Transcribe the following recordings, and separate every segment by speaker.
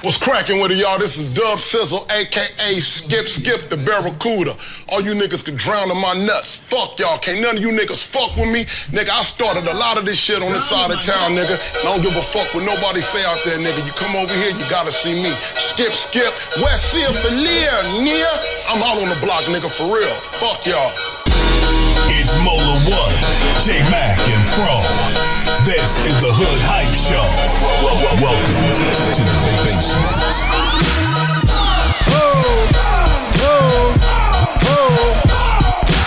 Speaker 1: What's cracking with it, y'all? This is Dub Sizzle, aka Skip Skip the Barracuda. All you niggas can drown in my nuts. Fuck y'all. Can't none of you niggas fuck with me. Nigga, I started a lot of this shit on this side of town, nigga. And I don't give a fuck what nobody say out there, nigga. You come over here, you gotta see me. Skip Skip, West Sea of the Lear, near. I'm out on the block, nigga, for real. Fuck y'all.
Speaker 2: It's Mola One, J Mac, and Fro. This is the Hood Hype Show. Wel- wel- Welcome to the Big Basement.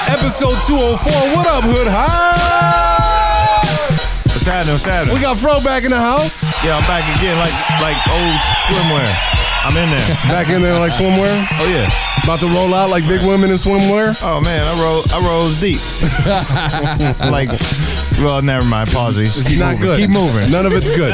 Speaker 3: Episode 204. What up, Hood High?
Speaker 4: What's happening? What's happening?
Speaker 3: We got Fro back in the house.
Speaker 4: yeah, I'm back again, like like old swimwear. I'm in there.
Speaker 3: Back in there like swimwear.
Speaker 4: Oh yeah.
Speaker 3: About to roll out like big women in swimwear.
Speaker 4: Oh man, I roll I rose deep. like, well, never mind. Pause these.
Speaker 3: It's not good.
Speaker 4: Keep moving.
Speaker 3: None of it's good.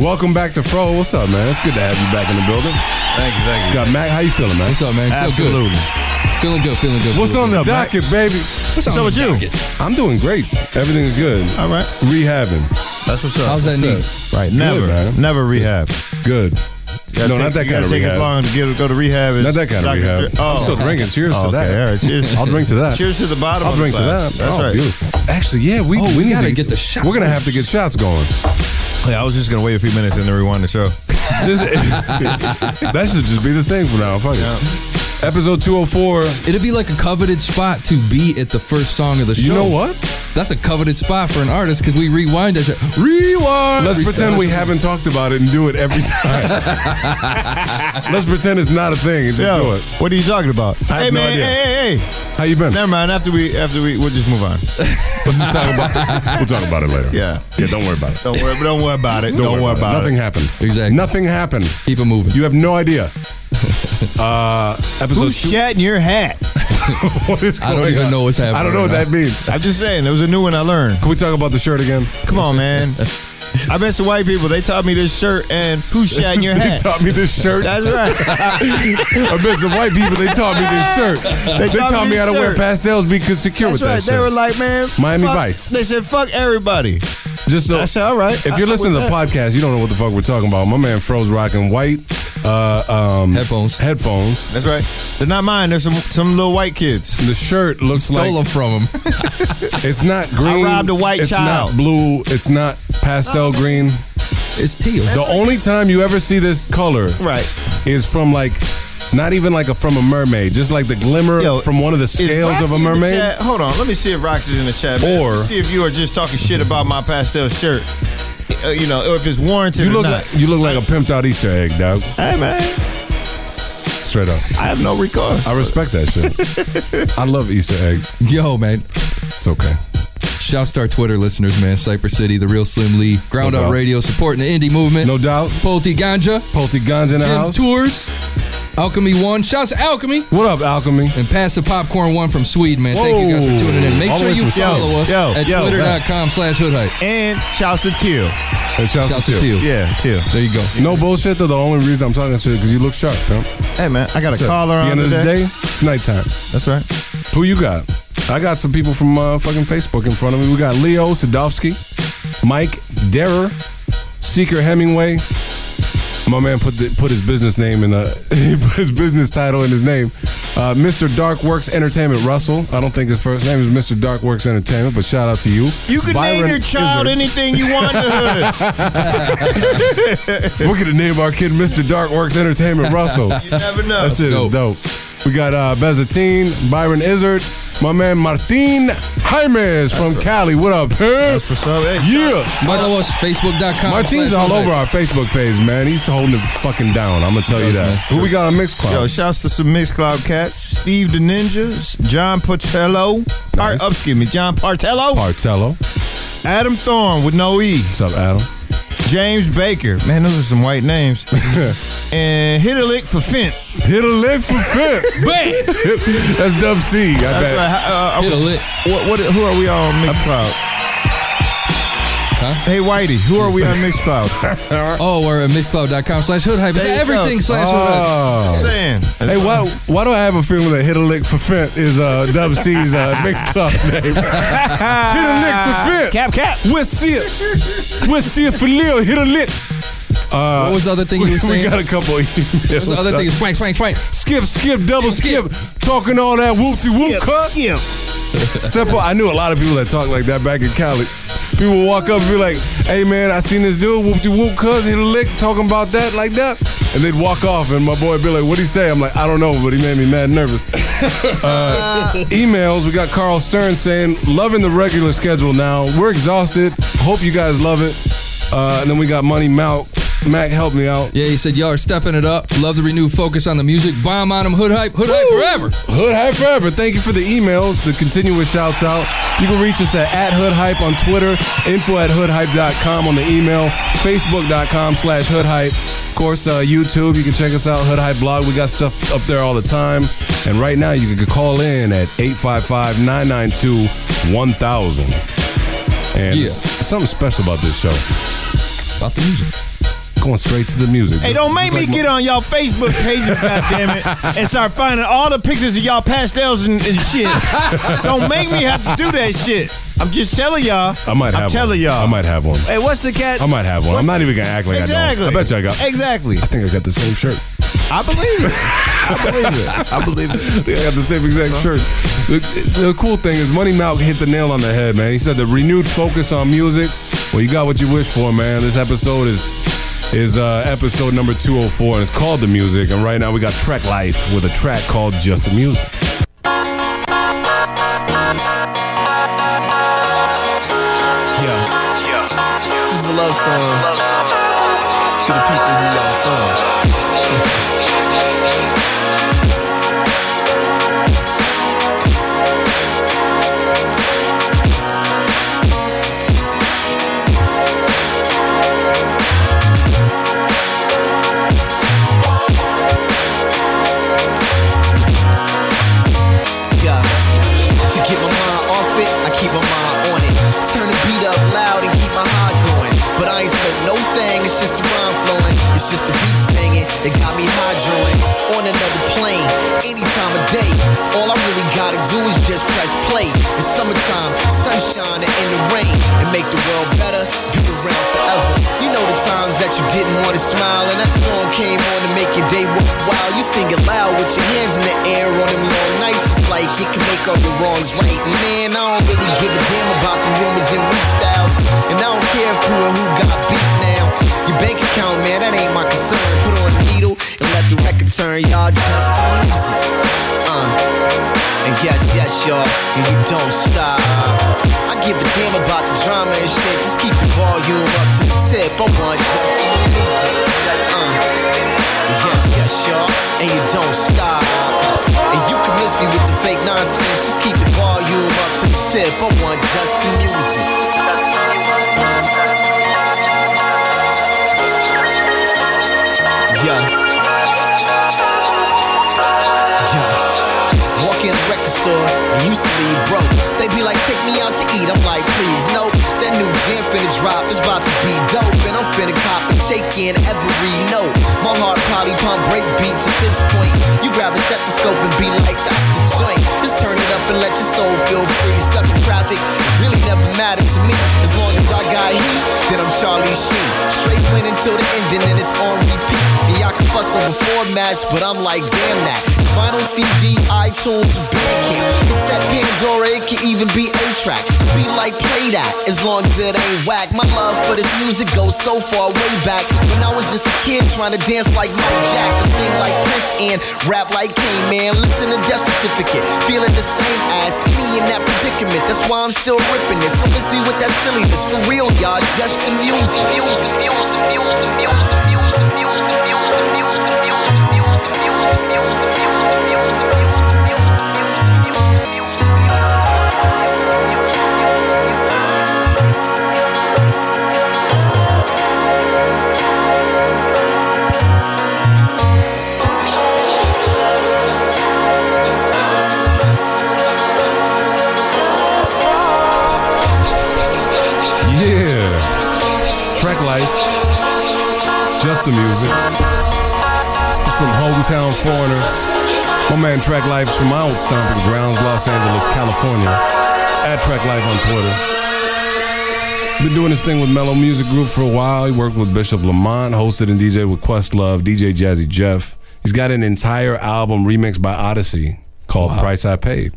Speaker 3: Welcome back to Fro. What's up, man? It's good to have you back in the building.
Speaker 4: Thank you, thank you.
Speaker 3: Got Mac. How you feeling, man?
Speaker 5: What's up, man? Feel
Speaker 4: Absolutely.
Speaker 5: good. Feeling good. Feeling good.
Speaker 3: What's on
Speaker 5: feeling
Speaker 3: the
Speaker 4: up, Mac?
Speaker 3: docket, baby?
Speaker 5: What's
Speaker 4: up
Speaker 5: on
Speaker 4: with
Speaker 5: the
Speaker 4: you?
Speaker 5: docket?
Speaker 3: I'm doing great. Everything's good.
Speaker 4: All right.
Speaker 3: Rehabbing.
Speaker 4: That's what's up.
Speaker 5: How's that
Speaker 4: What's
Speaker 5: knee?
Speaker 4: up? Right. Never.
Speaker 3: man.
Speaker 4: never rehab.
Speaker 3: Good.
Speaker 4: Gotta
Speaker 3: No,
Speaker 4: take-
Speaker 3: not that
Speaker 4: you
Speaker 3: kind
Speaker 4: gotta
Speaker 3: of
Speaker 4: take
Speaker 3: rehab.
Speaker 4: as long to get, go to rehab. As
Speaker 3: Not that kind of
Speaker 4: Dr.
Speaker 3: rehab.
Speaker 4: Dre-
Speaker 3: I'm still drinking. Cheers
Speaker 4: Oh,
Speaker 3: to that.
Speaker 4: Okay. All right. Cheers.
Speaker 3: I'll drink to that.
Speaker 4: Cheers to the bottom.
Speaker 3: I'll
Speaker 4: of the
Speaker 3: drink to that.
Speaker 4: glass. That's
Speaker 3: oh,
Speaker 4: right.
Speaker 3: beautiful. Actually, yeah, we,
Speaker 5: Oh,
Speaker 3: we,
Speaker 5: we
Speaker 3: need
Speaker 5: gotta
Speaker 3: to
Speaker 5: get the shot.
Speaker 3: We're gonna have to get shots going.
Speaker 4: Yeah, I was just gonna wait a few minutes and then rewind the show.
Speaker 3: This- that should just be the thing for now. Fuck it. Episode 204.
Speaker 5: It'd be like a coveted spot to be at the first song of the show.
Speaker 3: You know what?
Speaker 5: That's a coveted spot for an artist because we rewind that shit. Rewind.
Speaker 3: Let's pretend we haven't talked about it and do it every time. Let's pretend it's not a thing and just
Speaker 4: Yo,
Speaker 3: do it.
Speaker 4: what are you talking about?
Speaker 3: I have
Speaker 4: hey
Speaker 3: no
Speaker 4: man,
Speaker 3: idea.
Speaker 4: hey, hey, hey.
Speaker 3: How you been?
Speaker 4: Never mind. After we, after we, we'll just move on.
Speaker 3: Let's just talk about We'll talk about it later.
Speaker 4: Yeah.
Speaker 3: Yeah, don't worry about it.
Speaker 4: Don't worry, don't worry about it. Don't, worry, about,
Speaker 3: Nothing
Speaker 4: it.
Speaker 3: happened.
Speaker 5: Exactly.
Speaker 3: Nothing happened.
Speaker 5: keep it moving.
Speaker 3: You have no idea. Uh, episode
Speaker 4: Who
Speaker 3: two-
Speaker 4: shat in your hat?
Speaker 3: what is
Speaker 5: I don't
Speaker 3: going
Speaker 5: even
Speaker 3: on?
Speaker 5: know what's happening
Speaker 3: I don't know
Speaker 5: right
Speaker 3: what that means.
Speaker 4: I'm just saying. There was a new one I learned.
Speaker 3: Can we talk about the shirt again?
Speaker 4: Come on, man. I met some white people. They taught me this shirt and who shat in your
Speaker 3: they
Speaker 4: hat?
Speaker 3: taught me this shirt.
Speaker 4: That's right.
Speaker 3: I bet some white people they taught me this shirt. They,
Speaker 4: They taught
Speaker 3: taught
Speaker 4: me
Speaker 3: me
Speaker 4: this
Speaker 3: how to wear
Speaker 4: shirt.
Speaker 3: pastels because secure
Speaker 4: That's
Speaker 3: with
Speaker 4: right.
Speaker 3: that
Speaker 4: They
Speaker 3: shirt.
Speaker 4: were like, man,
Speaker 3: Miami
Speaker 4: fuck-
Speaker 3: Vice.
Speaker 4: They said, fuck everybody.
Speaker 3: Just so
Speaker 4: I said, all right.
Speaker 3: If you're
Speaker 4: I-
Speaker 3: listening to the
Speaker 4: with
Speaker 3: podcast, you don't know what the fuck we're talking about. My man Froze rocking white uh, um,
Speaker 5: Headphones.
Speaker 3: Headphones.
Speaker 4: That's right. They're not mine. They're some some little white kids.
Speaker 3: The shirt looks
Speaker 5: Stole
Speaker 3: like
Speaker 5: them from him.
Speaker 3: it's not green.
Speaker 4: robbed a white
Speaker 3: it's
Speaker 4: child.
Speaker 3: not blue. It's not pastel green.
Speaker 5: It's teal.
Speaker 3: The only time you ever see this color
Speaker 4: Right.
Speaker 3: is from like. Not even like a from a mermaid, just like the glimmer
Speaker 4: Yo,
Speaker 3: from one of the
Speaker 4: Is
Speaker 3: scales of
Speaker 4: Roxy
Speaker 3: a
Speaker 4: in the
Speaker 3: mermaid.
Speaker 4: chat? Hold on, let me see if Roxy's in the chat. man.
Speaker 3: Or-
Speaker 4: Let me see if you are just talking shit about my pastel shirt. Uh, you know, or if it's warranted
Speaker 3: You
Speaker 4: or
Speaker 3: look
Speaker 4: not.
Speaker 3: like you look like a pimped out Easter egg, dog.
Speaker 4: hey man,
Speaker 3: Straight up.
Speaker 4: I have no recourse.
Speaker 3: I respect that shit. I love Easter eggs.
Speaker 5: Yo, man.
Speaker 3: It's okay.
Speaker 5: Shouts to our Twitter listeners, man. Cypress City, The Real Slim Lee, Ground
Speaker 3: No
Speaker 5: Up
Speaker 3: doubt.
Speaker 5: Radio, supporting the indie movement.
Speaker 3: No doubt.
Speaker 5: Polti Ganja,
Speaker 3: Polty Ganja in the
Speaker 5: Jim
Speaker 3: house.
Speaker 5: Tours, Alchemy One. Shouts to Alchemy.
Speaker 3: What up, Alchemy?
Speaker 5: And pass the popcorn one from Sweden, man. Thank you guys
Speaker 3: Whoa.
Speaker 5: for tuning in. Make
Speaker 3: All the
Speaker 5: sure
Speaker 3: way
Speaker 5: you
Speaker 3: from Sweden.
Speaker 5: follow us
Speaker 4: Yo,
Speaker 5: at
Speaker 4: yo,
Speaker 5: twitter.com slash hoodhype.
Speaker 4: And shouts to Teal.
Speaker 3: And shout
Speaker 5: Shouts to you.
Speaker 4: Yeah, Teal.
Speaker 5: There you go.
Speaker 3: No bullshit though. The only reason I'm talking shit because you look sharp, bro.
Speaker 4: Hey man, I got a
Speaker 3: So,
Speaker 4: collar
Speaker 3: the
Speaker 4: on
Speaker 3: end of the
Speaker 4: today.
Speaker 3: day, it's nighttime.
Speaker 4: That's right.
Speaker 3: Who you got? I got some people from uh, fucking Facebook in front of me. We got Leo Sadovsky, Mike Derrer, Seeker Hemingway. My man put the, put his business name in the he put his business title in his name. Uh, Mr. Darkworks Entertainment Russell. I don't think his first name is Mr. Darkworks Entertainment, but shout out to you.
Speaker 4: You can name
Speaker 3: Byron
Speaker 4: your child
Speaker 3: Izzard.
Speaker 4: anything you want in the hood.
Speaker 3: We're gonna name our kid Mr. Darkworks Entertainment Russell.
Speaker 4: You never know.
Speaker 3: That shit is
Speaker 5: dope.
Speaker 3: dope. We got uh, Bezatine, Byron Izzard, my man Martin Jaimes from Cali. What up, hey?
Speaker 4: That's what's up. Hey,
Speaker 3: Yeah.
Speaker 5: Follow us, facebook.com.
Speaker 3: Martin's
Speaker 5: slash
Speaker 3: all
Speaker 5: hoodhype.
Speaker 3: over our Facebook page, man. He's holding it fucking down. I'm gonna tell you
Speaker 5: Yes,
Speaker 3: that.
Speaker 5: man.
Speaker 3: Who we got on Mixcloud?
Speaker 4: Yo, shouts to some Mixcloud cats. Steve the Ninjas, John Portello. Part,
Speaker 3: Nice.
Speaker 4: oh, excuse me, John Portello.
Speaker 3: Partello.
Speaker 4: Adam Thorne with no E.
Speaker 3: What's up, Adam?
Speaker 4: James Baker. Man, those are some white names. and hit a lick for Fent.
Speaker 3: Hit a lick for fit.
Speaker 5: Bang!
Speaker 3: That's Dub C. I
Speaker 4: That's
Speaker 3: bet.
Speaker 4: right. Uh, uh,
Speaker 5: Hit a lick.
Speaker 4: what, what- who are we on Mixcloud? Hey, Whitey, who are we on Mixcloud?
Speaker 5: Oh, we're at mixcloud.com slash hoodhype. It's
Speaker 4: There you
Speaker 5: everything
Speaker 4: go.
Speaker 5: slash hoodhype.
Speaker 3: Oh.
Speaker 4: saying.
Speaker 3: Hey, why, why do I have a feeling that Hit a Lick for Fent is uh, Dub C's uh, mixed club name? Hit a Lick for Fent.
Speaker 4: Cap, cap.
Speaker 3: We'll see it. We'll see it for Lil. Hit a lick. Uh,
Speaker 5: What was the other thing you were saying?
Speaker 3: We got a couple. Of emails.
Speaker 5: What's the other thing? Swank, swank, swank.
Speaker 3: Skip, skip, double skip.
Speaker 5: Skip, skip.
Speaker 3: Talking all that whoopsie whoop cut.
Speaker 4: Skip.
Speaker 3: Step up. I knew a lot of people that talk like that back in Cali. People would walk up and be like, hey man, I seen this dude whoop de whoop cuz hit a lick talking about that like that. And they'd walk off and my boy would be like, what'd he say? I'm like, I don't know, but he made me mad nervous. uh, emails, we got Carl Stern saying, loving the regular schedule now. We're exhausted. Hope you guys love it. Uh, and then we got Money Mount. Mac, help me out.
Speaker 5: Yeah, he said, y'all are stepping it up. Love the renewed focus on the music. Bomb on them. Hood hype. Hood hype forever.
Speaker 3: Hood Hype Forever. Thank you for the emails, the continuous shouts out. You can reach us at, at Hood Hype on Twitter, info at hoodhype.com on the email, facebook.com slash Hood Hype. Of course, uh, YouTube, you can check us out, Hood Hype Blog. We got stuff up there all the time. And right now, you can call in at 855 992 1000. And
Speaker 5: Yeah.
Speaker 3: s- something special about this show.
Speaker 5: About the music.
Speaker 3: Going straight to the music.
Speaker 4: Hey,
Speaker 3: Just-
Speaker 4: don't make
Speaker 3: just
Speaker 4: me
Speaker 3: like my-
Speaker 4: get on y'all Facebook pages, goddammit, and start finding all the pictures of y'all pastels and, and shit. don't make me have to do that shit. I'm just telling y'all.
Speaker 3: I might have
Speaker 4: I'm
Speaker 3: one.
Speaker 4: telling y'all.
Speaker 3: I might have one.
Speaker 4: Hey, what's the cat?
Speaker 3: I might have one. I'm
Speaker 4: What's-
Speaker 3: not even going to act like
Speaker 4: exactly.
Speaker 3: I don't. I bet you I got.
Speaker 4: Exactly.
Speaker 3: I think I got the same shirt.
Speaker 4: I believe it. I believe it. I believe it.
Speaker 3: I think I got the same exact shirt. The, the cool thing is, Money Mouth hit the nail on the head, man. He said the renewed focus on music. Well, you got what you wish for, man. This episode is is uh, episode number 204, and it's called The Music. And right now we got Track Life with a track called Just the Music.
Speaker 6: Yeah. This is a love song to the people who love songs. Yeah. To get my mind off it, I keep my mind on it. Turn the beat up loud and keep my high going. But I ain't spent no thing, it's just the rhyme flowing. It's just the beats banging that got me high drawing. On another plane, any time of day. All I really gotta do is just press play. In summertime, sunshine and in the rain. And make the world better, be around forever. You know the times that you didn't wanna smile. And that song came on to make your day worthwhile. You sing it loud with your hands in the air on them long nights. It's like it can make all your wrongs right. And man, I don't really give a damn about the rumors and weak styles. And I don't care who and who got beat now. Your bank account, man, that ain't my concern. Put on the needle and let the record turn. Y'all just the music. Uh. And yes, yes, y'all, and you don't stop. I give a damn about the drama and shit. Just keep the volume up to the tip. I want just the music. Uh. Yes, yes, y'all, and you don't stop. And you can miss me with the fake nonsense. Just keep the volume up to the tip. I want just the music. Yeah. Yeah. Walk in the record store, I used to be broke. They be like, take me out to eat. I'm like, please, no. That new jam finna drop is about to be dope. And I'm finna cop and take in every note. My heart probably pump break beats at this point. You grab a stethoscope and be like, that's the joint. Just turn it up and let your soul feel free. Stuck in traffic, it really never mattered to me. As long as I got heat, then I'm Charlie Sheen. Straight win until the ending and it's on repeat. And y'all can fuss over formats, but I'm like, damn that. Vinyl CD, iTunes, and Bandcamp. Cassette Pandora, it can even be A track. Be like, play that, as long as it ain't whack. My love for this music goes so far way back. When I was just a kid trying to dance like Mike Jack, and sing like Prince and rap like King, man. Listen to Death Certificate, feeling the same as me in that predicament. That's why I'm still ripping it. So miss me with that silliness. For real, y'all, just the music. music, music, music, music, music, music, music, music, music, music, music, music, music, music, music, music, music.
Speaker 3: Yeah. Track Life. Just the music. It's from Hometown Foreigner. My man Track Life's from my old stomping grounds, Los Angeles, California. At Track Life on Twitter. Been doing this thing with Mellow Music Group for a while. He worked with Bishop Lamont, hosted and DJ with Questlove, DJ Jazzy Jeff. He's got an entire album remixed by Odyssey called "Price I Paid."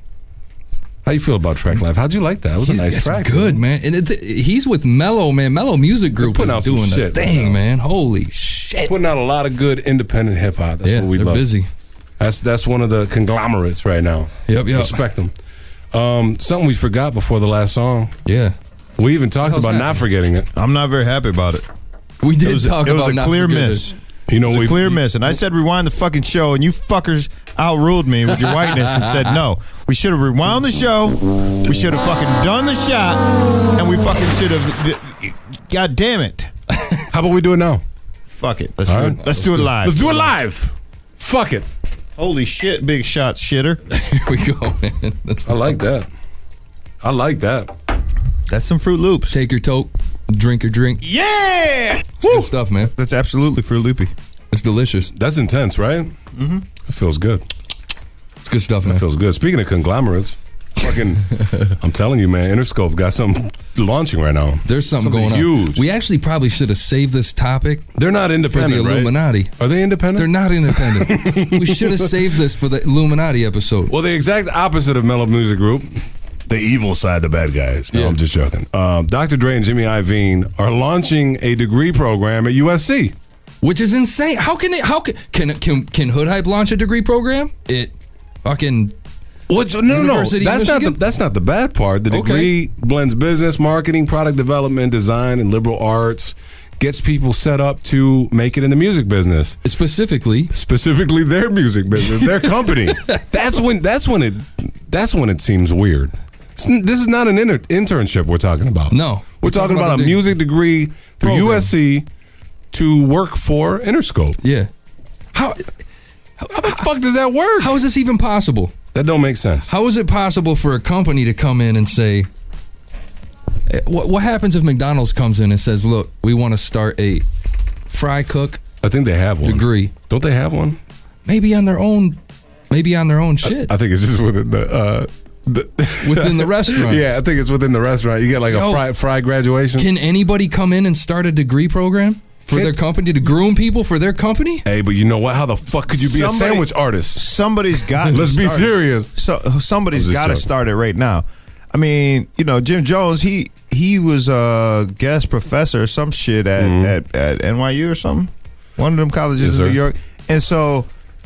Speaker 3: How you feel about Track Life? How'd you like that? It was
Speaker 5: He's,
Speaker 3: a nice
Speaker 5: that's
Speaker 3: track.
Speaker 5: good, man. And it's he's with Mellow, man. Mellow Music Group
Speaker 3: putting
Speaker 5: is
Speaker 3: out some
Speaker 5: doing
Speaker 3: shit right
Speaker 5: the thing,
Speaker 3: now.
Speaker 5: man. Holy shit!
Speaker 3: Putting out a lot of good independent hip hop. That's
Speaker 5: yeah,
Speaker 3: what we
Speaker 5: they're
Speaker 3: love.
Speaker 5: busy.
Speaker 3: That's that's one of the conglomerates right now.
Speaker 5: Yep, yep.
Speaker 3: Respect them. Um, something we forgot before the last song.
Speaker 5: Yeah,
Speaker 3: We even talked
Speaker 5: How's
Speaker 3: about
Speaker 5: that?
Speaker 3: not forgetting it.
Speaker 4: I'm not very happy about it.
Speaker 5: we did
Speaker 4: It was,
Speaker 5: talk
Speaker 4: it was
Speaker 5: about
Speaker 4: a
Speaker 5: not
Speaker 4: clear
Speaker 5: forgetting.
Speaker 4: miss.
Speaker 3: You know
Speaker 4: It was
Speaker 3: we
Speaker 4: a clear miss. And I said rewind the fucking show, and you fuckers outruled me with your whiteness and said no. We should have rewound the show. We should have fucking done the shot, and we fucking should have. God damn it!
Speaker 3: How about we do it now?
Speaker 4: Fuck it. Let's
Speaker 3: All
Speaker 4: do
Speaker 3: right.
Speaker 4: it. Let's do it live.
Speaker 3: Let's do it live. Fuck it.
Speaker 4: Holy shit! Big shots, shitter.
Speaker 5: Here we go, man. That's
Speaker 3: I like that. I like that.
Speaker 4: That's some Fruit Loops.
Speaker 5: Take your toke, drink your drink.
Speaker 4: Yeah.
Speaker 5: It's good stuff, man.
Speaker 4: That's absolutely Fruit Loopy.
Speaker 5: It's delicious.
Speaker 3: That's intense, right? Mm-hmm. It feels good.
Speaker 5: It's good stuff, man.
Speaker 3: It feels good. Speaking of conglomerates, fucking, I'm telling you, man, Interscope got something launching right now.
Speaker 5: There's something, going on.
Speaker 3: huge.
Speaker 5: We actually probably should have saved this topic.
Speaker 3: They're not independent. right?
Speaker 5: Illuminati.
Speaker 3: Are they independent?
Speaker 5: They're not independent. we should have saved this for the Illuminati episode.
Speaker 3: Well, the exact opposite of Mellow Music Group. The evil side, the bad guys. No,
Speaker 5: Yeah.
Speaker 3: I'm just joking. Um, Dr. Dre and Jimmy Iovine are launching a degree program at USC.
Speaker 5: Which is insane. How can it? How can can can, can Hood Hype launch a degree program? It fucking
Speaker 3: Which, no, no, no.
Speaker 5: University of
Speaker 3: That's not, the,
Speaker 5: Michigan?
Speaker 3: that's not the bad part. The
Speaker 5: Okay.
Speaker 3: degree blends business, marketing, product development, design, and liberal arts. Gets people set up to make it in the music business,
Speaker 5: specifically.
Speaker 3: specifically their music business, their company. that's when that's when it that's when it seems weird. It's n- this is not an inter- internship we're talking about.
Speaker 5: No.
Speaker 3: we're, talking, about, a
Speaker 5: dig-
Speaker 3: music degree through
Speaker 5: Program.
Speaker 3: USC to work for Interscope.
Speaker 5: Yeah.
Speaker 3: How how the fuck does that work?
Speaker 5: How is this even possible?
Speaker 3: that don't make sense.
Speaker 5: How is it possible for a company to come in and say, Eh, what, what happens if McDonald's comes in and says, look, we want to start a fry cook
Speaker 3: I think they have one.
Speaker 5: degree,
Speaker 3: Don't they have one?
Speaker 5: maybe on their own, maybe on their own shit?
Speaker 3: I think it's just within the. Uh, the
Speaker 5: Within the restaurant.
Speaker 3: yeah, I think it's within the restaurant. You get like a
Speaker 5: Yo.
Speaker 3: fry, fry graduation.
Speaker 5: Can anybody come in and start a degree program for
Speaker 3: Can-
Speaker 5: their company to groom people for their company?
Speaker 3: hey, but you know what? How the fuck could you be a
Speaker 4: Somebody-
Speaker 3: sandwich artist?
Speaker 4: Somebody's got. to
Speaker 3: Let's be
Speaker 4: start it.
Speaker 3: serious.
Speaker 4: So somebody's
Speaker 3: just
Speaker 4: got to
Speaker 3: joking.
Speaker 4: start it right now. I mean, you know, Jim Jones. He he was a guest professor or some shit at at, at NYU or something. One of them colleges
Speaker 3: Mm-hmm.
Speaker 4: in
Speaker 3: Yes, sir.
Speaker 4: New York. And so,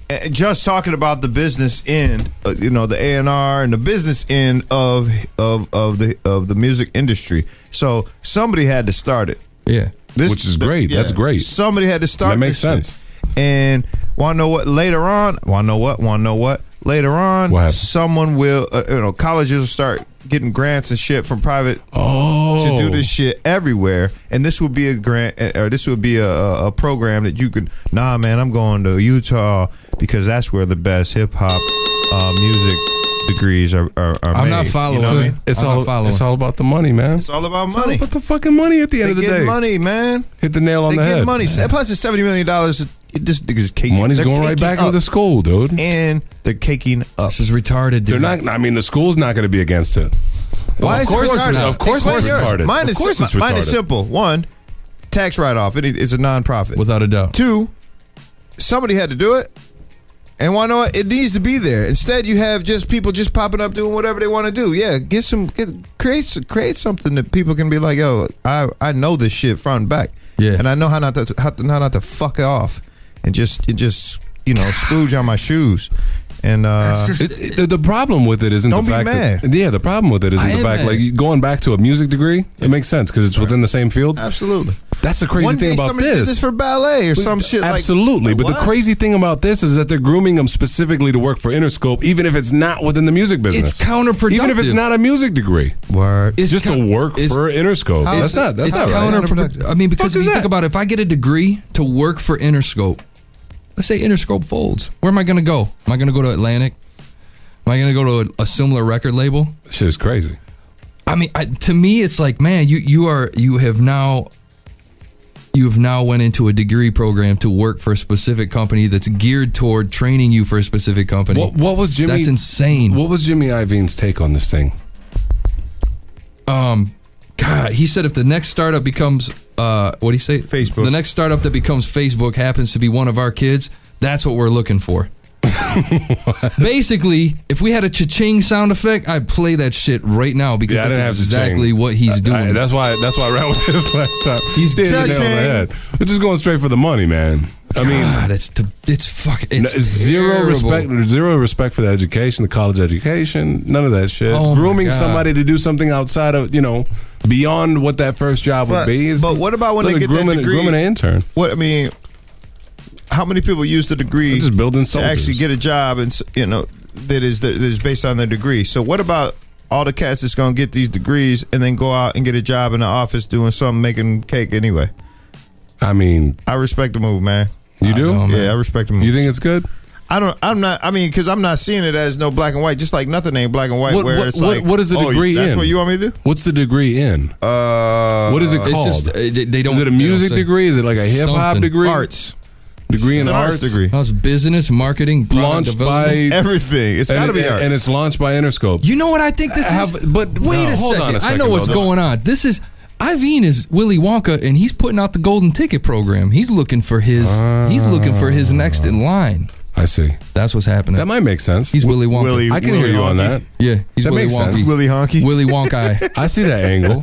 Speaker 4: eh, just talking about the business end, uh, you know, the A and R and the business end of of of the of the music industry. So somebody had to start it.
Speaker 5: Yeah.
Speaker 4: This,
Speaker 3: Which is great. That's great.
Speaker 4: Somebody had to start.
Speaker 3: That makes
Speaker 4: this shit.
Speaker 3: sense.
Speaker 4: And want to know what later on? Want to know what? Want to know what later on?
Speaker 3: What happened?
Speaker 4: someone will, uh, you know, colleges will start getting grants and shit from private
Speaker 3: Oh,
Speaker 4: to do this shit everywhere. And this would be a grant, uh, or this would be a, a, a program that you could. Nah, man, I'm going to Utah because that's where the best hip hop uh, music degrees are. are, are
Speaker 5: I'm not
Speaker 4: made.
Speaker 5: following.
Speaker 4: You know what I mean?
Speaker 3: It's
Speaker 5: I'm not
Speaker 3: all
Speaker 5: following.
Speaker 3: it's all about the money, man.
Speaker 4: It's all about
Speaker 3: It's all
Speaker 4: money.
Speaker 3: about the fucking money at the end
Speaker 4: They
Speaker 3: of the
Speaker 4: get
Speaker 3: day.
Speaker 4: money, man.
Speaker 3: Hit the nail on
Speaker 4: they
Speaker 3: the
Speaker 4: get
Speaker 3: head.
Speaker 4: money. Plus, it's seventy million dollars. This nigga's caking.
Speaker 3: Money's
Speaker 4: they're
Speaker 3: going right
Speaker 4: caking
Speaker 3: back
Speaker 4: up.
Speaker 3: into the school, dude.
Speaker 4: and they're caking up.
Speaker 5: This is retarded, dude.
Speaker 3: They're not. I mean, the school's not going to be against it.
Speaker 5: Why
Speaker 3: of
Speaker 5: is it
Speaker 3: course
Speaker 5: retarded?
Speaker 3: Of course,
Speaker 4: Explain
Speaker 3: it's
Speaker 4: yours.
Speaker 3: retarded.
Speaker 4: Mine is,
Speaker 3: of course, it's retarded.
Speaker 4: mine is simple. One, tax write off. It, it's a nonprofit.
Speaker 5: Without a doubt.
Speaker 4: Two, somebody had to do it. And why not? It needs to be there. Instead, you have just people just popping up doing whatever they want to do. Yeah, get some, get, create, some- create something that people can be like, yo, I, I know this shit front and back.
Speaker 5: Yeah.
Speaker 4: and I know how not to, how, to- how not to fuck it off, and just, it just, you know, splooge on my shoes, and uh,
Speaker 3: It- it- the, the problem with it isn't
Speaker 4: Don't
Speaker 3: the
Speaker 4: be
Speaker 3: fact that
Speaker 4: mad.
Speaker 3: yeah, the problem with it isn't
Speaker 5: I
Speaker 3: the
Speaker 5: am
Speaker 3: fact
Speaker 5: mad.
Speaker 3: like you- going back to a music degree, it makes sense because it's within the same field.
Speaker 4: absolutely.
Speaker 3: That's the crazy
Speaker 4: One
Speaker 3: thing
Speaker 4: day
Speaker 3: about
Speaker 4: somebody
Speaker 3: this.
Speaker 4: did this for ballet or some shit. like-
Speaker 3: Absolutely,
Speaker 4: Like,
Speaker 3: but the
Speaker 4: what?
Speaker 3: crazy thing about this is that they're grooming them specifically to work for Interscope, even if it's not within the music business.
Speaker 5: counterproductive.
Speaker 3: even if it's not a music degree.
Speaker 4: word.
Speaker 5: It's
Speaker 3: just
Speaker 5: coun-
Speaker 3: to work
Speaker 5: it's-
Speaker 3: for Interscope.
Speaker 4: How-
Speaker 3: Oh, That's not. That's
Speaker 5: it's
Speaker 3: not right.
Speaker 5: counterproductive. I mean, because
Speaker 3: Fuck
Speaker 5: if
Speaker 3: is
Speaker 5: you
Speaker 3: that?
Speaker 5: think about it, if I get a degree to work for Interscope, let's say Interscope folds, where am I going to go? Am I going to go to Atlantic? Am I going to go to a, a similar record label?
Speaker 3: Shit is crazy.
Speaker 5: I mean, I, to me, it's like, man, you you are you have now you have now went into a degree program to work for a specific company that's geared toward training you for a specific company.
Speaker 3: What, what was Jimmy?
Speaker 5: That's insane.
Speaker 3: What was Jimmy Iovine's take on this thing?
Speaker 5: um, God, he said if the next startup becomes uh, what do you say?
Speaker 7: Facebook.
Speaker 5: The next startup that becomes Facebook happens to be one of our kids. That's what we're looking for. Basically, if we had a cha-ching sound effect, I'd play that shit right now because
Speaker 3: Yeah, I
Speaker 5: that's
Speaker 3: didn't have to change.
Speaker 5: exactly what he's doing.
Speaker 3: I- that's why. That's why I ran with this last time. He's dead on the
Speaker 4: touching.
Speaker 3: head. We're just going straight for the money, man. I mean,
Speaker 5: God, it's to, it's fucking it's
Speaker 3: n- zero
Speaker 5: terrible.
Speaker 3: respect. Zero respect for the education, the college education. None of that shit.
Speaker 5: Oh my
Speaker 3: Grooming
Speaker 5: God.
Speaker 3: somebody to do something outside of you know beyond what that first job
Speaker 4: But-
Speaker 3: would be. is-
Speaker 4: but what about when
Speaker 3: Look
Speaker 4: they
Speaker 3: at
Speaker 4: get that
Speaker 3: grooming,
Speaker 4: degree?
Speaker 3: grooming an intern?
Speaker 4: What I mean, how many people use the degree
Speaker 3: They're just building
Speaker 4: to actually
Speaker 3: soldiers.
Speaker 4: get a job and s- you know that is that is based on their degree? So what about all the cats that's gonna get these degrees and then go out and get a job in the office doing something making cake anyway?
Speaker 3: I mean,
Speaker 4: I respect the move, man.
Speaker 3: you do.
Speaker 5: know, man.
Speaker 4: Yeah, I respect the move.
Speaker 3: You think it's good?
Speaker 4: I don't. I'm not. I mean, because I'm not seeing it as no black and white. Just like nothing ain't black and white.
Speaker 3: What-
Speaker 4: where
Speaker 3: what-
Speaker 4: it's
Speaker 3: what-
Speaker 4: like,
Speaker 3: what is the
Speaker 4: oh,
Speaker 3: degree
Speaker 4: That's
Speaker 3: in?
Speaker 4: what you want me to do?
Speaker 3: What's the degree in?
Speaker 4: Uh,
Speaker 3: what is it
Speaker 5: It's
Speaker 3: called?
Speaker 5: just uh, they they don't.
Speaker 3: is it a
Speaker 5: they don't
Speaker 3: music
Speaker 5: say.
Speaker 3: degree? Is it like a hip hop
Speaker 5: Something.
Speaker 3: degree?
Speaker 4: arts.
Speaker 3: degree
Speaker 4: It's
Speaker 3: in
Speaker 4: an
Speaker 3: arts
Speaker 4: arts degree.
Speaker 5: That's business marketing product
Speaker 3: Launched
Speaker 5: development.
Speaker 3: by
Speaker 4: Everything. It's
Speaker 3: and
Speaker 4: got to
Speaker 3: it-
Speaker 4: be
Speaker 3: and,
Speaker 4: arts.
Speaker 3: and it's launched by Interscope.
Speaker 5: You know what I think this
Speaker 3: Have-
Speaker 5: is?
Speaker 3: but-
Speaker 5: wait
Speaker 3: no,
Speaker 5: a,
Speaker 3: hold
Speaker 5: second.
Speaker 3: on a
Speaker 5: I know
Speaker 3: second,
Speaker 5: what's
Speaker 3: though.
Speaker 5: going on. This is Iveen is Willy Wonka, and he's putting out the golden ticket program. He's looking for his. he's looking for his next in line.
Speaker 3: I see.
Speaker 5: That's what's happening.
Speaker 3: That might make sense.
Speaker 5: he's Willy Wonka.
Speaker 4: Willy-
Speaker 3: I can hear you on that.
Speaker 4: Wonky.
Speaker 5: yeah, he's
Speaker 3: That
Speaker 5: Willy
Speaker 3: makes sense.
Speaker 5: Wonka.
Speaker 4: Willy Honky.
Speaker 5: Willy Wonka.
Speaker 3: I see that angle.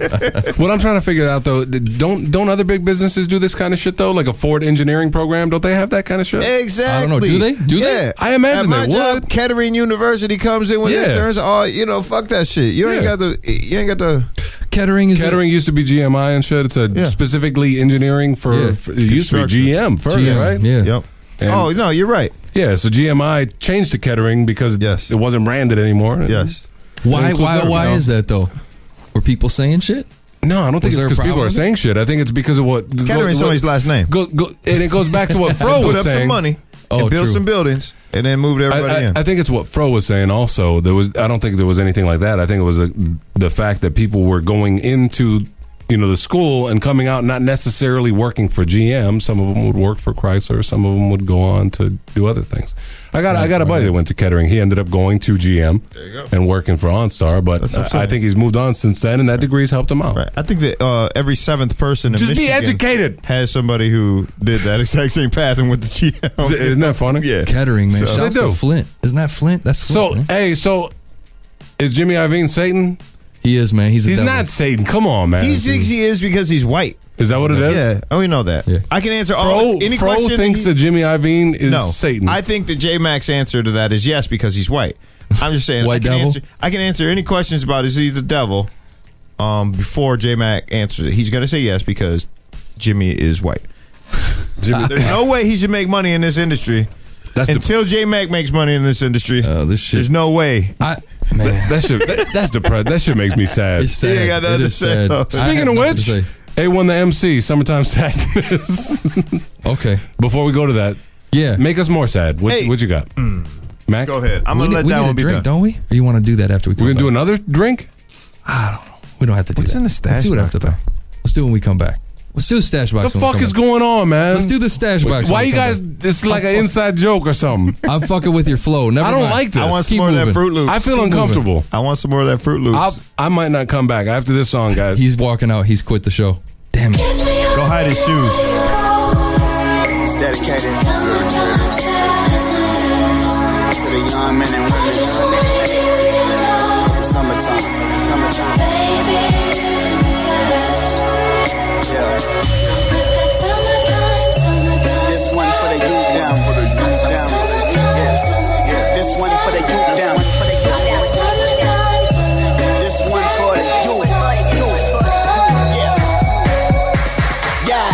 Speaker 3: what I'm trying to figure out though, th- don't don't other big businesses do this kind of shit though? Like a Ford engineering program, don't they have that kind of shit?
Speaker 4: Exactly.
Speaker 5: know. Do they? Do they?
Speaker 4: Yeah.
Speaker 3: I imagine
Speaker 4: At my
Speaker 3: they
Speaker 4: job,
Speaker 3: would.
Speaker 4: Kettering University comes in with
Speaker 3: Yeah.
Speaker 4: interns. Oh, you know, fuck that shit. You ain't
Speaker 3: Yeah.
Speaker 4: got the. You ain't got the.
Speaker 5: Kettering is a-
Speaker 3: Kettering used to be GMI and shit. It's a
Speaker 4: Yeah.
Speaker 3: specifically engineering for,
Speaker 5: Yeah.
Speaker 3: for- it used to be
Speaker 4: Construction.
Speaker 3: GM first,
Speaker 5: GM,
Speaker 3: right?
Speaker 5: Yeah.
Speaker 4: Yep.
Speaker 3: And-
Speaker 4: oh no, you're right.
Speaker 3: Yeah, so GMI changed to Kettering because
Speaker 4: Yes.
Speaker 3: it wasn't branded anymore.
Speaker 4: Yes.
Speaker 5: Why?
Speaker 4: includes
Speaker 5: Why?
Speaker 4: everything,
Speaker 5: Why
Speaker 4: no?
Speaker 5: is that though? Were people saying shit?
Speaker 3: No, I don't
Speaker 5: Was
Speaker 3: think it's
Speaker 5: there a
Speaker 3: because people
Speaker 5: problem
Speaker 3: are
Speaker 5: with it?
Speaker 3: saying shit. I think it's because of what go-
Speaker 4: Kettering's
Speaker 3: what-
Speaker 4: somebody's last name.
Speaker 3: Go, go, and it goes back to what Fro
Speaker 4: Put
Speaker 3: was
Speaker 4: up
Speaker 3: saying.
Speaker 4: some money
Speaker 5: Oh,
Speaker 4: and build
Speaker 5: true.
Speaker 4: some buildings and then moved everybody
Speaker 3: I, I,
Speaker 4: in.
Speaker 3: I think it's what Fro was saying. Also, there was I don't think there was anything like that. I think it was the the fact that people were going into you know the school and coming out not necessarily working for GM. Some of them would work for Chrysler. Some of them would go on to do other things. I got I got a buddy that went to Kettering. He ended up going to GM and working for OnStar. But
Speaker 4: That's what I'm
Speaker 3: I, I
Speaker 4: saying.
Speaker 3: think he's moved on since then, and that degree's helped him out.
Speaker 4: Right. I think that uh, every seventh person in
Speaker 3: Just be
Speaker 4: Michigan
Speaker 3: educated.
Speaker 4: has somebody who did that exact same path and went to
Speaker 3: Is-
Speaker 4: GM.
Speaker 3: Isn't that funny?
Speaker 4: yeah.
Speaker 5: Kettering, man.
Speaker 4: So-
Speaker 5: Shouts
Speaker 3: They do.
Speaker 5: to Flint. Isn't that Flint? That's Flint.
Speaker 3: So
Speaker 5: man.
Speaker 3: hey, so is Jimmy Iovine Satan?
Speaker 5: he is, man. He's a
Speaker 3: He's
Speaker 5: devil.
Speaker 3: not Satan. Come on, man.
Speaker 4: He's, he is because he's white.
Speaker 3: is that what it is?
Speaker 4: Yeah, oh, we know that.
Speaker 5: Yeah.
Speaker 4: I can answer
Speaker 3: Fro,
Speaker 4: all any
Speaker 3: Fro
Speaker 4: question.
Speaker 3: thinks
Speaker 4: he-
Speaker 3: that Jimmy Iovine is
Speaker 4: no,
Speaker 3: Satan.
Speaker 4: I think the J Mac's answer to that is yes because he's white. I'm just saying.
Speaker 5: White
Speaker 4: I can
Speaker 5: devil?
Speaker 4: Answer, I can answer any questions about is he the devil? Um, before J Mac answers it, he's gonna say yes because Jimmy is white.
Speaker 3: Jimmy,
Speaker 4: There's no way he should make money in this industry
Speaker 3: that's the,
Speaker 4: until J Mac makes money in this industry.
Speaker 5: Oh, this shit.
Speaker 4: There's no way.
Speaker 5: I, man.
Speaker 3: that shit. That, that's depressed. That shit makes me sad.
Speaker 5: It's sad.
Speaker 4: ain't got nothing
Speaker 5: It
Speaker 4: to
Speaker 5: is
Speaker 4: say,
Speaker 5: sad.
Speaker 4: though.
Speaker 5: I
Speaker 3: Speaking
Speaker 5: have
Speaker 3: of
Speaker 5: nothing to
Speaker 3: which,
Speaker 5: say.
Speaker 3: A won the MC. Summertime sadness.
Speaker 5: okay,
Speaker 3: Before we go to that,
Speaker 5: yeah.
Speaker 3: make us more sad. What,
Speaker 4: Hey. Mm.
Speaker 3: what you got, Mac?
Speaker 4: Go ahead. I'm
Speaker 5: we
Speaker 4: gonna
Speaker 5: need,
Speaker 4: let
Speaker 5: we
Speaker 4: that
Speaker 5: need
Speaker 4: one
Speaker 5: a
Speaker 4: be
Speaker 5: drink,
Speaker 4: done.
Speaker 5: don't we? Or you want to do that after we? Come
Speaker 3: We're gonna
Speaker 5: back?
Speaker 3: do another drink.
Speaker 5: We don't have to do
Speaker 4: What's
Speaker 5: that.
Speaker 4: in the
Speaker 5: Let's
Speaker 4: stash
Speaker 5: do it
Speaker 4: box,
Speaker 5: after
Speaker 4: though?
Speaker 5: that. Let's do it when we come back. Let's do the stash
Speaker 3: The
Speaker 5: box. when we
Speaker 3: fuck
Speaker 5: come
Speaker 3: is
Speaker 5: back.
Speaker 3: going on, man?
Speaker 5: Let's do the stash box.
Speaker 3: Why
Speaker 5: when we
Speaker 3: you
Speaker 5: come
Speaker 3: guys?
Speaker 5: back.
Speaker 3: It's like an inside joke or something.
Speaker 5: I'm fucking with your flow. Never
Speaker 3: I don't
Speaker 5: mind.
Speaker 3: like this.
Speaker 4: I want some
Speaker 5: Keep
Speaker 4: more of that
Speaker 5: moving.
Speaker 4: Fruit Loops.
Speaker 3: I feel
Speaker 5: Keep moving.
Speaker 3: uncomfortable.
Speaker 4: I want some more of that Fruit Loops.
Speaker 3: I'll, I might not come back after this song, guys.
Speaker 5: He's walking out. He's quit the show. Damn it.
Speaker 4: Go hide his shoes.
Speaker 8: It's dedicated to the young men and women the summertime. The summertime. Yeah. This one for the youth down. For the youth down. Yeah. Yeah. This one for the youth down. This one for the youth. Yeah. Yeah.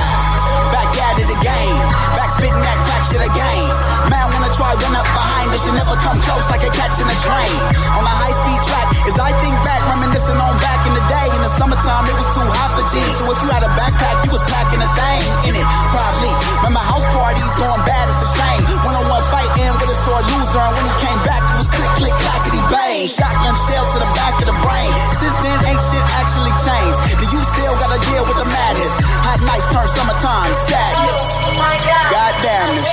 Speaker 8: Back at it again. Back spitting that crack shit again. Man wanna try run up behind us. You never come close like a catch in a train. On a high speed track, as I think back, reminiscing on back in the day. In the summertime, it was too hot for G. So if you had a backpack, you was packing a thing in it. Probably. Remember house parties going bad, it's a shame. One on one fight in with a sore loser. And when he came back, it was click, click, clackety bang. Shotgun shells to the back of the brain. Since then, ain't shit actually changed. Do you still gotta deal with the madness? Hot nights turn summertime sadness. Goddamnness.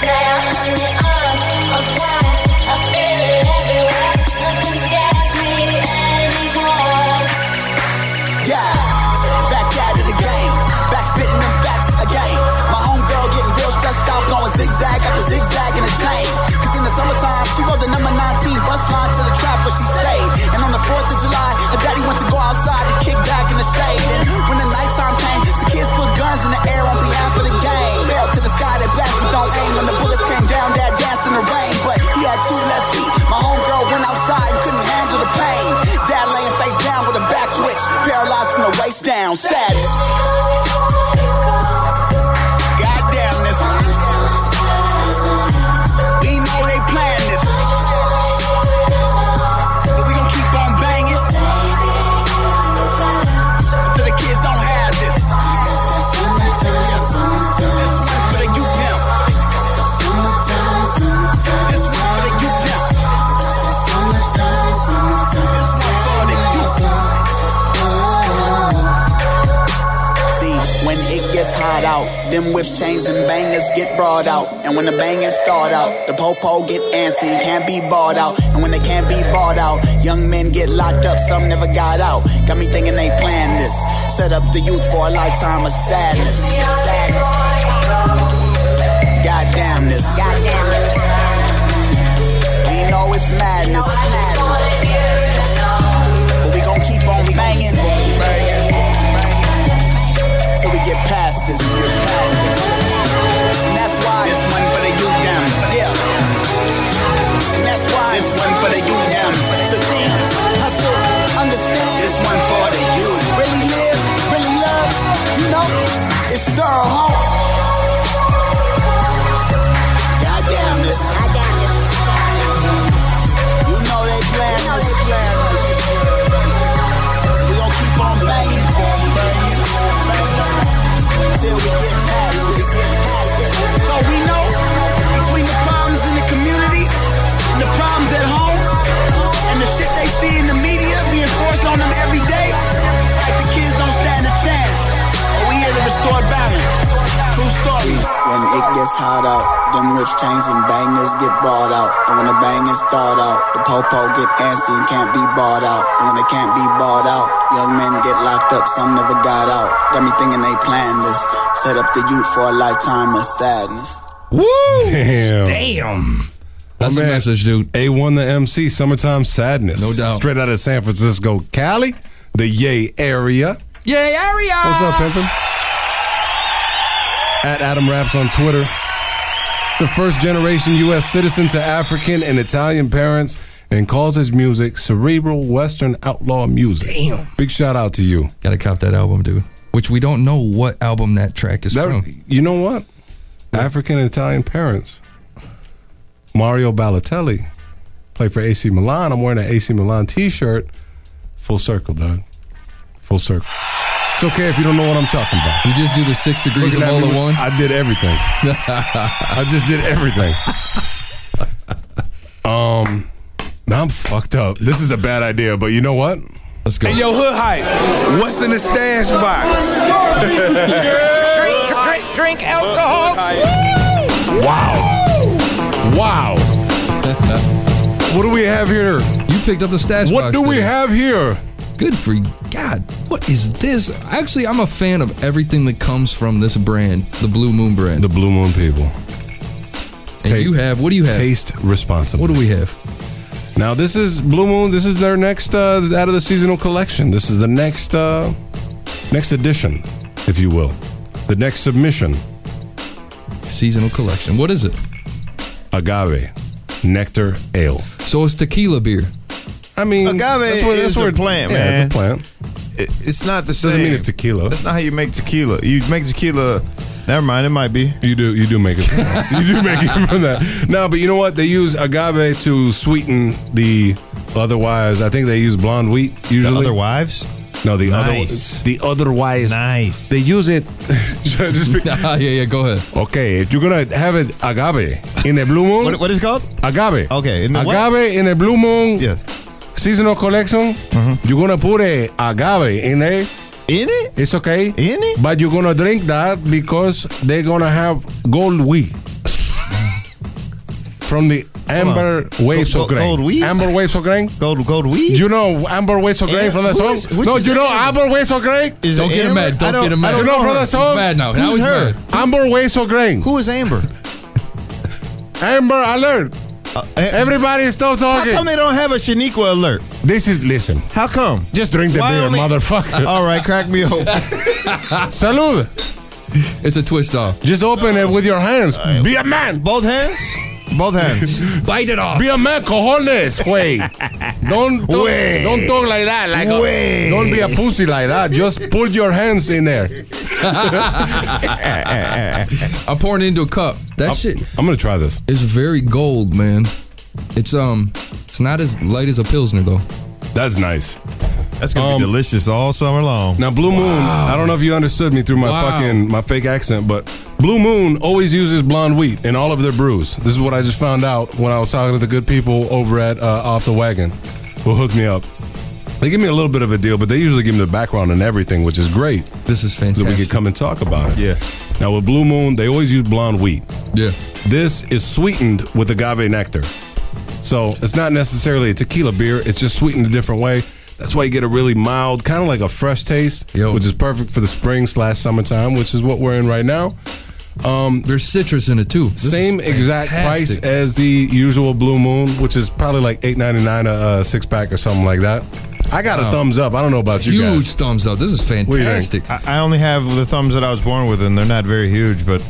Speaker 9: I'm flying, I feel it everywhere. Nothing's
Speaker 8: down status. Goddamn this. We know they plan this. But we gon' keep on banging. Till the kids don't have this. This one's for the youth now. This one's for the youth now. This one's for the youth. See, when it gets hot out, them whips, chains, and bangers get brought out. And when the bangers start out, the po-po get antsy, can't be bought out. And when they can't be bought out, young men get locked up, some never got out. Got me thinking they planned this. Set up the youth for a lifetime of sadness. Goddamn this. We know it's madness. But we gon' keep on banging. Till we get past this. And that's why this one for the youth down. Yeah. And that's why this one for the youth down. To think, hustle, understand. This one for the youth. Really live, really love. You know, it's thorough hope. Goddamn this. You know they plan this. We gon' keep on banging. Till we get past this. So we know between the problems in the community and the problems at home and the shit they see in the media being forced on them every day, like the kids don't stand a chance. But we here to restore balance. True story. When it gets hot out, them whips, chains, and bangers get bought out. And when the bangers start out, the po-po get antsy and can't be bought out. And when they can't be bought out, young men get locked up, some never got out. Got me thinking they planned this. Set up the youth for a lifetime of sadness.
Speaker 3: Woo! Damn.
Speaker 5: Damn. That's
Speaker 3: My
Speaker 5: a
Speaker 3: man.
Speaker 5: message, dude.
Speaker 3: A1 the MC, Summertime Sadness.
Speaker 5: No doubt.
Speaker 3: Straight out of San Francisco, Cali, the Yay area.
Speaker 5: Yay, area!
Speaker 3: What's up, Pimpin? At Adam Raps on Twitter. The first generation U.S. citizen to African and Italian parents and calls his music cerebral Western outlaw music. Damn. Big shout out to you.
Speaker 5: Gotta cop that album, dude. Which we don't know what album that track is
Speaker 3: That,
Speaker 5: from.
Speaker 3: you know what? African and Italian parents. Mario Balotelli played for AC Milan. I'm wearing an AC Milan T-shirt. Full circle, dog. Full circle. It's okay if you don't know what I'm talking about.
Speaker 5: You just do the six degrees
Speaker 3: Looking
Speaker 5: of
Speaker 3: at
Speaker 5: all
Speaker 3: me
Speaker 5: at
Speaker 3: with-
Speaker 5: one.
Speaker 3: I did everything. I just did everything. Um, now I'm fucked up. This is a bad idea, but you know what?
Speaker 5: Let's go.
Speaker 10: Yo, hood hype. What's in the stash box?
Speaker 11: Drink, drink, drink alcohol.
Speaker 3: Wow. Wow. What do we have here?
Speaker 5: You picked up the stash
Speaker 3: What
Speaker 5: box
Speaker 3: do we
Speaker 5: today.
Speaker 3: have here?
Speaker 5: Good for God. What is this? Actually, I'm a fan of everything that comes from this brand, the Blue Moon brand.
Speaker 3: The Blue Moon people.
Speaker 5: and
Speaker 3: taste-
Speaker 5: you have, what do you have?
Speaker 3: Taste responsibly.
Speaker 5: What do we have?
Speaker 3: Now this is Blue Moon. This is their next uh, out of the seasonal collection. This is the next uh, next edition, if you will, the next submission.
Speaker 5: Seasonal collection. What is it?
Speaker 3: Agave, nectar ale.
Speaker 5: So it's tequila beer.
Speaker 3: I mean,
Speaker 4: Agave is a plant,
Speaker 3: yeah,
Speaker 4: man.
Speaker 3: It's a plant.
Speaker 4: It- it's not the same.
Speaker 3: Doesn't mean it's tequila.
Speaker 4: That's not how you make tequila. You make tequila. Never mind. It might be.
Speaker 3: You do, you do make it. you do make it from that. No, but you know what? They use agave to sweeten the. Otherwise, I think they use blonde wheat
Speaker 4: The
Speaker 3: usually.
Speaker 4: other wives.
Speaker 3: no, the
Speaker 4: Nice.
Speaker 3: other. The otherwise.
Speaker 4: Nice.
Speaker 3: They use it. Just be-
Speaker 5: yeah, yeah, go ahead.
Speaker 3: Okay, if you're gonna have it agave in the blue moon,
Speaker 4: What, what is it called?
Speaker 3: agave.
Speaker 4: Okay, in the
Speaker 3: agave
Speaker 4: what?
Speaker 3: in the blue moon
Speaker 4: Yes. Mm-hmm.
Speaker 3: seasonal collection. You're gonna put a agave in there.
Speaker 4: In it?
Speaker 3: It's okay.
Speaker 4: In it?
Speaker 3: But you're gonna drink that because they're gonna have gold wheat from the amber waves
Speaker 4: Go-
Speaker 3: of
Speaker 4: go-
Speaker 3: grain.
Speaker 4: gold wheat?
Speaker 3: Amber waves of grain.
Speaker 4: Gold gold weed.
Speaker 3: You know amber waves of grain
Speaker 4: Am-
Speaker 3: from the
Speaker 4: Eh, who
Speaker 3: song.
Speaker 4: is- which
Speaker 3: no,
Speaker 4: is
Speaker 3: you
Speaker 4: the
Speaker 3: know
Speaker 4: amber?
Speaker 3: amber waves of grain.
Speaker 4: Is
Speaker 5: Don't
Speaker 4: it
Speaker 5: get him
Speaker 4: Amber?
Speaker 5: mad.
Speaker 4: I
Speaker 5: Don't, get him mad.
Speaker 3: I don't know from
Speaker 5: her.
Speaker 3: that song.
Speaker 5: He's mad now. now
Speaker 4: Who's
Speaker 5: he's
Speaker 4: her?
Speaker 5: mad.
Speaker 3: Amber waves of grain.
Speaker 4: Who is Amber? Uh,
Speaker 3: Amber alert.
Speaker 4: Every,
Speaker 3: Everybody stop
Speaker 4: how
Speaker 3: talking.
Speaker 4: come they don't have a Shaniqua alert?
Speaker 3: This is listen.
Speaker 4: How come?
Speaker 3: Just drink the
Speaker 4: Why
Speaker 3: beer,
Speaker 4: only-
Speaker 3: motherfucker.
Speaker 4: All right, crack me open.
Speaker 3: Salud.
Speaker 5: It's a twist off.
Speaker 3: Just open it with your hands. Be a man.
Speaker 4: Both hands? Both hands.
Speaker 5: Bite it off.
Speaker 3: Be a man, cojones, güey. Don't talk,
Speaker 4: Güey.
Speaker 3: don't talk like that. Like a,
Speaker 4: Güey.
Speaker 3: don't be a pussy like that. Just put your hands in there.
Speaker 5: I'm pouring it into a cup. That shit
Speaker 3: I'm gonna try this.
Speaker 5: is very gold, man. It's um, it's not as light as a pilsner though.
Speaker 3: That's nice.
Speaker 4: That's gonna
Speaker 3: Um,
Speaker 4: be delicious all summer long.
Speaker 3: Now, Blue Moon. I don't know if you understood me through my
Speaker 5: Wow.
Speaker 3: fucking my fake accent, but Blue Moon always uses blonde wheat in all of their brews. This is what I just found out when I was talking to the good people over at uh, Off the Wagon, who hooked me up. They give me a little bit of a deal, but they usually give me the background and everything, which is great,
Speaker 5: This is
Speaker 3: so
Speaker 5: fantastic.
Speaker 3: we could come and talk about it.
Speaker 4: Yeah.
Speaker 3: Now with Blue Moon, they always use blonde wheat.
Speaker 5: yeah.
Speaker 3: This is sweetened with agave nectar. So it's not necessarily a tequila beer, it's just sweetened a different way. That's why you get a really mild, kind of like a fresh taste,
Speaker 5: Yo.
Speaker 3: which is perfect for the spring slash summertime, which is what we're in right now. Um,
Speaker 5: There's citrus in it too. This
Speaker 3: Same
Speaker 5: is
Speaker 3: exact price
Speaker 5: fantastic.
Speaker 3: as the usual Blue Moon, which is probably like eight ninety nine a uh, six pack or something like that. I got a thumbs up. I don't know about you
Speaker 5: Huge
Speaker 3: guys.
Speaker 5: thumbs up. This is
Speaker 3: do you think?
Speaker 5: fantastic.
Speaker 4: I, I only have the thumbs that I was born with, and they're not very huge, but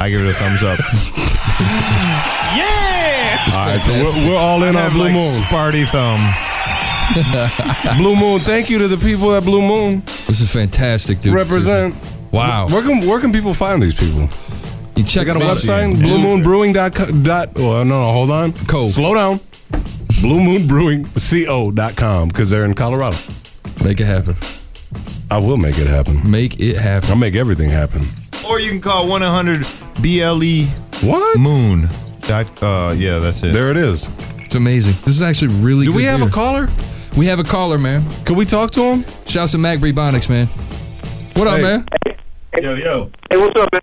Speaker 4: I give it a thumbs up. yeah.
Speaker 5: It's
Speaker 3: All right, so
Speaker 5: fantastic.
Speaker 3: we're, we're all in
Speaker 4: I
Speaker 3: on
Speaker 4: have
Speaker 3: Blue
Speaker 4: like
Speaker 3: Moon.
Speaker 4: Sparty thumb.
Speaker 3: Blue Moon, thank you to the people at Blue Moon.
Speaker 5: this is fantastic, dude.
Speaker 3: Represent.
Speaker 5: Wow.
Speaker 3: Where can, where can people find these people?
Speaker 5: You check
Speaker 3: They got a
Speaker 5: them out.
Speaker 3: website, bluemoonbrewing.com. Dot, well, no, no, hold on.
Speaker 5: Co.
Speaker 3: Slow down. Bluemoonbrewingco.com because they're in Colorado.
Speaker 5: Make it happen.
Speaker 3: I will make it happen.
Speaker 5: Make it
Speaker 3: I'll
Speaker 5: happen.
Speaker 3: make everything happen.
Speaker 4: Or you can call 1 800 BLE
Speaker 3: What?
Speaker 4: E Moon. Dot, uh, yeah, that's it.
Speaker 3: There it is.
Speaker 5: It's amazing. This is actually really
Speaker 3: Do
Speaker 5: good.
Speaker 3: we have
Speaker 5: beer.
Speaker 3: a caller?
Speaker 5: We have a caller, man.
Speaker 3: Can we talk to him?
Speaker 5: Shouts to Mac Brebonics, man. What up,
Speaker 3: Hey.
Speaker 5: man?
Speaker 4: Yo, yo.
Speaker 12: Hey, what's up, man?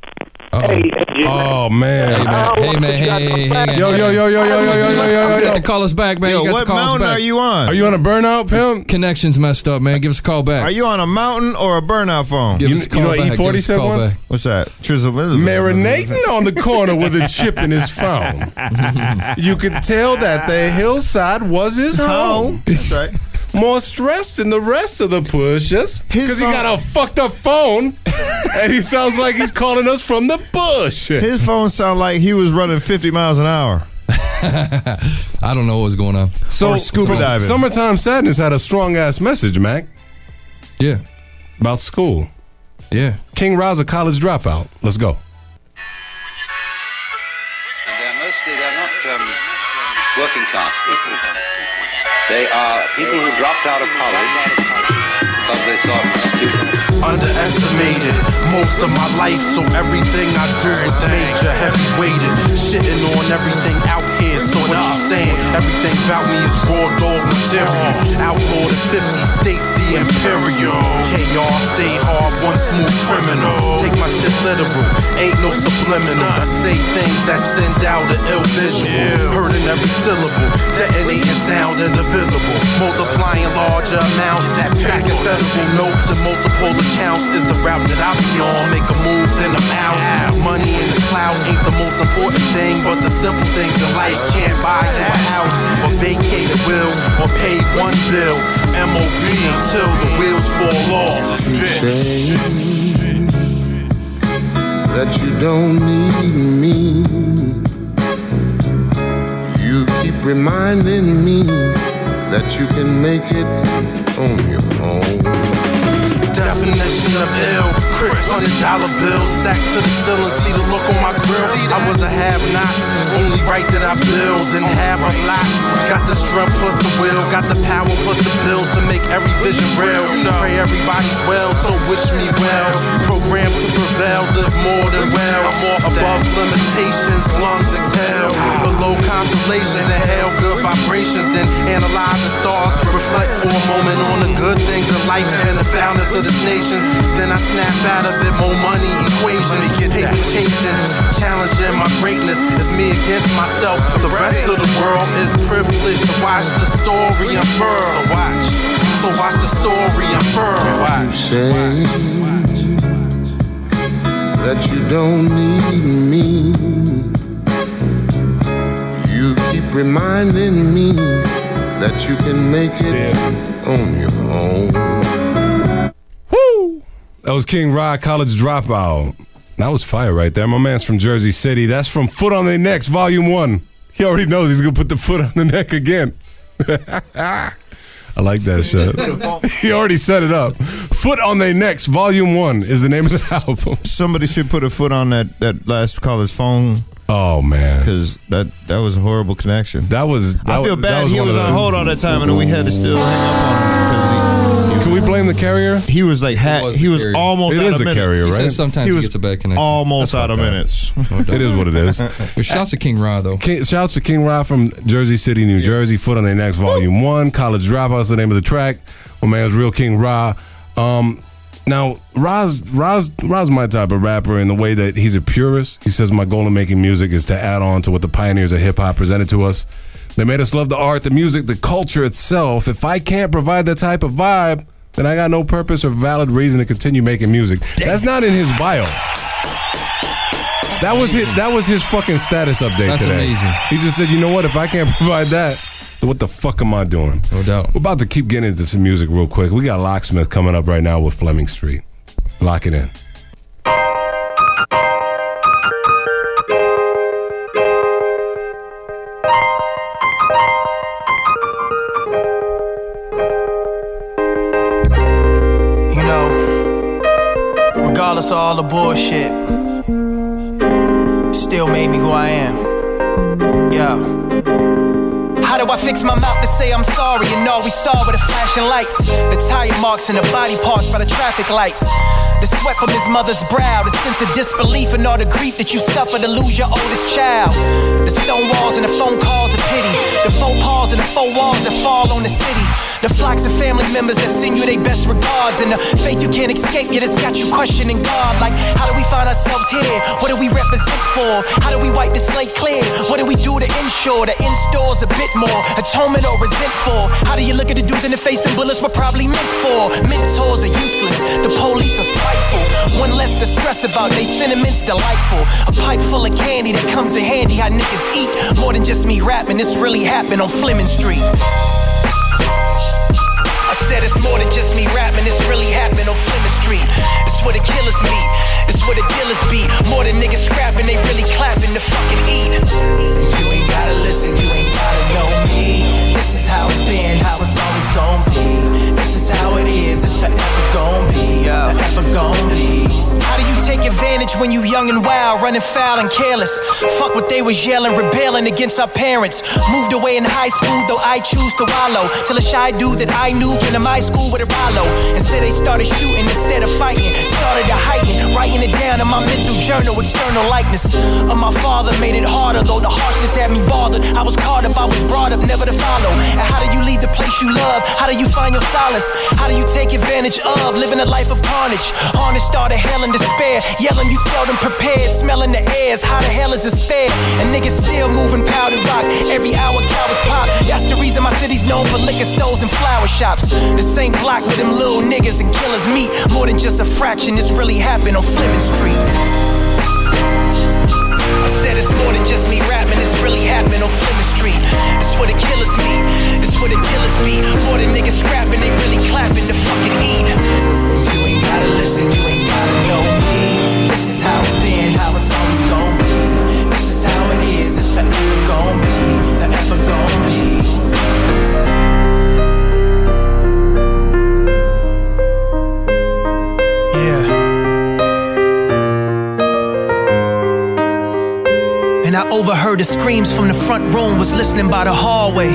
Speaker 5: Uh-oh.
Speaker 12: Hey, hey,
Speaker 3: Oh, man.
Speaker 5: man. Hey, man. Hey, hey, hey, hang on.
Speaker 3: Yo, yo, yo, yo, yo, yo, yo, yo, yo,
Speaker 5: You
Speaker 3: yo.
Speaker 5: got to call us back, man.
Speaker 4: Yo,
Speaker 5: you got
Speaker 4: what
Speaker 5: to call us
Speaker 4: mountain
Speaker 5: back.
Speaker 4: are you on?
Speaker 3: Are you on a burnout, pimp?
Speaker 5: Connections messed up, man. Give us a call back.
Speaker 4: Are you on a mountain or a burnout phone?
Speaker 5: Give
Speaker 3: You-
Speaker 5: us a
Speaker 3: you
Speaker 5: call
Speaker 3: know what
Speaker 5: back.
Speaker 3: E40
Speaker 5: Give us a
Speaker 3: said
Speaker 5: call
Speaker 3: once?
Speaker 5: back.
Speaker 4: What's that? Trizzle.
Speaker 3: Marinating on the corner with a chip in his phone. You could tell that the hillside was his home.
Speaker 4: Home. That's right.
Speaker 3: more stressed than the rest of the pushers
Speaker 4: His
Speaker 3: because he
Speaker 4: phone-
Speaker 3: got a fucked up phone and he sounds like he's calling us from the bush.
Speaker 4: His phone sound like he was running 50 miles an hour.
Speaker 5: I don't know what's going on.
Speaker 3: So
Speaker 4: or scuba
Speaker 3: so
Speaker 4: diving.
Speaker 3: Summertime sadness had a strong ass message, Mac,
Speaker 5: Yeah.
Speaker 3: about school.
Speaker 5: Yeah.
Speaker 3: King Ra's a college dropout. Let's go.
Speaker 13: They're mostly they're not um, working class people. They are people who dropped out of college because they saw it was stupid.
Speaker 14: Underestimated most of my life, so everything I do is major, heavy weighted. Shitting on everything out here, so what you saying? Everything about me is raw dog material. Outlawed in 50 states, the imperial. KR, stay hard, one smooth criminal. Take my shit literal, ain't no subliminals. I say things that send out an ill visual. Hurting every syllable, detonating sound indivisible. Multiplying larger amounts, stacking federal notes and multiple accounts is the route that I be on. Make a move, then I'm out. Money in the cloud ain't the most important thing, but the simple things in life can't buy you a house or vacate a will or pay one bill. MOB until the wheels fall off. Bitch.
Speaker 15: that you don't need me. You keep reminding me that you can make it on your own.
Speaker 14: Definition of ill. Crisp hundred dollar bill. Sack to the ceiling. See the look on my grill. I was a have not. Only right that I build and have a lot. Got the strength plus the will. Got the power plus the build to make every vision real. Pray everybody's well, so wish me well. Programmed to prevail. Live more than well. Above limitations, lungs exhale. Below constellations, inhale good vibrations and analyze the stars. Reflect for a moment on the good things in life and the founders of this nation. Then I snap out of it, more money equations. Paper chasing, challenging my greatness. It's me against myself. The rest of the world is privileged to watch the story unfurl. So watch, so watch the story unfurl. Watch.
Speaker 15: Say that you don't need me. You keep reminding me that you can make it on your own.
Speaker 3: Woo! That was King Ra, college dropout. That was fire right there. My man's from Jersey City. That's from Foot on Their Necks, Volume One. He already knows he's gonna put the foot on the neck again. I like that shot. he already set it up. Foot on their necks, volume one is the name of the album.
Speaker 4: Somebody should put a foot on that that last caller's phone.
Speaker 3: Oh man,
Speaker 4: because that that was a horrible connection.
Speaker 3: That was.
Speaker 4: I
Speaker 3: that
Speaker 4: feel
Speaker 3: was-
Speaker 4: bad
Speaker 3: that was
Speaker 4: he
Speaker 3: one
Speaker 4: was
Speaker 3: of
Speaker 4: on
Speaker 3: the-
Speaker 4: hold all that time, and we had to still hang up on him because he,
Speaker 3: Can we blame the carrier?
Speaker 4: He was like ha- he was almost.
Speaker 3: It
Speaker 4: out
Speaker 3: is
Speaker 4: of
Speaker 3: a
Speaker 4: minutes.
Speaker 3: carrier, right?
Speaker 4: he was Almost out of minutes.
Speaker 3: it is what it is.
Speaker 5: shouts to King Ra though.
Speaker 3: King, shouts to King Ra from Jersey City, New Jersey. Foot on their necks, volume one. College dropouts, the name of the track. My man's real King Ra. Um, now Ra's Ra's Ra's my type of rapper in the way that he's a purist. He says my goal in making music is to add on to what the pioneers of hip hop presented to us. They made us love the art, the music, the culture itself. If I can't provide that type of vibe, then I got no purpose or valid reason to continue making music. That's not in his bio. That was his. That was his fucking status update
Speaker 5: That's
Speaker 3: today.
Speaker 5: amazing.
Speaker 3: He just said, you know what? If I can't provide that, then what the fuck am I doing? No doubt. We're about to keep getting into some music real quick. We got Locksmith coming up right now with Fleming Street. Lock it in.
Speaker 16: You know, regardless of all the bullshit, still made me who I am. Yeah. How do I fix my mouth to say I'm sorry? And all we saw were the flashing lights, the tire marks and the body parts by the traffic lights. The sweat from his mother's brow, the sense of disbelief and all the grief that you suffer to lose your oldest child. The stone walls and the phone calls of pity, the faux paws and the faux walls that fall on the city. The flocks of family members that send you their best regards, and the faith you can't escape, yet it's got you questioning God. Like, how do we find ourselves here? What do we represent for? How do we wipe the slate clear? What do we do to ensure the in stores a bit more? Atonement or resentful? How do you look at the dudes in the face and bullets were probably meant for? Mentors are useless, the police are spiteful. One less to stress about, they sentiments delightful. A pipe full of candy that comes in handy, how niggas eat. More than just me rapping, this really happened on Fleming Street. I said it's more than just me rapping, it's really happening on Fleming Street. It's where the killers meet, it's where the dealers be. More than niggas scrapping, they really clapping to fucking eat. You ain't gotta listen, you ain't gotta know me. This is how it's been, how it's always gonna be. This is how it is, it's forever gonna be, forever gonna be. How do you take advantage when you young and wild, running foul and careless? Fuck what they was yelling, rebelling against our parents. Moved away in high school, though I choose to wallow. Till a shy dude that I knew came to my school with a Rollo. And said they started shooting instead of fighting. Started to heighten, writing it down in my mental journal. External likeness of my father made it harder, though the harshness had me bothered. I was caught up, I was brought up, never to follow. And how do you leave the place you love? How do you find your solace? How do you take advantage of living a life of carnage? Harnessed all the hell and despair. Yelling, you seldom prepared. Smelling the airs. How the hell is this fair? And niggas still moving powder rock. Every hour, cowards pop. That's the reason my city's known for liquor stores and flower shops. The same block where them little niggas and killers meet. More than just a fraction, it's really happened on Fleming Street. I said it's more than just me rapping, it's really happening on Fleming Street. It's where the killers meet, it's where the dealers be. More than niggas scrapping, they really clapping to fucking eat. You ain't gotta listen, you ain't gotta know me. This is how it's been, how it's always gonna be. This is how it is, it's forever gonna be, forever gonna be. Yeah. And I overheard the screams from the front room, was listening by the hallway.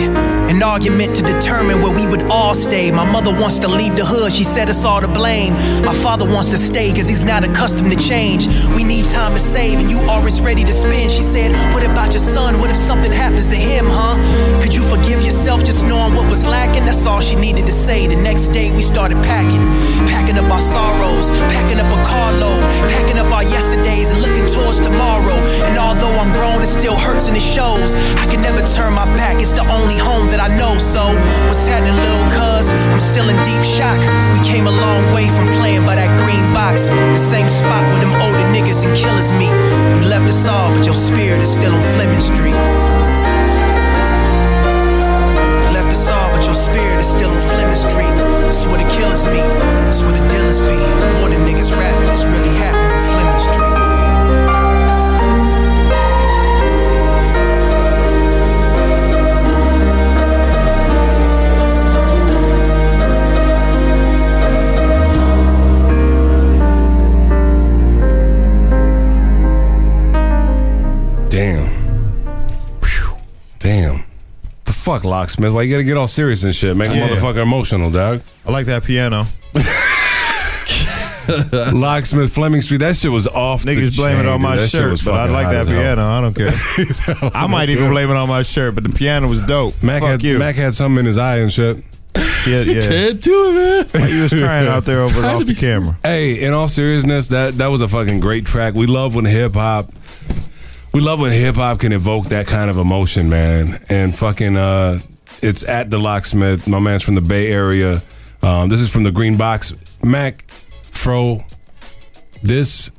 Speaker 16: An argument to determine where we would all stay. My mother wants to leave the hood, she said it's all to blame. My father wants to stay, cause he's not accustomed to change. We need time to save, and you always ready to spend. She said, What about your son? What if something happens to him, huh? Could you forgive yourself just knowing what was lacking? That's all she needed to say. The next day we started packing, packing up our sorrows, packing up a carload, packing up our yesterdays, and looking towards tomorrow. And although I'm grown, it still hurts and it shows. I can never turn my back, it's the only home that I know. So, what's happening, little cuz? I'm still in deep shock. We came a long way from playing by that green box, the same spot where them older niggas and killers meet. You left us all, but your spirit is still on Fleming Street. You left us all, but your spirit is still on Fleming Street. It's where the killers meet, it's where the dealers be. More than niggas rapping, it's really happening on Fleming Street.
Speaker 3: Damn. The fuck, locksmith? Why you gotta get all serious and shit? Make
Speaker 17: Yeah.
Speaker 3: a motherfucker emotional, dog.
Speaker 4: I like that piano.
Speaker 3: Locksmith Fleming Street. That shit was off.
Speaker 4: Niggas
Speaker 3: the
Speaker 4: blame it
Speaker 3: chain,
Speaker 4: on
Speaker 3: dude.
Speaker 4: my
Speaker 3: That shit
Speaker 4: shirt,
Speaker 3: was
Speaker 4: but I
Speaker 3: fucking
Speaker 4: like
Speaker 3: hot
Speaker 4: that
Speaker 3: as hell.
Speaker 4: piano. I don't care. I might even blame it on my shirt, but the piano was dope.
Speaker 3: Mac
Speaker 4: Fuck
Speaker 3: had
Speaker 4: you.
Speaker 3: Mac had something in his eye and shit.
Speaker 4: Yeah, yeah.
Speaker 5: Can't do it, man.
Speaker 4: You was crying out there over off the camera.
Speaker 3: Hey, in all seriousness, that that was a fucking great track. We love when hip hop. We love when hip hop can evoke that kind of emotion, man. And fucking, uh, it's at the locksmith. My man's from the Bay Area. Um, this is from the Green Box. Mac, Fro, this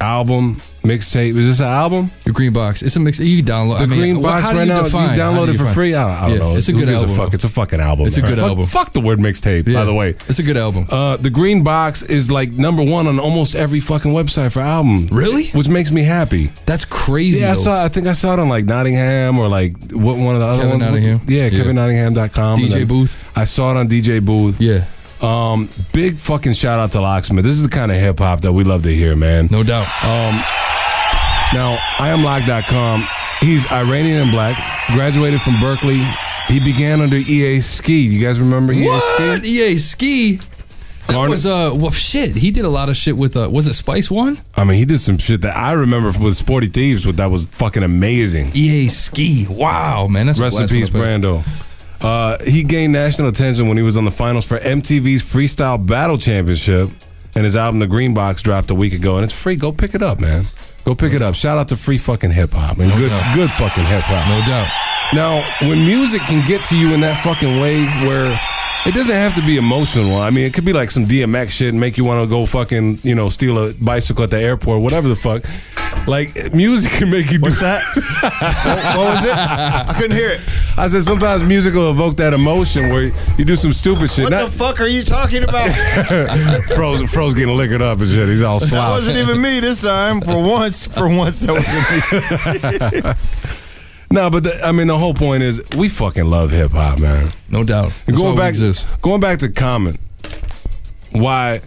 Speaker 3: album mixtape is this an album?
Speaker 5: The Green Box. It's a mix. You can download
Speaker 3: The
Speaker 5: I mean,
Speaker 3: Green
Speaker 5: wh-
Speaker 3: Box
Speaker 5: how do
Speaker 3: right now.
Speaker 5: define-
Speaker 3: you
Speaker 5: how
Speaker 3: download
Speaker 5: do
Speaker 3: it for
Speaker 5: define-
Speaker 3: free. I don't, I don't
Speaker 5: Yeah,
Speaker 3: know.
Speaker 5: It's a
Speaker 3: Who
Speaker 5: good
Speaker 3: gives
Speaker 5: album.
Speaker 3: fuck? It's a fucking album.
Speaker 5: It's a
Speaker 3: man.
Speaker 5: good
Speaker 3: Fuck-
Speaker 5: album.
Speaker 3: Fuck the word mixtape. By
Speaker 5: Yeah.
Speaker 3: the way,
Speaker 5: It's a good album.
Speaker 3: uh, the Green Box is like number one on almost every fucking website for album. Really? Which makes me happy.
Speaker 5: That's crazy.
Speaker 3: Yeah, I
Speaker 5: though.
Speaker 3: saw. I think I saw it on like Nottingham or like what one of the other
Speaker 5: Kevin
Speaker 3: ones.
Speaker 5: Nottingham.
Speaker 3: Yeah,
Speaker 5: Yeah.
Speaker 3: KevinNottingham.com.
Speaker 5: DJ
Speaker 3: And then
Speaker 5: Booth.
Speaker 3: I saw it on DJ Booth.
Speaker 5: Yeah.
Speaker 3: Um, big fucking shout out to Locksmith. This is the kind of hip hop that we love to hear, man.
Speaker 5: No doubt.
Speaker 3: Um, now I am Lock.com. He's Iranian and black. Graduated from Berkeley. He began under EA Ski. You guys remember EA
Speaker 5: What?
Speaker 3: Ski?
Speaker 5: EA Ski. That
Speaker 3: Garnet-
Speaker 5: was uh well shit. He did a lot of shit with uh was it Spice One?
Speaker 3: I mean, he did some shit that I remember with Sporty Thieves. What that was fucking amazing.
Speaker 5: EA E Ski. Wow, man. That's a
Speaker 3: rest in
Speaker 5: blast
Speaker 3: peace,
Speaker 5: from the past.
Speaker 3: Brando. Uh, he gained national attention when he was on the finals for MTV's Freestyle Battle Championship, and his album The Green Box dropped a week ago, and it's free. Go pick it up, man. Go pick it up. Shout out to free fucking hip hop and
Speaker 5: No
Speaker 3: good
Speaker 5: doubt.
Speaker 3: good fucking hip hop.
Speaker 5: No doubt.
Speaker 3: Now, when music can get to you in that fucking way where it doesn't have to be emotional. I mean, it could be like some DMX shit and make you want to go fucking, you know, steal a bicycle at the airport, whatever the fuck. Like, music can make you do
Speaker 4: that. what, what was it? I couldn't hear it.
Speaker 3: I said sometimes music will evoke that emotion where you do some stupid shit.
Speaker 4: What the fuck are you talking about?
Speaker 3: Not, Froze, Froze getting liquored up and shit. He's all
Speaker 4: That
Speaker 3: slouched.
Speaker 4: wasn't even me this time. For once, for once, that wasn't me.
Speaker 3: No, but the, I mean the whole point is we fucking love hip hop, man.
Speaker 5: No doubt. That's why
Speaker 3: going
Speaker 5: we
Speaker 3: back,
Speaker 5: exist.
Speaker 3: going back to Common, why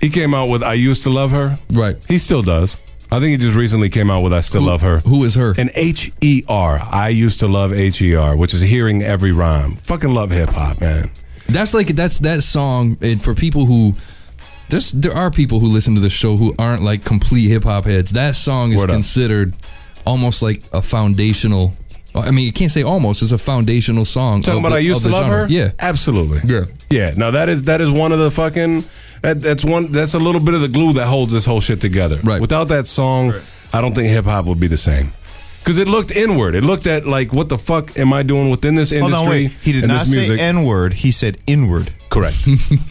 Speaker 3: he came out with "I Used to Love Her,"
Speaker 5: right?
Speaker 3: He still does. I think he just recently came out with "I Still Love Her."
Speaker 5: Who is her?
Speaker 3: An H E R. I used to love H E R, which is hearing every rhyme. Fucking love hip hop, man.
Speaker 5: That's like that's that song and for people who there's there are people who listen to the show who aren't like complete hip hop heads. That song is
Speaker 3: Word up.
Speaker 5: considered almost like a foundational I mean, you can't say almost. It's a foundational song.
Speaker 3: Talking
Speaker 5: of
Speaker 3: about
Speaker 5: the-
Speaker 3: I used
Speaker 5: of
Speaker 3: to
Speaker 5: the
Speaker 3: love
Speaker 5: genre.
Speaker 3: her.
Speaker 5: Yeah.
Speaker 3: absolutely.
Speaker 5: Yeah.
Speaker 3: Yeah. No, that is that is one of the fucking that, that's one that's a little bit of the glue that holds this whole shit together. Right. Without that song, I don't think hip hop would be the same. Because it looked inward. It looked at like what the fuck am I doing within this industry?
Speaker 4: Hold on, wait. He did
Speaker 3: and
Speaker 4: not
Speaker 3: this
Speaker 4: say
Speaker 3: music?
Speaker 4: N word. He said inward.
Speaker 3: Correct.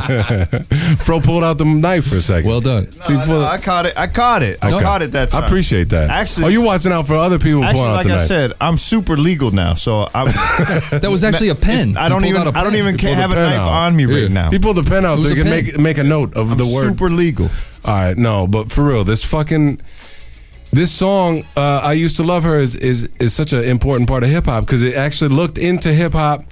Speaker 3: Fro pulled out the knife for a second. Well
Speaker 5: done.
Speaker 4: No, no, I caught it. I caught it. I caught it that time.
Speaker 3: I appreciate that.
Speaker 4: Actually,
Speaker 3: oh, you're watching out for other people
Speaker 4: Actually,
Speaker 3: pulling out
Speaker 4: like
Speaker 3: the
Speaker 4: I
Speaker 3: knife.
Speaker 4: said, I'm super legal now, so I.
Speaker 5: That was actually a pen.
Speaker 4: I
Speaker 5: He
Speaker 4: don't
Speaker 5: pulled
Speaker 4: even.
Speaker 5: out a
Speaker 4: I don't
Speaker 5: pen.
Speaker 4: even
Speaker 5: He
Speaker 4: ca-
Speaker 5: pulled a
Speaker 4: have a
Speaker 5: pen
Speaker 4: knife
Speaker 5: out.
Speaker 4: on me right
Speaker 5: Yeah.
Speaker 4: now.
Speaker 3: He pulled the pen out
Speaker 5: It
Speaker 3: so
Speaker 5: was
Speaker 3: he
Speaker 5: a
Speaker 3: can
Speaker 5: pen.
Speaker 3: make make a note of
Speaker 4: I'm
Speaker 3: the word.
Speaker 4: super legal.
Speaker 3: All right, no, but for real, this fucking this song uh, I used to love her is is is such an important part of hip hop because it actually looked into hip hop.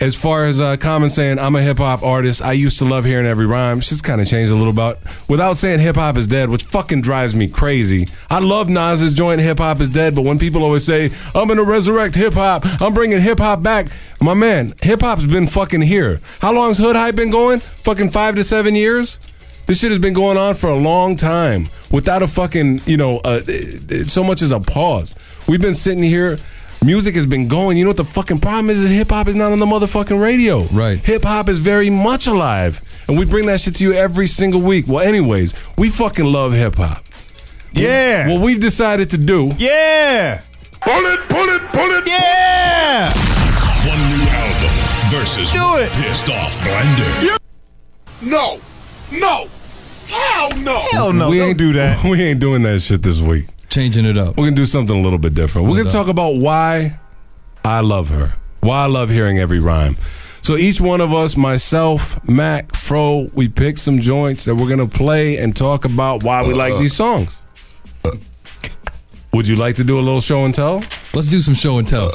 Speaker 3: As far as uh, Common saying, I'm a hip hop artist. I used to love hearing every rhyme. She's kind of changed a little bit without saying hip hop is dead, which fucking drives me crazy. I love Nas's joint hip hop is dead, but when people always say I'm gonna resurrect hip hop, I'm bringing hip hop back, my man, hip hop's been fucking here. How long's hood hype been going? Fucking five to seven years. This shit has been going on for a long time without a fucking, you know, uh, uh, so much as a pause. We've been sitting here. Music has been going. You know what the fucking problem is? Is hip hop is not on the motherfucking radio. Right. Hip hop is very much alive, and we bring that shit to you every single week. Well, anyways, we fucking love hip hop.
Speaker 4: Yeah.
Speaker 3: What we've decided to do.
Speaker 4: Yeah.
Speaker 1: Pull it, pull it, pull it.
Speaker 4: Yeah.
Speaker 18: One new album versus Do it. pissed off blender.
Speaker 1: No, no, hell no.
Speaker 3: we ain't do that. We ain't doing that shit this week.
Speaker 5: Changing it up.
Speaker 3: We're gonna do something a little bit different. We're
Speaker 5: Hold
Speaker 3: gonna
Speaker 5: up.
Speaker 3: talk about why I love her. Why I love hearing every rhyme. So each one of us, myself, Mac, Fro, we pick some joints that we're gonna play and talk about why we like these songs. Would you like to do a little show and tell?
Speaker 5: Let's do some show and tell.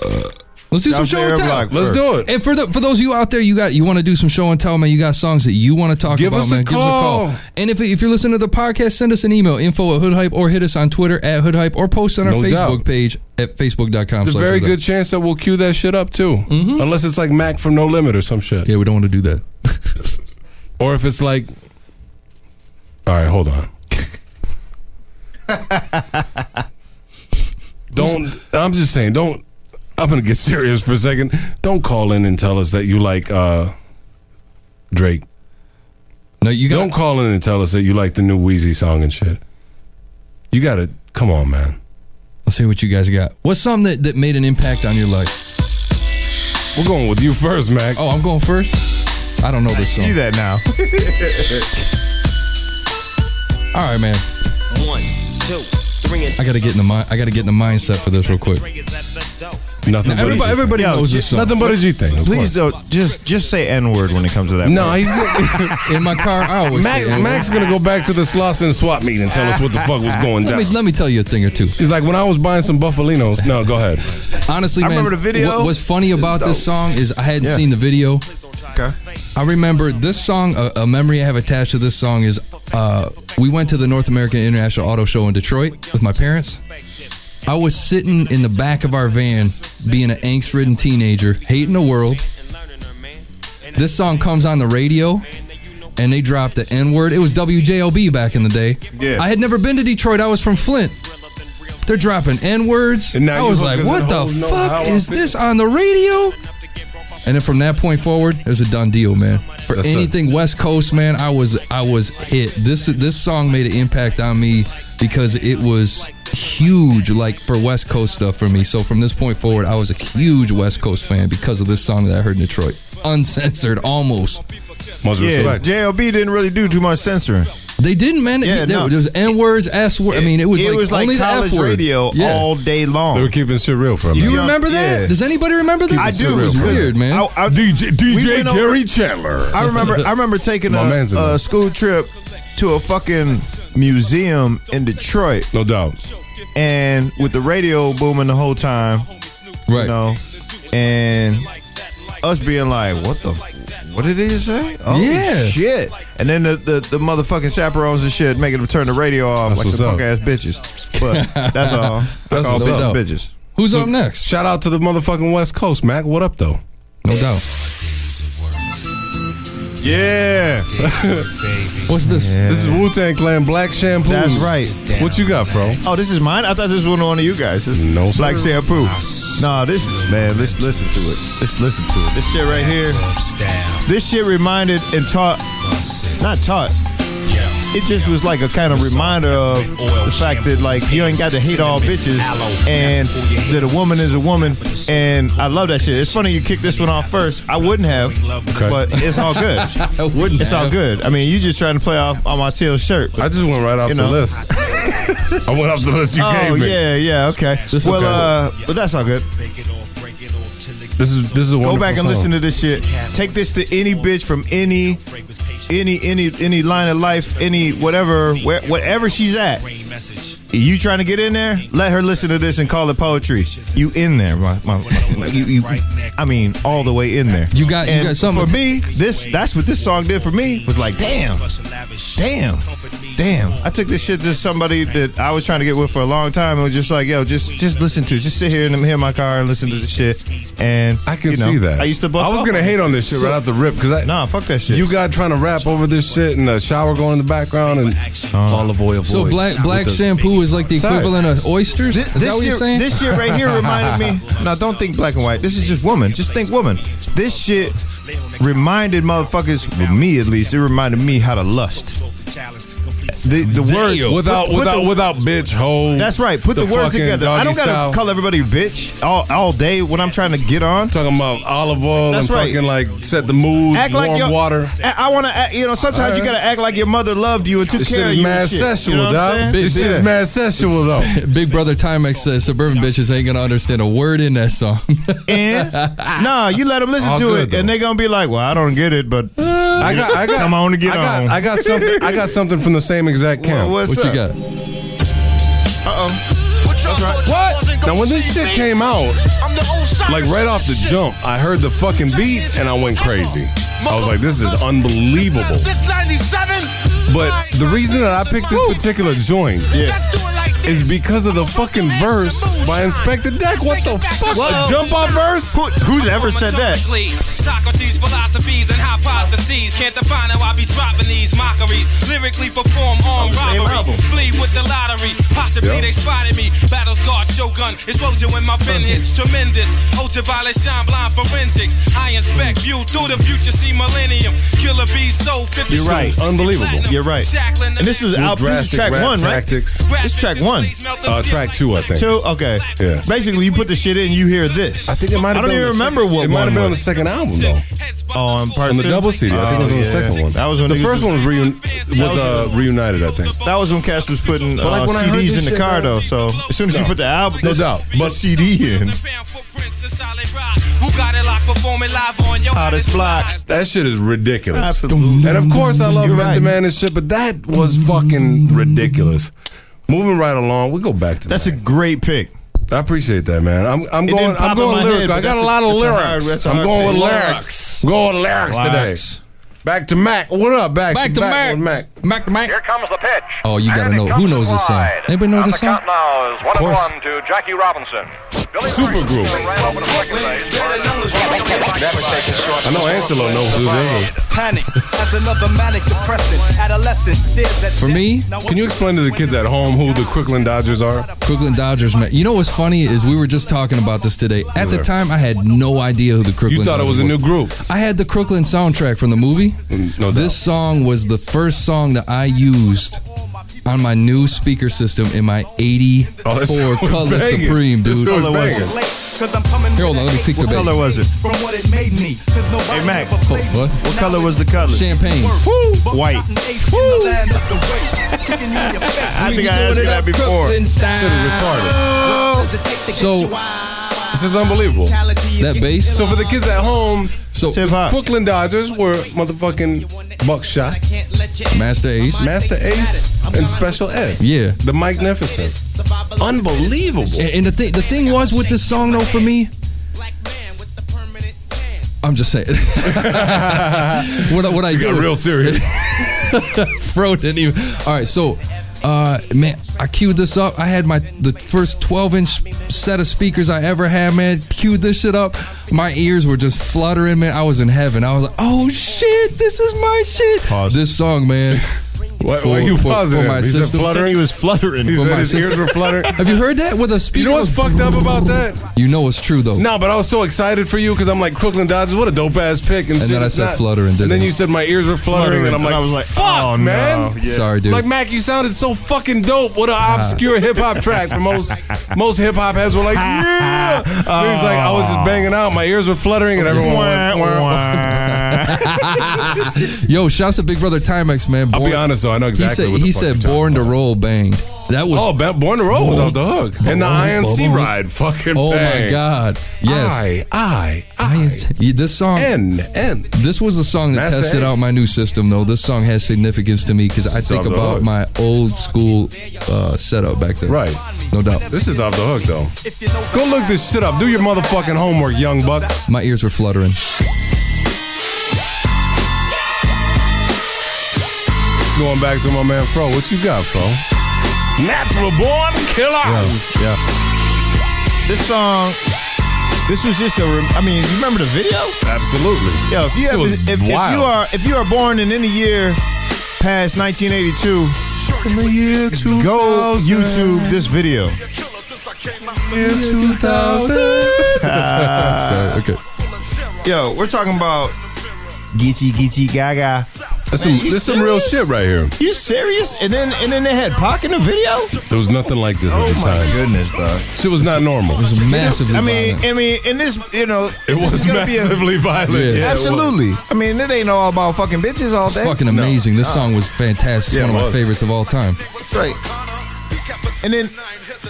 Speaker 5: Let's do some
Speaker 4: South
Speaker 5: show and
Speaker 4: Area
Speaker 5: tell.
Speaker 4: Block Let's first.
Speaker 5: do it. And for the, for those of you out there, you got you want to do some show and tell, man. You got songs that you want to talk
Speaker 3: Give
Speaker 5: about,
Speaker 3: us a
Speaker 5: man. Give
Speaker 3: call.
Speaker 5: us a call. And if, if you're listening to the podcast, send us an email, info at hoodhype, or hit us on Twitter at hoodhype, or post on our
Speaker 3: No
Speaker 5: Facebook
Speaker 3: doubt.
Speaker 5: page at facebook.com.
Speaker 3: There's a
Speaker 5: slash
Speaker 3: very
Speaker 5: hoodhype.
Speaker 3: good chance that we'll cue that shit up too. Unless it's like Mac from No Limit or some shit.
Speaker 5: Mm-hmm. Yeah, we don't want to do that.
Speaker 3: or if it's like, all right, hold on. don't. I'm just saying. Don't. I'm gonna get serious for a second. Don't call in and tell us that you like uh, Drake.
Speaker 5: No, you
Speaker 3: don't call in and tell us that you like the new Wheezy song and shit. You gotta come on, man.
Speaker 5: Let's hear what you guys got. What's something that, that made an impact on your life?
Speaker 3: We're going with you first, Mac.
Speaker 5: Oh, I'm going first? I don't know this song.
Speaker 4: see that now.
Speaker 5: All right, man.
Speaker 17: One, two, three, and
Speaker 5: I gotta get in the mind. I gotta get in the mindset for this real quick.
Speaker 3: Nothing.
Speaker 5: Now, everybody, everybody knows this song.
Speaker 4: Please don't just just say n word when it comes to that.
Speaker 3: No,
Speaker 4: word.
Speaker 3: he's gonna,
Speaker 5: in my car. I always
Speaker 3: Mac,
Speaker 5: say N-word.
Speaker 3: Mac's gonna go back to the Slauson swap meet and tell us what the fuck was going
Speaker 5: Let
Speaker 3: down.
Speaker 5: me- let me tell you a thing or two.
Speaker 3: He's like, when I was buying some buffalinos. No, go ahead.
Speaker 5: Honestly,
Speaker 3: I
Speaker 5: man,
Speaker 3: remember the video.
Speaker 5: What, what's funny
Speaker 3: It's
Speaker 5: about this
Speaker 3: dope.
Speaker 5: song is I hadn't
Speaker 3: Yeah.
Speaker 5: seen the video.
Speaker 4: Okay.
Speaker 5: I remember this song. A, a memory I have attached to this song is uh, we went to the North American International Auto Show in Detroit with my parents. I was sitting in the back of our van, being an angst-ridden teenager, hating the world. This song comes on the radio, and they dropped the N-word. It was WJLB back in the day.
Speaker 3: Yeah.
Speaker 5: I had never been to Detroit. I was from Flint. They're dropping N-words. And
Speaker 3: now
Speaker 5: I
Speaker 3: you
Speaker 5: was like,
Speaker 3: hookers
Speaker 5: what
Speaker 3: and
Speaker 5: the
Speaker 3: hoes know how I
Speaker 5: fuck is
Speaker 3: feel."
Speaker 5: this on the radio? And then from that point forward, it was a done deal, man. For
Speaker 3: That's it.
Speaker 5: anything West Coast, man, I was I was hit. This this song made an impact on me because it was huge, like for West Coast stuff for me. So from this point forward, I was a huge West Coast fan because of this song that I heard in Detroit, uncensored, almost.
Speaker 4: yeah, JLB didn't really do too much censoring.
Speaker 5: They didn't, man.
Speaker 4: Yeah,
Speaker 5: there,
Speaker 4: no.
Speaker 5: there was N words, S word. I mean, it was
Speaker 4: it
Speaker 5: like
Speaker 4: was
Speaker 5: only
Speaker 4: like
Speaker 5: the
Speaker 4: college
Speaker 5: F word.
Speaker 4: radio
Speaker 5: Yeah.
Speaker 4: all day long.
Speaker 3: They were keeping shit real for a minute.
Speaker 5: You remember that? Does anybody remember that?
Speaker 4: I do.
Speaker 5: It was weird, man.
Speaker 4: I, I,
Speaker 3: DJ,
Speaker 4: we
Speaker 3: DJ
Speaker 4: went over-
Speaker 3: Gary Chandler.
Speaker 4: I remember. I remember taking
Speaker 3: My
Speaker 4: a,
Speaker 3: man's in
Speaker 4: a
Speaker 3: there.
Speaker 4: school trip to a fucking museum in Detroit.
Speaker 3: No doubt.
Speaker 4: And with the radio booming the whole time,
Speaker 5: right?
Speaker 4: You know, and us being like, "What the? What did he just say? Oh
Speaker 5: Yeah.
Speaker 4: shit!" And then the, the the motherfucking chaperones and shit making them turn the radio off
Speaker 3: That's
Speaker 4: like
Speaker 3: what's
Speaker 4: some
Speaker 3: up.
Speaker 4: punk ass bitches. But that's all.
Speaker 3: That's
Speaker 4: all
Speaker 3: what's up.
Speaker 4: bitches.
Speaker 5: Who's up next?
Speaker 3: Shout out to the motherfucking West Coast, Mac. What up, though?
Speaker 5: No doubt.
Speaker 4: Yeah.
Speaker 5: What's this?
Speaker 3: This is Wu Tang Clan Black Shampoo.
Speaker 4: That's right.
Speaker 3: What you got, bro?
Speaker 4: Oh, this is mine. I thought this was one of you guys. This
Speaker 3: No,
Speaker 4: Black
Speaker 3: sir.
Speaker 4: shampoo. Nah, this man. Let's listen to it. Let's listen to it. This shit right here. This shit reminded and taught, not taught. It just was like a kind of reminder of the fact that like you ain't got to hate all bitches, and that a woman is a woman. And I love that shit. It's funny you kicked this one off first. I wouldn't have, but it's all good.
Speaker 5: I wouldn't
Speaker 4: It's all
Speaker 5: have.
Speaker 4: good. I mean, you just trying to play off on my teal shirt.
Speaker 3: I just went right off
Speaker 4: You
Speaker 3: the
Speaker 4: know.
Speaker 3: list. I went off the list you
Speaker 4: oh,
Speaker 3: gave me.
Speaker 4: yeah, yeah, okay.
Speaker 3: This is
Speaker 4: well,
Speaker 3: okay.
Speaker 4: uh, but that's all good.
Speaker 3: This is this is a
Speaker 4: Go
Speaker 3: wonderful
Speaker 4: back and
Speaker 3: song.
Speaker 4: listen to this shit. Take this to any bitch from any, any, any, any line of life, any whatever, where, whatever she's at. You trying to get in there? Let her listen to this and call it poetry. You in there, my, my, you, you, I mean, all the way in there.
Speaker 5: You got- you
Speaker 4: and
Speaker 5: got something-
Speaker 4: for me. This that's what this song did for me. Was like, damn, damn, damn. I took this shit to somebody that I was trying to get with for a long time, and was just like, yo, just just listen to, it. just sit here and hear my car and listen to the shit. And
Speaker 3: I can
Speaker 4: you know,
Speaker 3: see that.
Speaker 4: I used to. Bust
Speaker 3: I was
Speaker 4: off
Speaker 3: gonna
Speaker 4: on it.
Speaker 3: hate on this shit right
Speaker 4: So-
Speaker 3: off the rip because
Speaker 4: Nah, fuck that shit.
Speaker 3: you got trying to rap over this shit and the shower going in the background and
Speaker 4: Uh-huh.
Speaker 3: olive oil.
Speaker 5: So
Speaker 3: voice
Speaker 5: black black
Speaker 3: with the-
Speaker 5: shampoo is like the
Speaker 3: Sorry.
Speaker 5: equivalent of oysters.
Speaker 4: Thi-
Speaker 5: is
Speaker 4: this
Speaker 5: that what
Speaker 4: shit,
Speaker 5: you're saying?
Speaker 4: This shit right here reminded me. No, don't think black and white. This is just woman. Just think woman. This shit reminded motherfuckers, well, me at least, it reminded me how to lust. The, the words put-
Speaker 3: without
Speaker 4: put the-
Speaker 3: without without bitch hoe.
Speaker 4: That's right. Put the, words
Speaker 3: fucking
Speaker 4: together. I
Speaker 3: doggy
Speaker 4: don't gotta
Speaker 3: style.
Speaker 4: call everybody bitch all, all day when I'm trying to get on.
Speaker 3: Talking about olive oil
Speaker 4: That's
Speaker 3: and
Speaker 4: right.
Speaker 3: fucking like set the mood,
Speaker 4: Act like
Speaker 3: warm
Speaker 4: your-
Speaker 3: water.
Speaker 4: I, I want to, you know. Sometimes you
Speaker 3: Alright.
Speaker 4: gotta act like your mother loved you and took
Speaker 3: This
Speaker 4: care
Speaker 3: shit
Speaker 4: of
Speaker 3: is
Speaker 4: you.
Speaker 3: mad
Speaker 4: and shit.
Speaker 3: sexual,
Speaker 4: you know what I'm
Speaker 3: dog.
Speaker 4: saying?
Speaker 3: This shit is mad sexual though.
Speaker 5: Big Brother Timex says suburban bitches ain't gonna understand a word in that song.
Speaker 4: And nah, you let them listen
Speaker 3: All
Speaker 4: to
Speaker 3: good,
Speaker 4: it, and they gonna be like, "Well, I don't get it, but
Speaker 3: I got I got
Speaker 4: come on to get
Speaker 3: I got,
Speaker 4: on."
Speaker 3: I got something I got something from the same exact camp.
Speaker 4: Wha- what's up?
Speaker 5: what you got?
Speaker 4: Uh oh.
Speaker 3: What? Now when this shit came out, like right off the jump, I heard the fucking beat and I went crazy. I was like, this is unbelievable.
Speaker 19: This 97?
Speaker 3: But the reason that I picked this particular joint is because of the fucking verse by Inspector Deck. What the fuck? A jump off verse? Who,
Speaker 4: who's ever said that?
Speaker 19: Logically, Socrates' philosophies and hypotheses can't define how I be dropping these mockeries. Lyrically perform armed robbery, flee with the lottery. Possibly
Speaker 4: Yeah.
Speaker 19: they spotted me. Battle scarred shogun, explosion when my pen hits tremendous. Ultraviolet shine blind forensics. I inspect view through the future, see millennium. Killer bees so 50
Speaker 4: You're right. Um,
Speaker 3: Unbelievable.
Speaker 4: You're right. And this was
Speaker 3: With
Speaker 4: out. This is
Speaker 3: drastic
Speaker 4: track
Speaker 3: rap
Speaker 4: one, right?
Speaker 3: tactics.
Speaker 4: This is track one.
Speaker 3: Uh, track two, I think.
Speaker 4: Two. Okay.
Speaker 3: Yeah.
Speaker 4: Basically, you put the shit in, you hear this. I think it
Speaker 3: might have
Speaker 4: I don't
Speaker 3: been
Speaker 4: even
Speaker 3: on the
Speaker 4: remember
Speaker 3: second-
Speaker 4: what
Speaker 3: it might
Speaker 4: one
Speaker 3: have been on
Speaker 4: was.
Speaker 3: the second album though.
Speaker 4: Oh, on part
Speaker 3: On the
Speaker 4: two?
Speaker 3: double CD, I think it was on the
Speaker 4: Oh, yeah.
Speaker 3: second one.
Speaker 4: That was when
Speaker 3: the
Speaker 4: niggas
Speaker 3: first one was, reun- was uh, reunited, I think.
Speaker 4: That was when Cass was putting
Speaker 3: But, like,
Speaker 4: uh,
Speaker 3: when I heard
Speaker 4: CDs in
Speaker 3: this
Speaker 4: the
Speaker 3: shit,
Speaker 4: car,
Speaker 3: bro-
Speaker 4: though. So as soon as you
Speaker 3: No.
Speaker 4: put the album,
Speaker 3: No doubt.
Speaker 4: but CD in,
Speaker 19: Who got it locked performing live on your
Speaker 4: hottest block.
Speaker 3: That shit is ridiculous.
Speaker 4: Absolutely.
Speaker 3: And of course, I love
Speaker 4: You're
Speaker 3: Method
Speaker 4: right.
Speaker 3: Man and shit, but that was fucking ridiculous. Moving right along, we go back to that's a
Speaker 4: great pick.
Speaker 3: I appreciate that, man. I'm, I'm
Speaker 4: It didn't
Speaker 3: going.
Speaker 4: pop
Speaker 3: I'm
Speaker 4: in
Speaker 3: going
Speaker 4: my head,
Speaker 3: lyrical.
Speaker 4: but
Speaker 3: I got
Speaker 4: that's
Speaker 3: a
Speaker 4: a-
Speaker 3: lot of
Speaker 4: that's a hard-
Speaker 3: lyrics.
Speaker 4: that's a
Speaker 3: I'm
Speaker 4: hard
Speaker 3: going with
Speaker 4: pick.
Speaker 3: lyrics. Going with lyrics
Speaker 4: Lyrics.
Speaker 3: today. Back to Mac. What up, Back?
Speaker 5: Back to Mac.
Speaker 3: with Mac.
Speaker 5: Mac to Mac.
Speaker 20: Here comes the pitch.
Speaker 5: Oh, you gotta know. Who knows this song? Anybody know this song?
Speaker 20: Now is
Speaker 5: Of
Speaker 20: one and
Speaker 5: course.
Speaker 20: one to Jackie Robinson.
Speaker 3: Supergroup. I know Angelo knows who this is.
Speaker 14: Panic as another manic depressant adolescent stares at
Speaker 5: For me,
Speaker 3: can you explain to the kids at home who the Crooklyn Dodgers are?
Speaker 5: Crooklyn Dodgers, man. You know what's funny is we were just talking about this today. At the
Speaker 3: sir.
Speaker 5: time, I had no idea who the Crooklyn.
Speaker 3: You thought it was a
Speaker 5: Dodgers
Speaker 3: new group. Mm,
Speaker 5: were. I had the Crooklyn soundtrack from the movie.
Speaker 3: No doubt.
Speaker 5: This song was the first song that I used on my new speaker system in my '84
Speaker 3: Oh, this was
Speaker 5: Color
Speaker 3: banging.
Speaker 5: Supreme, dude.
Speaker 3: This was Color was banging.
Speaker 14: Cause I'm coming
Speaker 5: Here, hold on. Let me kick the
Speaker 14: What
Speaker 5: bass.
Speaker 14: color was
Speaker 4: it?
Speaker 14: from what it made me. Cause nobody
Speaker 4: Hey, Mac.
Speaker 14: ever played me.
Speaker 5: What?
Speaker 4: What color was the color?
Speaker 5: Champagne.
Speaker 4: White.
Speaker 14: Ace in the land of the race. Kicking you in your face.
Speaker 4: I think I asked you that before.
Speaker 5: Crooklyn style.
Speaker 3: Shit is retarded.
Speaker 9: Oh.
Speaker 5: So
Speaker 3: This is unbelievable.
Speaker 5: That bass.
Speaker 3: So for the kids at home,
Speaker 5: so
Speaker 3: the Crooklyn Dodgers were motherfucking Buckshot,
Speaker 5: Master Ace,
Speaker 3: Master Ace, and Special Ed.
Speaker 5: Yeah,
Speaker 3: the Magnificent. Unbelievable.
Speaker 5: And, and the thing, the thing was with this song though, for me, I'm just saying. what I- what I
Speaker 3: She got
Speaker 5: do-
Speaker 3: real serious.
Speaker 5: Fro didn't even. All right, so. Uh, man, I queued this up. I had my the first 12 inch set of speakers I ever had. Man, queued this shit up. My ears were just fluttering. Man, I was in heaven. I was like, oh shit, this is my shit. This song, man.
Speaker 3: Why, why you pausing? him? He said fluttering. He
Speaker 5: For
Speaker 3: said
Speaker 5: my
Speaker 3: his ears
Speaker 5: system.
Speaker 3: were fluttering.
Speaker 5: Have you heard that with a speaker?
Speaker 3: You know what's fucked up about that?
Speaker 5: You know it's true though.
Speaker 3: No, but I was so excited for you because I'm like Crooklyn Dodgers. What a dope ass pick. And,
Speaker 5: And
Speaker 3: shit,
Speaker 5: then I
Speaker 3: it's
Speaker 5: said
Speaker 3: not-
Speaker 5: fluttering, didn't
Speaker 3: And then
Speaker 5: I?
Speaker 3: you said my ears were fluttering,
Speaker 5: Fluttering,
Speaker 3: and I'm
Speaker 5: and
Speaker 3: like,
Speaker 5: I was like,
Speaker 3: fuck,
Speaker 5: oh, no,
Speaker 3: man.
Speaker 5: yeah. Sorry, dude.
Speaker 3: Like Mac, you sounded so fucking dope. What an
Speaker 5: Ah.
Speaker 3: obscure hip hop track. For most most hip hop heads were like, yeah. He's like, I was
Speaker 5: Oh.
Speaker 3: just banging out. My ears were fluttering, and everyone. went, "Wah, wah."
Speaker 5: Yo, shouts to Big Brother Timex, man.
Speaker 3: I'll be honest, though, I know exactly
Speaker 5: He said,
Speaker 3: what the
Speaker 5: he
Speaker 3: fuck
Speaker 5: said
Speaker 3: you're talking
Speaker 5: "Born to Roll" banged. That was
Speaker 3: Oh, Ba- Born to Roll was off the hook. And the INC ride fucking
Speaker 5: Oh my
Speaker 3: banged.
Speaker 5: God! Yes,
Speaker 3: I, I,
Speaker 5: Yeah, this song
Speaker 3: N, N.
Speaker 5: This was the song that
Speaker 3: Master
Speaker 5: tested
Speaker 3: Ace.
Speaker 5: out my new system, though. This song has significance to me because I
Speaker 3: It's
Speaker 5: think
Speaker 3: off the
Speaker 5: about
Speaker 3: hook.
Speaker 5: my old school uh, setup back then.
Speaker 3: Right.
Speaker 5: No doubt.
Speaker 3: This is off the hook, though. Go look this shit up. Do your motherfucking homework, young bucks.
Speaker 5: My ears were fluttering.
Speaker 3: Going back to my man Fro. What you got, Fro? Natural born killer. Yeah.
Speaker 4: This song. This was just a. Re- I mean, you remember the video?
Speaker 3: Absolutely.
Speaker 4: Yo, if you
Speaker 3: This
Speaker 4: have,
Speaker 3: was
Speaker 4: if, if you
Speaker 3: wild.
Speaker 4: are if you are born in any year past 1982, go YouTube this video.
Speaker 3: Year 2000.
Speaker 5: Sorry, okay.
Speaker 4: Yo, we're talking about Geechee Geechee Gaga.
Speaker 3: That's some,
Speaker 4: you
Speaker 3: this some real
Speaker 4: serious?
Speaker 3: shit right here.
Speaker 4: You serious? And then and then they had Pac in the video.
Speaker 3: There was nothing like this at the time.
Speaker 4: Oh goodness, bro.
Speaker 3: Shit was not normal. It
Speaker 5: was
Speaker 4: I mean, I mean, in this, you know,
Speaker 3: It
Speaker 4: this
Speaker 3: was
Speaker 4: is gonna be a-
Speaker 3: massively violent. Yeah, it was.
Speaker 4: absolutely. I mean, it ain't all about fucking bitches all
Speaker 5: It's
Speaker 4: day.
Speaker 5: fucking amazing. This
Speaker 4: Uh,
Speaker 5: song was fantastic. It's
Speaker 4: Yeah,
Speaker 5: one of
Speaker 4: it
Speaker 5: my
Speaker 4: was.
Speaker 5: favorites of all time.
Speaker 4: Right. And then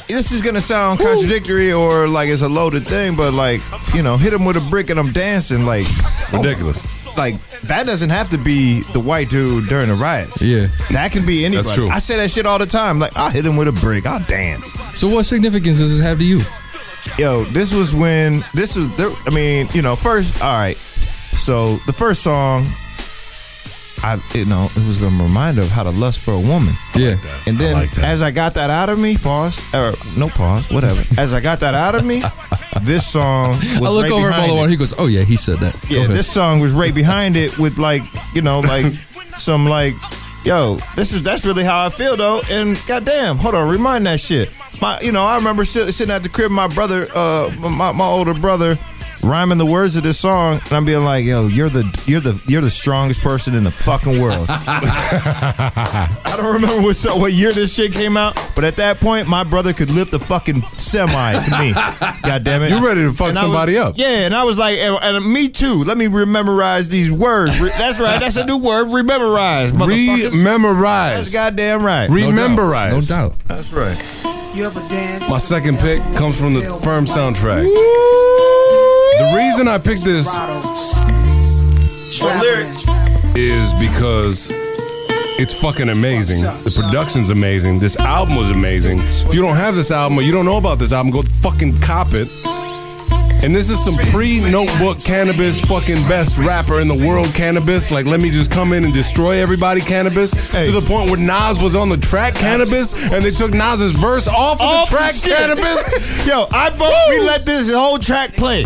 Speaker 4: this is gonna sound contradictory or like it's a loaded thing, but like you know, hit him with a brick and I'm dancing like
Speaker 3: ridiculous.
Speaker 4: like that doesn't have to be the white dude during the riots.
Speaker 5: Yeah,
Speaker 4: that can be anybody.
Speaker 5: true.
Speaker 4: I say that shit all the time. Like I hit him with a brick. I'll dance.
Speaker 5: So what significance does this have to you?
Speaker 4: Yo, this was when this was. There, I mean, you know, first. All right. So the first song. I you know it was a reminder of how to lust for a woman.
Speaker 5: Yeah,
Speaker 4: and then as I got that out of me, pause or no pause, whatever. as I got that out of me, this song. Was
Speaker 5: I look
Speaker 4: right
Speaker 5: over at
Speaker 4: behind
Speaker 5: Bolo
Speaker 4: it.
Speaker 5: and he goes, "Oh yeah, he said that." Go
Speaker 4: Yeah,
Speaker 5: ahead.
Speaker 4: this song was right behind it with like, you know, like some like, yo, this is that's really how I feel though. And goddamn, hold on, remind that shit. My, you know, I remember sit, sitting at the crib, my brother, uh, my, my older brother, rhyming the words of this song, and I'm being like, yo, you're the you're the you're the strongest person in the fucking world. I don't remember what so- what year this shit came out, but at that point, my brother could lift the fucking semi to me. God damn it!
Speaker 3: You ready to fuck
Speaker 4: And I
Speaker 3: somebody
Speaker 4: was-
Speaker 3: up.
Speaker 4: Yeah, and I was like, and, and me too. Let me rememorize these words. Re- that's right. That's a new word. Rememorize. motherfuckers.
Speaker 3: Rememorize.
Speaker 4: That's goddamn right.
Speaker 3: Rememberize.
Speaker 4: No
Speaker 5: doubt.
Speaker 4: That's right.
Speaker 21: You ever dance?
Speaker 3: My second pick comes from the Firm soundtrack. The reason I picked this is because it's fucking amazing. The production's amazing. This album was amazing. If you don't have this album or you don't know about this album, go fucking cop it. And this is some pre-notebook cannabis fucking best rapper in the world cannabis. Like, let me just come in and destroy everybody cannabis to the point where Nas was on the track cannabis and they took Nas's verse off of
Speaker 4: Off
Speaker 3: the
Speaker 4: the
Speaker 3: track
Speaker 4: shit.
Speaker 3: cannabis.
Speaker 4: Yo, I vote we let this whole track play.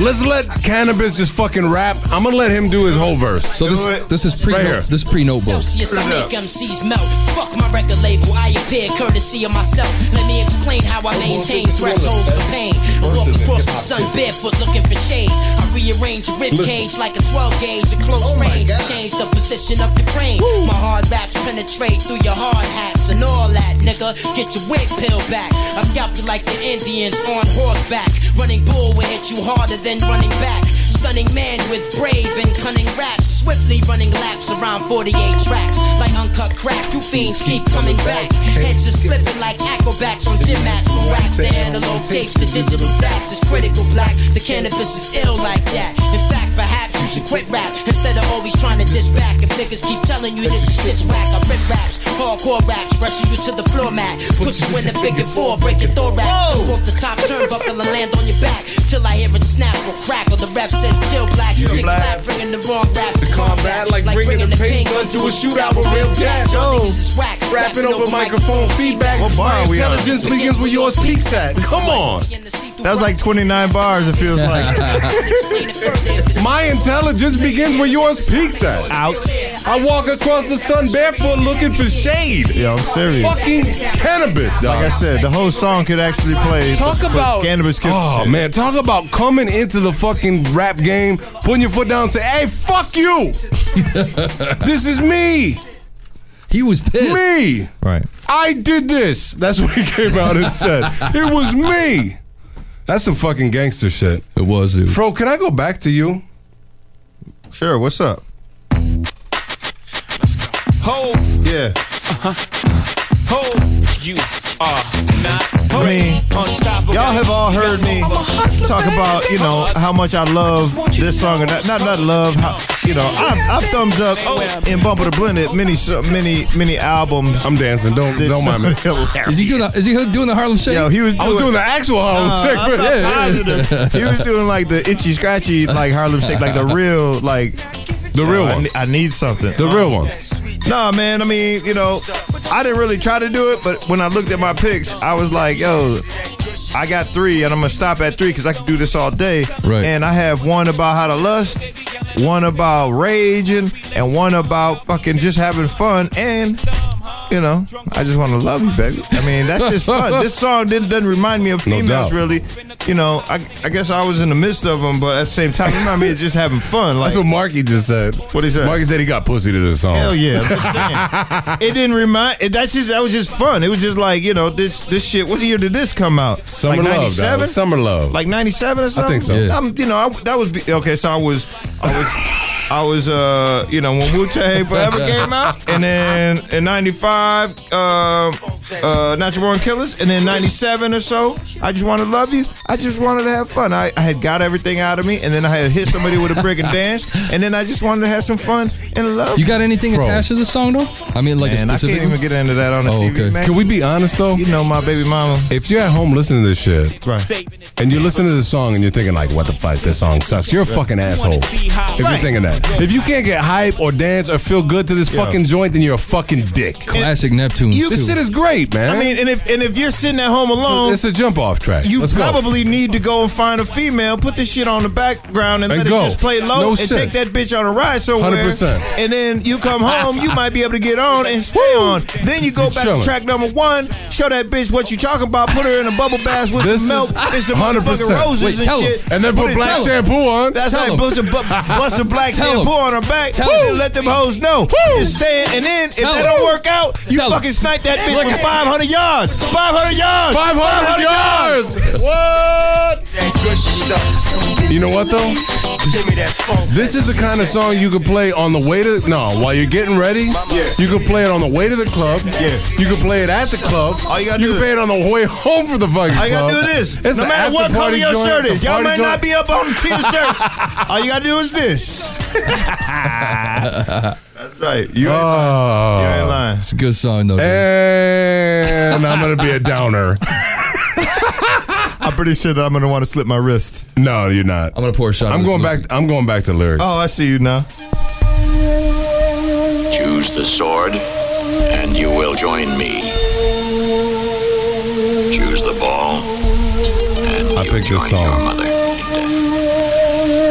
Speaker 3: Let's let cannabis just fucking rap. I'm gonna let him do his whole verse. So
Speaker 5: this- this is pre-
Speaker 3: right here.
Speaker 5: this is pre-notebook.
Speaker 13: Celsius, I make MCs melt. Fuck my record label, I appear courtesy of myself. Let me explain how I maintain thresholds for pain. I walk across the sun barefoot looking for shade. I rearrange a rib cage like a 12 gauge at close range. Change the position of your brain. My hard raps penetrate through your hard hats and all that, nigga. Get your wig peeled back. I scalp you like the Indians on horseback. Running bull will hit you harder than running back. Stunning man with brave and cunning raps. Swiftly running laps around 48 tracks. Like uncut crack, you fiends keep coming back. Heads is flipping like acrobats on gym mats. From racks to analog tapes to digital backs. It's critical black. The cannabis is ill like that. In fact, perhaps you should quit rap instead of always trying to diss back. If niggas keep telling you this shit's whack, I rip raps. Hardcore raps, rushing you to the floor mat. Put you in the figure four, break your thorax. Go off the top turnbuckle and land on your back. Till I hear it snap or crack, or the ref says chill black. You think black, bringing the wrong raps to combat. Like bringing the paint gun to a shootout with real gas. Y'all niggas is whack.
Speaker 3: Rapping over microphone feedback. My
Speaker 4: we on?
Speaker 3: intelligence begins where yours peaks at. Come on.
Speaker 4: That was like 29 bars. It feels like.
Speaker 3: My intelligence begins where yours peaks at. Ouch. I walk across the sun barefoot looking for shade.
Speaker 4: Yo, I'm serious.
Speaker 3: Fucking cannabis, dog.
Speaker 4: Like I said, the whole song could actually play.
Speaker 3: Talk
Speaker 4: but- but
Speaker 3: about
Speaker 4: cannabis. gives a
Speaker 3: Oh
Speaker 4: shit.
Speaker 3: man, talk about coming into the fucking rap game, putting your foot down, and say, "Hey, fuck you! this is me.
Speaker 5: He was pissed.
Speaker 3: Me.
Speaker 4: Right.
Speaker 3: I did this. That's what he came out and said. it was me. That's some fucking gangster shit.
Speaker 5: It was, dude.
Speaker 3: Bro, can I go back to you?
Speaker 4: Sure. What's up?
Speaker 22: Ho,
Speaker 4: Yeah.
Speaker 22: ho, you are not
Speaker 4: I mean, y'all have all heard me talk about, you know, how much I love this song or that. Not not love, how, you know. I've, I've thumbs up and bumble to blend it many so- many many albums.
Speaker 3: I'm dancing. Don't don't mind me.
Speaker 5: Is he doing the, is he doing the Harlem Shake?
Speaker 4: Yo, he was.
Speaker 3: I was doing the actual Harlem Shake,
Speaker 4: I'm
Speaker 3: but
Speaker 4: not
Speaker 3: yeah,
Speaker 4: positive. He was doing like the itchy scratchy like Harlem Shake, like the real like.
Speaker 3: The real
Speaker 4: I
Speaker 3: one.
Speaker 4: ne- I need something.
Speaker 3: The real one.
Speaker 4: Nah, man. I mean, you know, I didn't really try to do it, but when I looked at my picks, I was like, yo, I got three, and I'm gonna stop at three because I can do this all day.
Speaker 5: Right.
Speaker 4: And I have one about how to lust, one about raging, and one about fucking just having fun and. You know, I just want to love you, baby. I mean, that's just fun. this song didn't, doesn't remind me of
Speaker 3: No
Speaker 4: females,
Speaker 3: doubt.
Speaker 4: really. You know, I, I guess I was in the midst of them, but at the same time, it reminded me of just having fun. Like,
Speaker 3: That's what Marky just said. What
Speaker 4: he said?
Speaker 3: Marky said he got pussy to this song.
Speaker 4: Hell yeah! I'm just saying. it didn't remind. It, that's just that was just fun. It was just like you know this this shit. What year did this come out?
Speaker 3: Summer
Speaker 4: like
Speaker 3: love, dog. Summer love.
Speaker 4: Like ninety seven or something.
Speaker 3: think so. Yeah.
Speaker 4: I'm, you know I, that was be- okay. So I was I was I was, uh, you know, when Wu Tang Forever came out, and then in '95, uh, uh, Natural Born Killers, and then '97 or so, I just wanted to love you. I just wanted to have fun. I, I had got everything out of me, and then I had hit somebody with a brick and dance, and then I just wanted to have some fun and love.
Speaker 5: You got anything
Speaker 4: Bro.
Speaker 5: attached to the song though? I mean, like
Speaker 4: Man,
Speaker 5: a
Speaker 4: I
Speaker 5: specific.
Speaker 4: can't even get into that on the
Speaker 5: Oh,
Speaker 4: TV,
Speaker 5: okay.
Speaker 4: man.
Speaker 3: Can we be honest though? You
Speaker 4: know my baby mama.
Speaker 3: If you're at home listening to this shit,
Speaker 4: right.
Speaker 3: and you're listening to the song and you're thinking like, "What the fuck? This song sucks." You're a fucking asshole. If you're
Speaker 4: Right.
Speaker 3: thinking that, if you can't get hype or dance or feel good to this fucking joint, then you're a fucking dick.
Speaker 5: Classic Neptune.
Speaker 3: this shit is great, man.
Speaker 4: I mean, and if and if you're sitting at home
Speaker 3: It's a-
Speaker 4: alone,
Speaker 3: it's a, jump off track.
Speaker 4: You
Speaker 3: Let's go.
Speaker 4: probably need to go and find a female, put this shit on the background, and,
Speaker 3: And
Speaker 4: let
Speaker 3: go.
Speaker 4: it just play low,
Speaker 3: No
Speaker 4: and
Speaker 3: shit.
Speaker 4: take that bitch on a ride somewhere.
Speaker 3: 100%.
Speaker 4: And then you come home, you might be able to get on and stay on. Then you go back
Speaker 3: chillin'.
Speaker 4: to track number one, show that bitch what you talking about, put her in a bubble bath with
Speaker 3: This
Speaker 4: some milk,
Speaker 3: is
Speaker 4: and some
Speaker 3: 100%.
Speaker 4: motherfucking roses
Speaker 3: Wait,
Speaker 4: and
Speaker 3: tell 'em.
Speaker 4: shit.
Speaker 3: And then put
Speaker 4: it-
Speaker 3: black
Speaker 4: tell 'em.
Speaker 3: shampoo on.
Speaker 4: That's
Speaker 3: Tell
Speaker 4: right.
Speaker 3: 'em.
Speaker 4: Bust a, bu- bust a black
Speaker 3: Tell 'em.
Speaker 4: shampoo on her back,
Speaker 3: Tell
Speaker 4: and
Speaker 3: 'em.
Speaker 4: then let them hoes know.
Speaker 3: Woo.
Speaker 4: Just saying. And then if
Speaker 3: Tell
Speaker 4: that
Speaker 3: 'em.
Speaker 4: don't work out, you
Speaker 3: Tell 'em.
Speaker 4: fucking snipe that bitch
Speaker 3: Look
Speaker 4: from
Speaker 3: at-
Speaker 4: 500 yards. 500 yards.
Speaker 3: 500 yards. What? You know what though? This is the kind of song you could play on the way to no, while you're getting ready. Yeah. You could play it on the way to the club. Yeah. You could play it at the club. All you gotta you do can play it on the way home from the fucking
Speaker 4: All you
Speaker 3: club.
Speaker 4: gotta do is this.
Speaker 3: It's
Speaker 4: no
Speaker 3: an
Speaker 4: matter what
Speaker 3: after
Speaker 4: color
Speaker 3: party
Speaker 4: your
Speaker 3: joint,
Speaker 4: shirt
Speaker 3: it's a
Speaker 4: is, y'all
Speaker 3: party
Speaker 4: might
Speaker 3: joint.
Speaker 4: not be up on the t-shirts. All you gotta do is this. That's right. You ain't
Speaker 3: Oh.
Speaker 4: lying. You ain't lying.
Speaker 5: It's a good song though.
Speaker 3: And I'm gonna be a downer.
Speaker 4: I'm pretty sure that I'm gonna want to slip my wrist.
Speaker 3: No, you're not.
Speaker 5: I'm gonna pour a shot. of
Speaker 3: I'm
Speaker 5: this
Speaker 3: going
Speaker 5: liquor.
Speaker 3: back I'm going back to lyrics.
Speaker 4: Oh, I see you now.
Speaker 23: Choose the sword, and you will join me. Choose the ball, and
Speaker 3: I
Speaker 23: you
Speaker 3: picked
Speaker 23: join
Speaker 3: this
Speaker 23: your
Speaker 3: song.
Speaker 23: mother in death.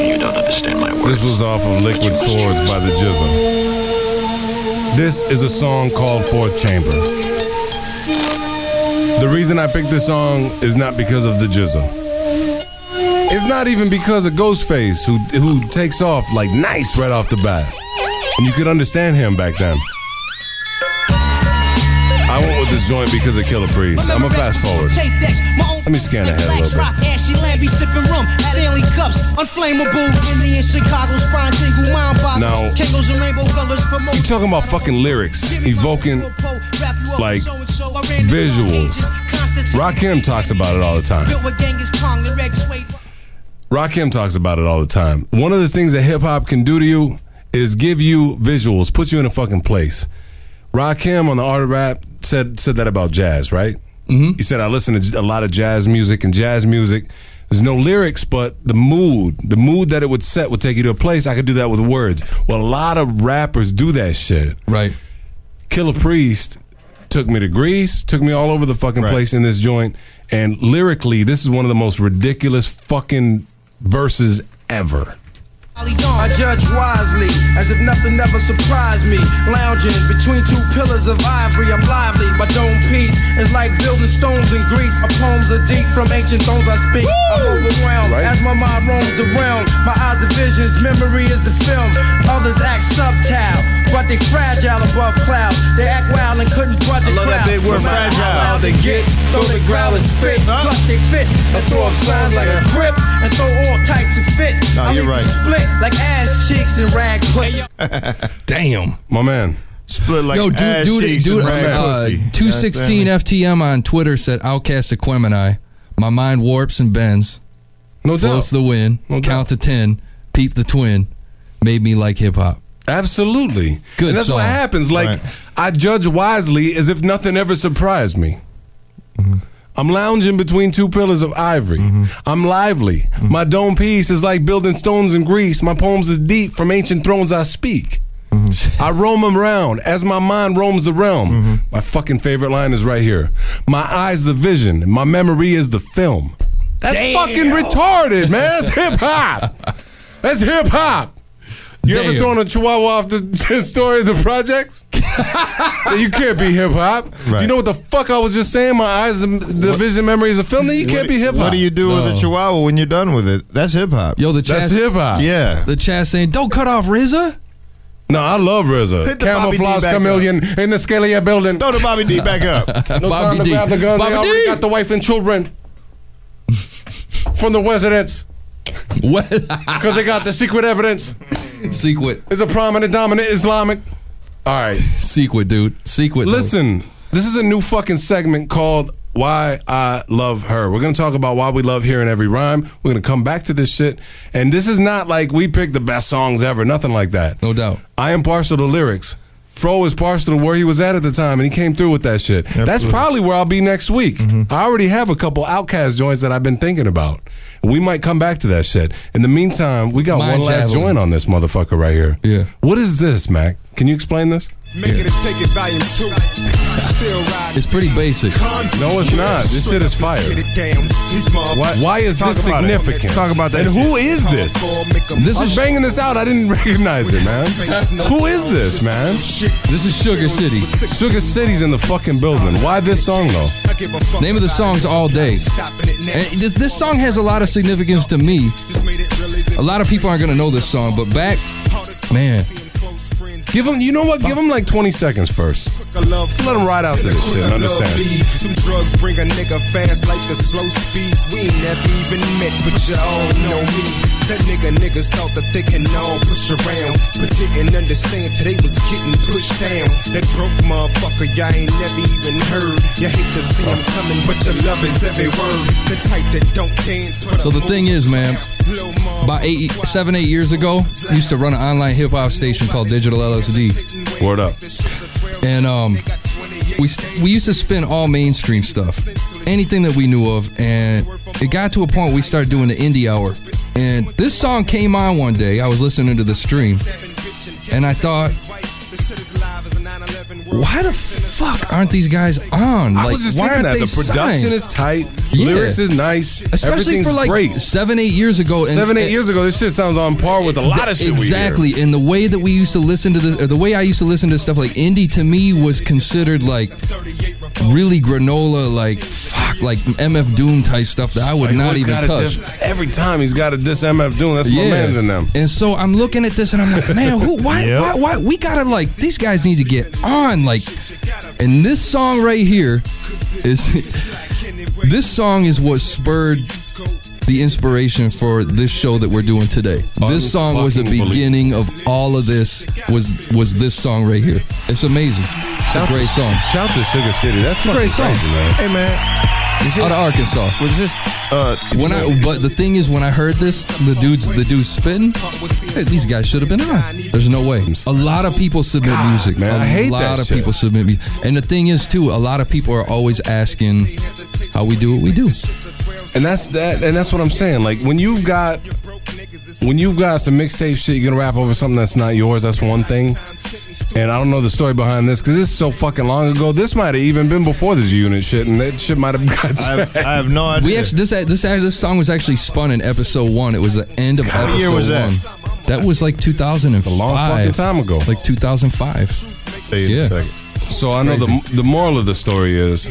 Speaker 23: You don't understand my words.
Speaker 3: This was off of Liquid Swords by the Jizzle. This is a song called Fourth Chamber. The reason I picked this song is not because of the Jizzle. It's not even because of Ghostface, who who takes off like nice right off the bat, and you could understand him back then. I went with this joint because of Killer Priest. I'm gonna fast forward.
Speaker 24: Tape decks, my own
Speaker 3: Let me scan ahead a
Speaker 24: Blacks
Speaker 3: little bit.
Speaker 24: rock, ashy lamb, be sipping rum at Alien Cups. Unflammable, Indian Chicago, spine tingle, mind boggles.
Speaker 3: Now-
Speaker 24: Kangos and rainbow colors promote.
Speaker 3: You talking about fucking lyrics, evoking
Speaker 24: Wrap you up in
Speaker 3: like
Speaker 24: so-and-so. I ran the
Speaker 3: visuals. Rakim talks about it all the
Speaker 17: Uh.
Speaker 3: time.
Speaker 24: Built with Genghis Kong, the red suede
Speaker 3: Rakim talks about it all the time. One of the things that hip hop can do to you is give you visuals, put you in a fucking place. Rakim on the Art of Rap said said that about jazz, right? Mm-hmm. He said I listen to j- a lot of jazz music and jazz music. There's no lyrics, but the mood, the mood that it would set would take you to a place. I could do that with words. Well, a lot of rappers do that shit.
Speaker 5: Right.
Speaker 3: Killer Priest took me to Greece, took me all over the fucking place in this joint. And lyrically, this is one of the most ridiculous fucking verses ever.
Speaker 14: I judge wisely, as if nothing ever surprised me. Lounging between two pillars of ivory, I'm lively. My dome piece is like building stones in Greece. Our poems are deep from ancient thrones I speak. I'm overwhelmed
Speaker 9: Right.
Speaker 14: as my mind roams the realm. My eyes the visions, memory is the film. Others act subtile, but they fragile above cloud. They act wild and couldn't budge a
Speaker 4: I love that
Speaker 14: crowd.
Speaker 4: big word,
Speaker 14: no matter how
Speaker 4: fragile.
Speaker 14: loud They get throw the growl and spit, clutch their fists and throw up signs like a grip and throw all types of fit.
Speaker 4: No,
Speaker 14: I
Speaker 4: you're
Speaker 14: leave
Speaker 4: right.
Speaker 14: you Split like ass cheeks and rag pussy.
Speaker 5: Damn,
Speaker 3: my man.
Speaker 4: Split like
Speaker 5: Yo, dude,
Speaker 4: ass
Speaker 5: dude,
Speaker 4: cheeks
Speaker 5: dude,
Speaker 4: and rag
Speaker 5: uh,
Speaker 4: pussy.
Speaker 5: two sixteen FTM on Twitter said Outcast Aquemini. My mind warps and bends.
Speaker 3: No
Speaker 5: Floats the wind. count to ten. Peep the twin. Made me like hip hop.
Speaker 3: Absolutely.
Speaker 5: Good
Speaker 3: and that's
Speaker 5: song.
Speaker 3: what happens. Like, I judge wisely as if nothing ever surprised me. I'm lounging between two pillars of ivory. I'm lively. My dome piece is like building stones in Greece. My poems is deep from ancient thrones I speak. I roam around as my mind roams the realm. My fucking favorite line is right here. My eyes the vision, my memory is the film. That's
Speaker 1: Damn.
Speaker 3: fucking retarded, man. That's hip hop. That's hip hop. You ever
Speaker 1: Damn.
Speaker 3: thrown a chihuahua off the, the story of the projects? you can't be hip hop. You know what the fuck I was just saying? My eyes, and the vision, memories of film. Then you can't be hip hop.
Speaker 4: What do you do with a chihuahua when you're done with it? That's hip hop.
Speaker 5: Yo, the
Speaker 4: That's
Speaker 5: Chaz-
Speaker 4: hip hop. Yeah.
Speaker 5: The chat saying, "Don't cut off RZA."
Speaker 3: No, I love RZA.
Speaker 5: Hit the Bobby D
Speaker 3: Camouflage
Speaker 5: back
Speaker 3: chameleon in the Scalia building.
Speaker 4: Throw the Bobby D back up.
Speaker 3: no
Speaker 5: Bobby
Speaker 3: time to
Speaker 5: D.
Speaker 3: grab the guns.
Speaker 5: Bobby
Speaker 3: they already
Speaker 5: D.
Speaker 3: got the wife and children from the residents.
Speaker 5: What?
Speaker 3: Because they got the secret evidence.
Speaker 5: Sequit.
Speaker 3: It's a prominent, dominant Islamic. All right.
Speaker 5: Sequit, dude. Sequit. though.
Speaker 3: Listen, this is a new fucking segment called Why I Love Her. We're going to talk about why we love hearing every rhyme. We're going to come back to this shit. And this is not like we picked the best songs ever, nothing like that.
Speaker 5: No doubt.
Speaker 3: I am partial to lyrics. Fro is partial to where he was at at the time, and he came through with that shit. That's probably where I'll be next week.
Speaker 25: Mm-hmm.
Speaker 3: I already have a couple Outcast joints that I've been thinking about. We might come back to that shit. In the meantime, we got
Speaker 25: Mind
Speaker 3: one last
Speaker 25: traveling.
Speaker 3: joint on this motherfucker right here.
Speaker 5: Yeah.
Speaker 3: What is this, Mac? Can you explain this?
Speaker 25: Make it a take it volume two. Still riding.
Speaker 5: It's pretty basic.
Speaker 3: No, it's not. This shit is fire. Why, why is
Speaker 25: Talk
Speaker 3: this
Speaker 25: about it.
Speaker 3: significant?
Speaker 25: Let's talk about that
Speaker 3: And who
Speaker 25: shit.
Speaker 3: is this?
Speaker 25: This
Speaker 3: I'm
Speaker 25: is-
Speaker 3: banging this out. I didn't recognize it, man. who is this, man?
Speaker 5: This is Sugar City.
Speaker 3: Sugar City's in the fucking building. Why this song though?
Speaker 5: Name of the song's All Day. And this, this song has a lot of significance to me. A lot of people aren't going to know this song, but back, man.
Speaker 3: Give him, you know what? Give him like 20 seconds first. Just let him ride out to this shit. and Understand?
Speaker 25: Some drugs bring a nigga fast like the slow speeds. We ain't never even met, but y'all know me. That nigga niggas thought that they can all push around, but didn't understand till they was getting pushed down. That broke motherfucker, y'all ain't never even heard. You hate to see 'em coming, but your love is every word. The type that don't dance. but
Speaker 5: So the thing is, man, about eight, seven, eight years ago, I used to run an online hip hop station called Digital LSD.
Speaker 3: Word up.
Speaker 5: And um, we we used to spin all mainstream stuff, anything that we knew of, and it got to a point we started doing the indie hour. And this song came on one day. I was listening to the stream, and I thought, why the fuck aren't these guys on?
Speaker 3: I
Speaker 5: Like,
Speaker 3: was just
Speaker 5: why
Speaker 3: thinking
Speaker 5: aren't
Speaker 3: that.
Speaker 5: they
Speaker 3: The production
Speaker 5: signed?
Speaker 3: is tight.
Speaker 5: Yeah.
Speaker 3: Lyrics is nice.
Speaker 5: especially
Speaker 3: Everything's
Speaker 5: for like
Speaker 3: great.
Speaker 5: seven, eight years ago. And,
Speaker 3: Seven, eight
Speaker 5: and-
Speaker 3: years ago, this shit sounds on par with a lot of shit we hear.
Speaker 5: exactly and the way that we used to listen to this or the way i used to listen to stuff like indie to me was considered like really granola like fuck like mf doom type stuff that i would
Speaker 3: Like,
Speaker 5: not
Speaker 3: he's
Speaker 5: even
Speaker 3: gotta
Speaker 5: touch
Speaker 3: diss- every time he's got to diss MF Doom. That's my man's in them.
Speaker 5: and so I'm looking at this and I'm like, man, who? Why?
Speaker 3: Yep.
Speaker 5: Why? Why? We gotta like these guys need to get on. Like, and this song right here is this song is what spurred the inspiration for this show that we're doing today. This song was the
Speaker 3: Unfucking-believable.
Speaker 5: beginning of all of this. Was was this song right here? It's amazing. It's a
Speaker 3: Shout
Speaker 5: great
Speaker 3: to-
Speaker 5: song.
Speaker 3: Shout to Sugar City. That's
Speaker 5: It's a
Speaker 3: fucking
Speaker 5: great song.
Speaker 3: crazy, man.
Speaker 5: Hey man. out of Arkansas.
Speaker 26: Was this uh
Speaker 5: when I but the thing is when I heard this, the dudes the dudes spitting, hey, these guys should have been on. There's no way. A lot of people submit music.
Speaker 3: man,
Speaker 5: a
Speaker 3: I hate
Speaker 5: lot
Speaker 3: that
Speaker 5: of
Speaker 3: shit.
Speaker 5: people submit music. And the thing is too, a lot of people are always asking how we do what we do.
Speaker 3: And that's that. And that's what I'm saying. Like when you've got when you've got some mixtape shit, you're gonna rap over something that's not yours. That's one thing. And I don't know the story behind this because this is so fucking long ago. This might have even been before this unit shit, and that shit might have got.
Speaker 26: I have- I have no
Speaker 5: We
Speaker 26: idea.
Speaker 5: actually this this this song was actually spun in episode one. It was the end of
Speaker 26: What
Speaker 5: episode
Speaker 26: year was that?
Speaker 5: one. That was like 2005. A
Speaker 3: long fucking time ago.
Speaker 5: Like 2005. yeah.
Speaker 3: So I know the the moral of the story is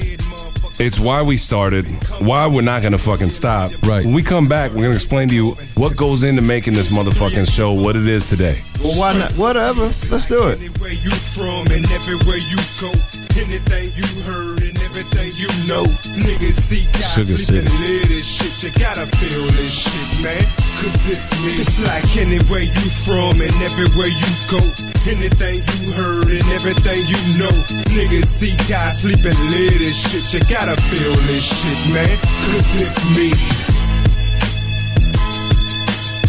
Speaker 3: it's why we started, why we're not gonna fucking stop. Right. When we come back, we're gonna explain to you what goes into making this motherfucking show what it is today.
Speaker 26: Well, why not? Whatever. Let's do it.
Speaker 25: Where you from and everywhere you go, anything you heard and everything you know, niggas see guys
Speaker 3: Sugar
Speaker 25: sleeping
Speaker 3: City.
Speaker 25: live this shit. You gotta feel this shit, man. Cause this is it's like anywhere you from and everywhere you go, anything you heard and everything you know, niggas see guys sleeping live this shit. You gotta feel this shit, man. Cause this me.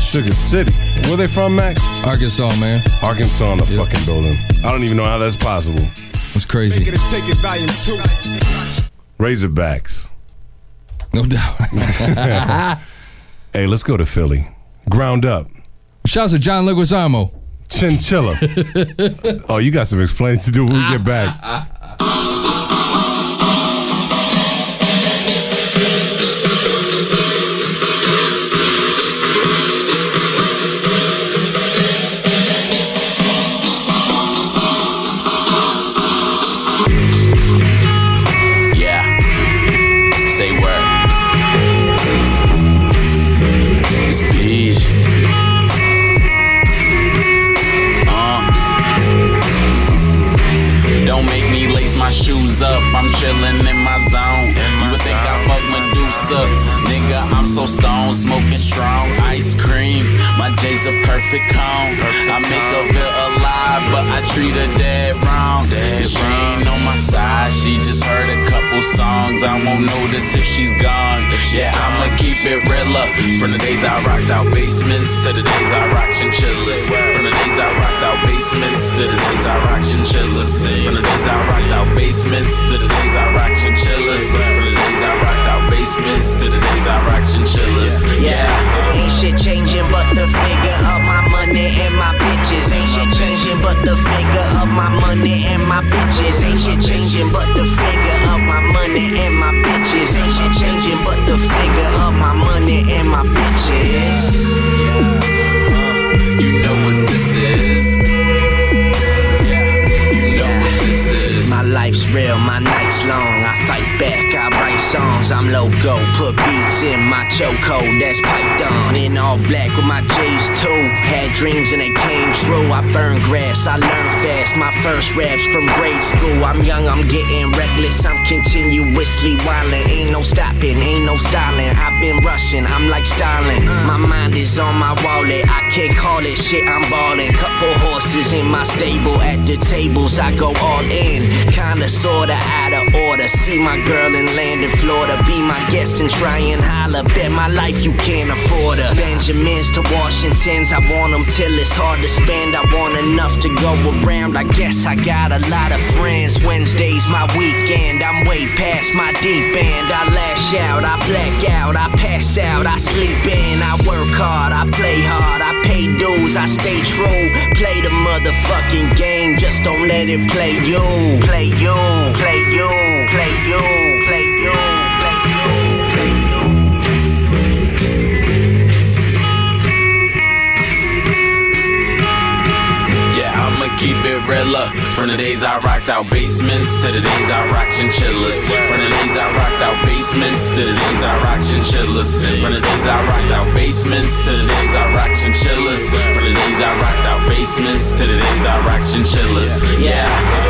Speaker 3: Sugar City. Where they from, Mac?
Speaker 5: Arkansas, man.
Speaker 3: Arkansas in the fucking building. I don't even know how that's possible.
Speaker 5: It's crazy.
Speaker 25: Make it a take it volume two.
Speaker 3: Razorbacks.
Speaker 5: No doubt.
Speaker 3: hey, let's go to Philly. Ground up.
Speaker 5: Shouts to John Leguizamo.
Speaker 3: Chinchilla. oh, you got some explaining to do when we get back.
Speaker 17: Yeah. Say word. It's beige. Uh. Don't make me lace my shoes up. I'm chillin' in my zone. You would think I fuck Medusa. Nigga, I'm so so stoned, smoking strong ice cream. My J's a perfect cone. I make her feel alive, but I treat her dead wrong. Cause she ain't on my side, she just heard a couple songs. I won't notice if she's gone. yeah, I'ma keep it real up. From the days I rocked out basements to the days I rocked chinchillas. From the days I rocked out basements to the days I rocked chinchillas. From the days I rocked out basements to the days I rocked chinchillas. From the days I rocked out basements to the days I rocked chinchillas.
Speaker 24: Yeah, ain't shit changing but the figure of my money and my bitches. Ain't shit changing but the figure of my money and my bitches. Ain't shit changing but the figure of my money and my bitches. Ain't shit changing but the figure of my money and my bitches.
Speaker 17: Uh, You know what this is.
Speaker 24: My life's real, my night's long. I fight back, I write songs. I'm loco, put beats in my chokehold. That's piped on in all black with my J's too. Had dreams and they came true. I burn grass, I learn fast. My first raps from grade school. I'm young, I'm getting reckless. I'm continuously wildin'. Ain't no stopping, ain't no styling. I've been rushing, I'm like styling. My mind is on my wallet. I can't call it shit, I'm ballin'. Couple horses in my stable. At the tables, I go all in. Kinda sorta out of order. See my girl in land in Florida. Be my guest and try and holler. Bet my life you can't afford her. Benjamins to Washingtons. I want them till it's hard to spend. I want enough to go around. I guess I got a lot of friends. Wednesday's my weekend. I'm way past my deep end. I lash out, I black out, I pass out, I sleep in. I work hard, I play hard, I pay dues, I stay true. Play the motherfucking game, just don't let it play you. Play you, play you, play you, play you.
Speaker 17: Yeah, I'ma keep it real up. From the days I rocked out basements to the days I rocked chinchillas. From the days I rocked out basements to the days I rocked chinchillas. From the days I rocked out basements to the days I rocked chinchillas. From the days I rocked out basements to the days I rocked chinchillas. Yeah.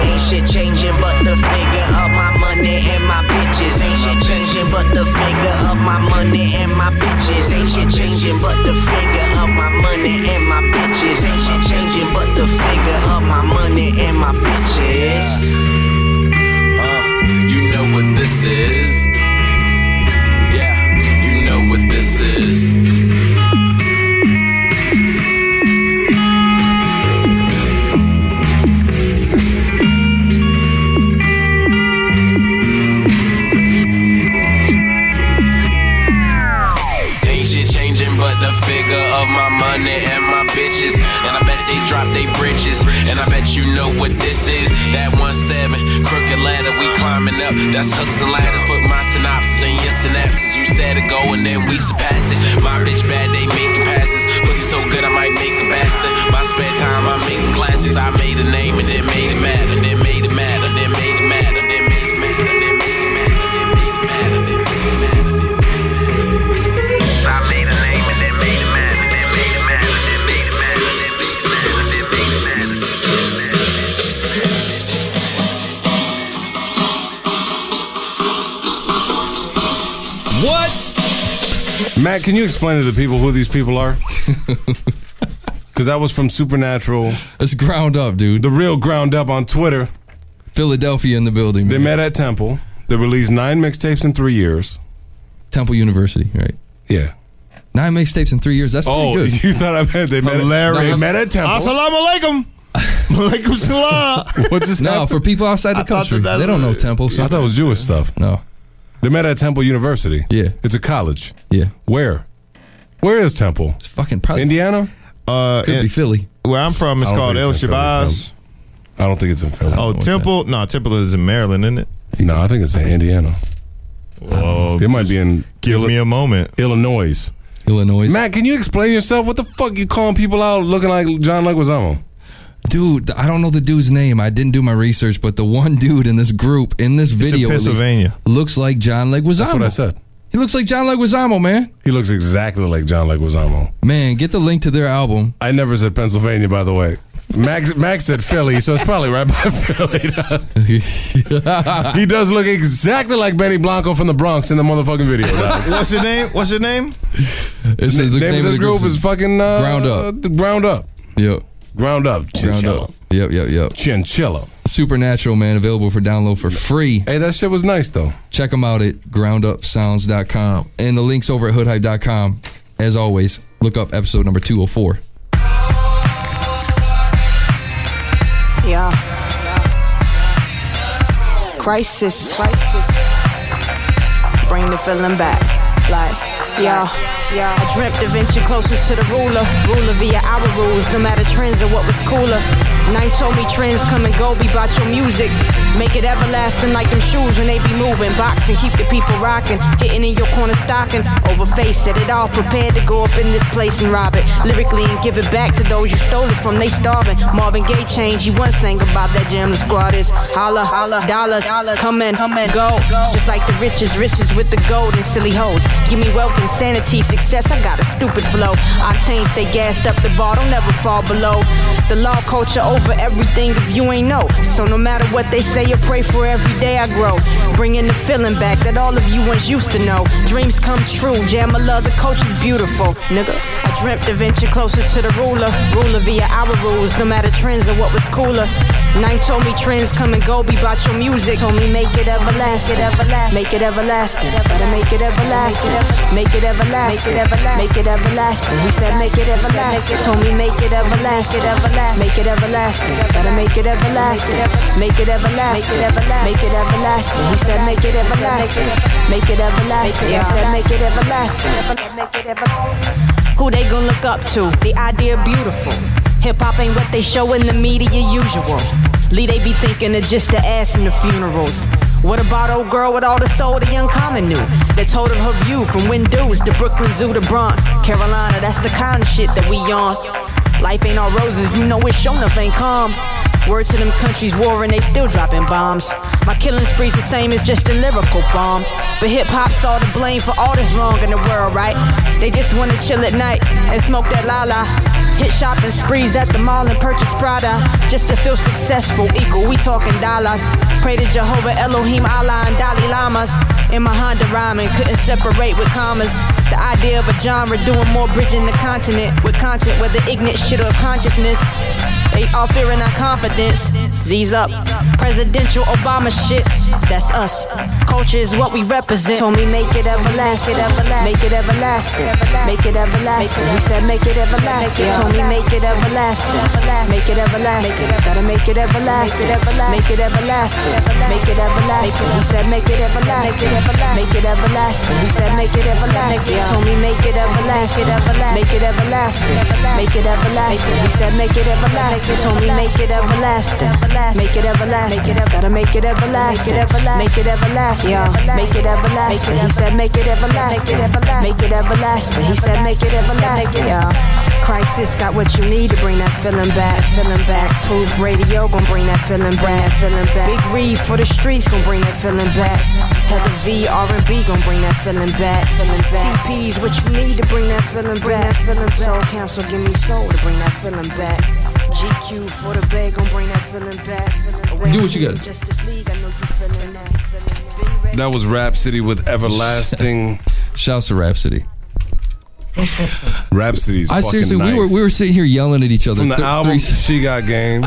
Speaker 24: Ain't shit changing but the figure of my money and my bitches. Ain't shit changing but the figure of my money and my bitches. Ain't shit changing but the figure of my money and my bitches. Ain't shit changing but the figure of my money and my bitches.
Speaker 17: uh, You know what this is. Yeah, you know what this is. Ain't shit changing but the figure of my money and my bitches. And I bet they drop they britches. And I bet you know what this is. That one seven, crooked ladder, we climbing up. That's hooks and ladders with my synopsis and your synapses. You said to go and then we surpass it. My bitch bad, they making passes. Pussy so good, I might make a bastard. My spare time, I'm making classics. I made a name and then made it matter. Then made it matter. Then made it matter. Then made it matter. Then made it matter. Then made it matter. Then made it matter. I made a name and then made it matter, then made it matter, then made it matter, then made it matter, then made it matter, then made it matter.
Speaker 3: What? Matt, can you explain to the people who these people are? Because that was from Supernatural.
Speaker 5: It's ground up, dude.
Speaker 3: The real ground up on Twitter.
Speaker 5: Philadelphia in the building.
Speaker 3: They met at Temple. They released nine mixtapes in three years.
Speaker 5: Temple University, right?
Speaker 3: Yeah.
Speaker 5: Nine mixtapes in three years. That's pretty
Speaker 3: Oh,
Speaker 5: good.
Speaker 3: you thought I meant they met
Speaker 5: Hilarious.
Speaker 3: At, they met at Temple.
Speaker 9: alaikum. Malaikum salam.
Speaker 3: What just
Speaker 5: No,
Speaker 3: happened?
Speaker 5: for people outside the
Speaker 3: I thought
Speaker 5: country,
Speaker 3: that that
Speaker 5: they don't know Temple.
Speaker 3: I thought it was Jewish stuff.
Speaker 5: No.
Speaker 3: They met at Temple University.
Speaker 5: Yeah.
Speaker 3: It's a college.
Speaker 5: Yeah.
Speaker 3: Where? Where is Temple? It's
Speaker 5: fucking probably
Speaker 3: Indiana?
Speaker 9: Uh,
Speaker 5: Could be Philly.
Speaker 9: Where I'm from, it's
Speaker 3: I don't
Speaker 9: called
Speaker 3: think
Speaker 9: El
Speaker 3: it's in Philly,
Speaker 9: Shabazz.
Speaker 3: I don't think it's in Philly.
Speaker 9: Oh, Temple. No, Temple is in Maryland, isn't it?
Speaker 3: No, I think it's in Indiana.
Speaker 9: Whoa.
Speaker 3: It might be in
Speaker 9: Give me a moment.
Speaker 3: Illinois.
Speaker 5: Illinois.
Speaker 3: Matt, can you explain yourself? What the fuck you calling people out looking like John Leguizamo?
Speaker 5: Dude, th- I don't know the dude's name. I didn't do my research, but the one dude in this group in this
Speaker 9: in
Speaker 5: video at least,
Speaker 9: Pennsylvania.
Speaker 5: looks like John Leguizamo.
Speaker 3: That's what I said.
Speaker 5: He looks like John Leguizamo, man.
Speaker 3: He looks exactly like John Leguizamo.
Speaker 5: Man, get the link to their album.
Speaker 3: I never said Pennsylvania, by the way. Max Max said Philly, so it's probably right by Philly. he does look exactly like Benny Blanco from the Bronx in the motherfucking video. dog.
Speaker 9: What's your name? What's your name?
Speaker 5: It says the
Speaker 3: name, of this group, is fucking uh,
Speaker 5: Ground Up.
Speaker 3: th- Ground up.
Speaker 5: Yep.
Speaker 3: Ground up. Chinchilla.
Speaker 5: Ground up. Yep, yep, yep.
Speaker 3: Chinchilla.
Speaker 5: Supernatural, man, available for download for free.
Speaker 3: Hey, that shit was nice though.
Speaker 5: Check them out at groundupsounds.com. And the links over at hoodhype.com. As always, look up episode number 204.
Speaker 27: Yeah. Crisis. Crisis. Bring the feeling back. Like, yeah. Yeah. I dreamt of venture closer to the ruler. Ruler via our rules, no matter trends or what was cooler. Nine told me trends come and go, be about your music. Make it everlasting like them shoes when they be moving. Boxing, keep the people rocking. Hitting in your corner stocking. Over face, set it all. Prepared to go up in this place and rob it. Lyrically and give it back to those you stole it from. They starving. Marvin Gaye changed. He once sang about that jam the squad is. Holla, holla, dollars, dollars. Come and, come and go. Just like the riches, riches with the gold and silly hoes. Give me wealth and sanity, success. I got a stupid flow. Octane stay gassed up the bar. Don't ever fall below. The law culture over everything if you ain't know. So no matter what they say or pray for, every day I grow. Bringing the feeling back that all of you once used to know. Dreams come true. Jam, I love the coach is beautiful, nigga. I dreamt of venture closer to the ruler. Ruler via our rules, no matter trends or what was cooler. Nine told me trends come and go, be about your music. Told me make it everlasting, make it everlasting, better make it everlasting, make it everlasting, make it everlasting. He said make it everlasting, told me make it everlasting, make it everlasting, better make it everlasting, make it everlasting, make it everlasting. He said make it everlasting, make it everlasting. He said make it everlasting. Make it everlasting. Who they gon' look up to? The idea beautiful. Hip hop ain't what they show in the media usual. Lee, they be thinking of just the ass in the funerals. What about old girl with all the soul the young common knew? They told of her view from windows to Brooklyn Zoo to Bronx, Carolina. That's the kind of shit that we on. Life ain't all roses, you know it sure enough ain't calm. Word to them countries warring, they still dropping bombs. My killing spree's the same as just a lyrical bomb. But hip hop's all the blame for all that's wrong in the world, right? They just wanna chill at night and smoke that lala. Hit shopping sprees at the mall and purchase Prada. Just to feel successful, equal, we talking dollars. Pray to Jehovah, Elohim, Allah, and Dalai Lamas. In my Honda rhyming, couldn't separate with commas. The idea of a genre doing more bridging the continent with content, whether ignorant shit or consciousness. They all fearing our confidence. Z's up. Presidential Obama shit. That's us. Culture is what we represent. Told me make it everlasting. Make it everlasting. Make it everlasting. He said make it everlasting. Told me make it everlasting. Make it everlasting. Gotta make it everlasting. Make it everlasting. Make it everlasting. He said make it everlasting. Make it everlasting. He said make it everlasting. Told me make it everlasting. Make it everlasting. Make it everlasting. He said make it everlasting. Told me make it everlasting. Make it everlasting. Gotta make it everlasting. Make it everlasting. Yeah. Make it everlasting. He said make it everlasting. Make it everlasting. He said make it everlasting. Yeah. Crisis got what you need to bring that feeling back. Feeling back. Proof radio gon' bring that feeling back. Feeling back. Big Reed for the streets gon' bring that feeling back. Heather V R&B gon' bring that feeling back. Feeling back. TP's what you need to bring that feeling back. Feeling back. Soul Council give me soul to bring that feeling back. GQ for the bay gon' bring that feeling back.
Speaker 5: Do what you gotta do.
Speaker 27: Justice League, I know you feeling that.
Speaker 3: That was Rhapsody with Everlasting.
Speaker 5: Shouts to Rhapsody.
Speaker 3: Rhapsody's.
Speaker 5: I
Speaker 3: fucking
Speaker 5: seriously, we
Speaker 3: nice.
Speaker 5: were we were sitting here yelling at each other.
Speaker 3: from the
Speaker 5: Th-
Speaker 3: album
Speaker 5: three-
Speaker 3: She Got Game.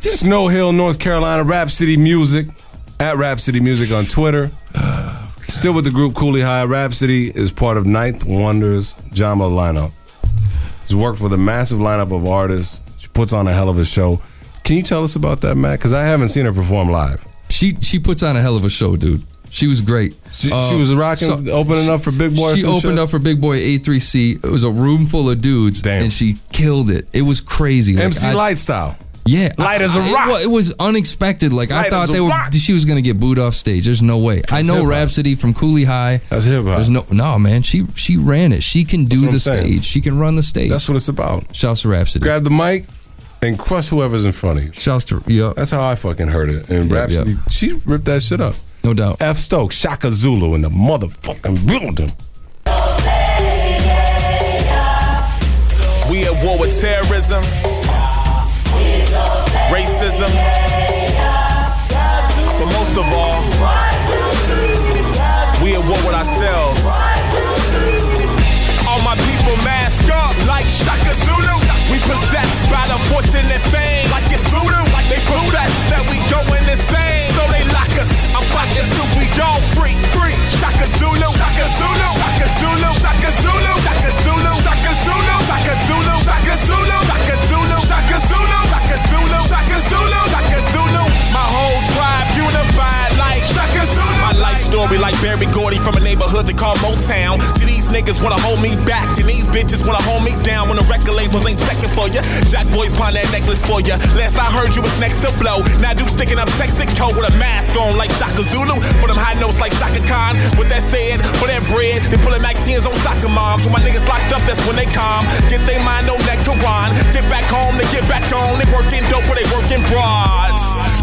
Speaker 3: Snow Hill, North Carolina, Rhapsody Music at Rhapsody Music on Twitter. Still with the group Cooley High. Rhapsody is part of Ninth Wonders Jama lineup. She's worked with a massive lineup of artists. She puts on a hell of a show. Can you tell us about that, Matt? Because I haven't seen her perform live.
Speaker 5: she she puts on a hell of a show, dude. She was great. Uh,
Speaker 3: She, she was rocking, opening up for Big Boy. or
Speaker 5: Oh, She
Speaker 3: some
Speaker 5: opened
Speaker 3: shit?
Speaker 5: up for Big Boy A3C. It was a room full of dudes, and she killed it. It was crazy. Like,
Speaker 3: MC
Speaker 5: I-
Speaker 3: Light style.
Speaker 5: Yeah,
Speaker 3: Light
Speaker 5: I-
Speaker 3: as a
Speaker 5: I- it
Speaker 3: rock.
Speaker 5: wa- It, was unexpected. Like
Speaker 3: Light
Speaker 5: I thought
Speaker 3: as a
Speaker 5: they were.
Speaker 3: rock.
Speaker 5: She was gonna get booed off stage. There's no way. I
Speaker 3: That's
Speaker 5: know
Speaker 3: hip-hop.
Speaker 5: Rhapsody from Cooley High.
Speaker 3: That's hip hop.
Speaker 5: There's no, no man. She she ran it. She can do
Speaker 3: what I'm
Speaker 5: the
Speaker 3: saying.
Speaker 5: stage. She can run the stage.
Speaker 3: That's what it's about.
Speaker 5: Shouts to Rhapsody.
Speaker 3: Grab the mic and crush whoever's in front of you.
Speaker 5: Shouts to yeah.
Speaker 3: That's how I fucking heard it. And
Speaker 5: Yep,
Speaker 3: Rhapsody, she ripped that shit up.
Speaker 5: No doubt.
Speaker 3: F Stokes, Shaka Zulu in the motherfucking building.
Speaker 11: We at war with terrorism.
Speaker 17: racism, but most of all, we at war with ourselves.
Speaker 2: All my people mask up like Shaka Zulu. We possessed by the fortune and fame like it's voodoo. Like they profess that we going insane. So they lock us. I'm rocking till we all free. Free. Shaka Zulu. Shaka Zulu. Shaka Zulu. Shaka Zulu. Shaka Zulu. Shaka Zulu. Shaka Zulu. Shaka Zulu. Shaka Zulu. Shaka Zulu. Shaka Zulu. Shaka Zulu. Shaka Zulu. My whole tribe unified like Shaka Zulu. My life story like Barry Gordy from a neighborhood they call Motown. See these niggas wanna hold me back and these bitches wanna hold me down when the record labels ain't checking for ya. Jack boys pawn that necklace for ya. Last I heard you was next to blow. Now dude sticking up Texaco with a mask on like Shaka Zulu. For them high notes like Shaka Khan. With that said, for that bread, they pulling Mac 10s on soccer moms. When my niggas locked up, that's when they calm. Get they mind on that Quran. Get back home, they get back on. They working dope or they working broads.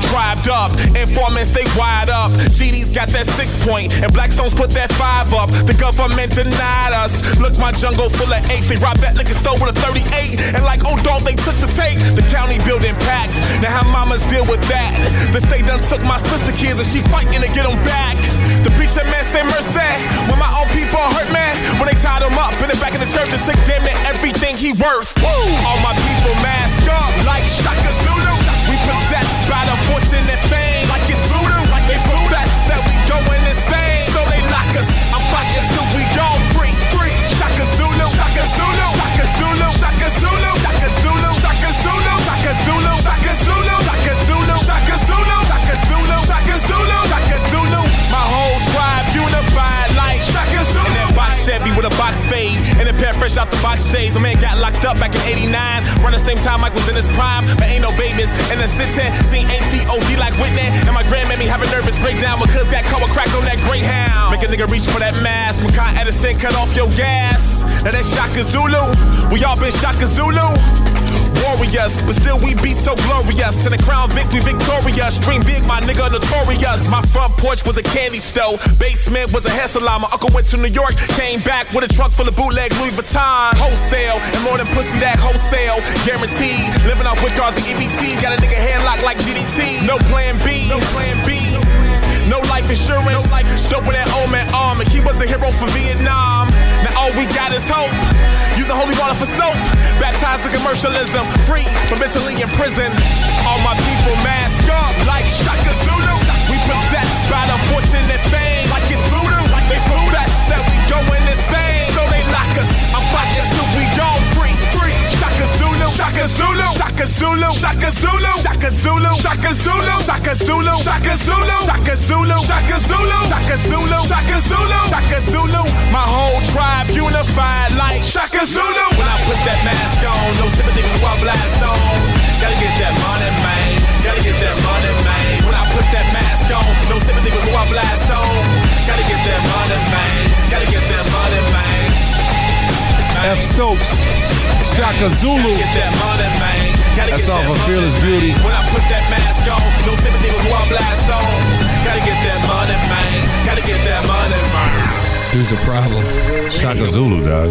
Speaker 2: Drived up, informants they wide up. GD's got that six point, and Blackstone's put that five up. The government denied us. Look, my jungle full of eight. They robbed that liquor store with a 38, and like oh dog, they took the tape. The county building packed. Now how mamas deal with that? The state done took my sister kids, and she fighting to get them back. The preacher man say mercy when my own people hurt man. When they tied him up in the back of the church and took damn near everything he worth. Woo! All my people mask up like Shaka Zulu. We possessed by the fortune and fame like it's voodoo. Like they profess that we going insane. So they lock us. I'm rocking till we all free. Free. Shaka Zulu. Shaka Zulu. Shaka Zulu. Shaka Zulu. Shaka Zulu. Shaka Zulu. Shaka Zulu. Shaka Zulu. Shaka Zulu. Shaka Zulu. Shaka Zulu. Shaka Zulu. Shaka Zulu. My whole tribe unified like Shaka Zulu. In that box Chevy with a box fade and a pair fresh out the box shades. My man got locked up back in '89. Run the same time Mike was in his prime, but ain't no babies in the sitting. Seen ATOD like Whitney, and my grand made me have a nervous breakdown because got caught with crack on that Greyhound. Make a nigga reach for that mask when Con Edison cut off your gas. Now that's Shaka Zulu. We all been Shaka Zulu warriors, but still we be so glorious. In the crown Vic, we victorious. Dream big, my nigga, notorious. My front porch was a candy store, basement was a hair salon. My uncle went to New York, came back with a trunk full of bootleg Louis Vuitton. Wholesale, and more than pussy, that wholesale. Guaranteed, living off with cars and EBT. Got a nigga handlocked like GDT. No plan B, no plan B. No life insurance, no life Dope with that old man arm, and he was a hero for Vietnam. Now all we got is hope. Use the holy water for soap. Baptized the commercialism, free but mentally in prison. All my people mask up like Shaka Zulu. We possessed by the fortune and fame like it's voodoo. Like they us that we going insane. So they lock us. I'm rocking till we all free. Free. Shaka Zulu. Shaka Zulu. Shaka Zulu. Shaka Zulu. Shaka Zulu. Shaka Zulu. Shaka Zulu. Shaka Zulu. Shaka Zulu. Shaka Zulu. Shaka Zulu. Shaka Zulu. Shaka Zulu. My whole tribe unified like Shaka Zulu. When I put that mask on, no sympathy with one blast on. Gotta get that money, man. Gotta get that money, man. When I put that mask on, no sympathy with who I blast on. Gotta get that money, man. Gotta get that money, man.
Speaker 3: F. Stokes, Shaka Zulu.
Speaker 2: Get that money, man. Gotta
Speaker 3: That's
Speaker 2: get
Speaker 3: off
Speaker 2: that
Speaker 3: of
Speaker 2: money.
Speaker 3: Fearless Beauty.
Speaker 2: When I put that mask on, no sympathy with who I blast on. Gotta get that money, man. Gotta get that money, man.
Speaker 3: There's a problem. Shaka Zulu, dog.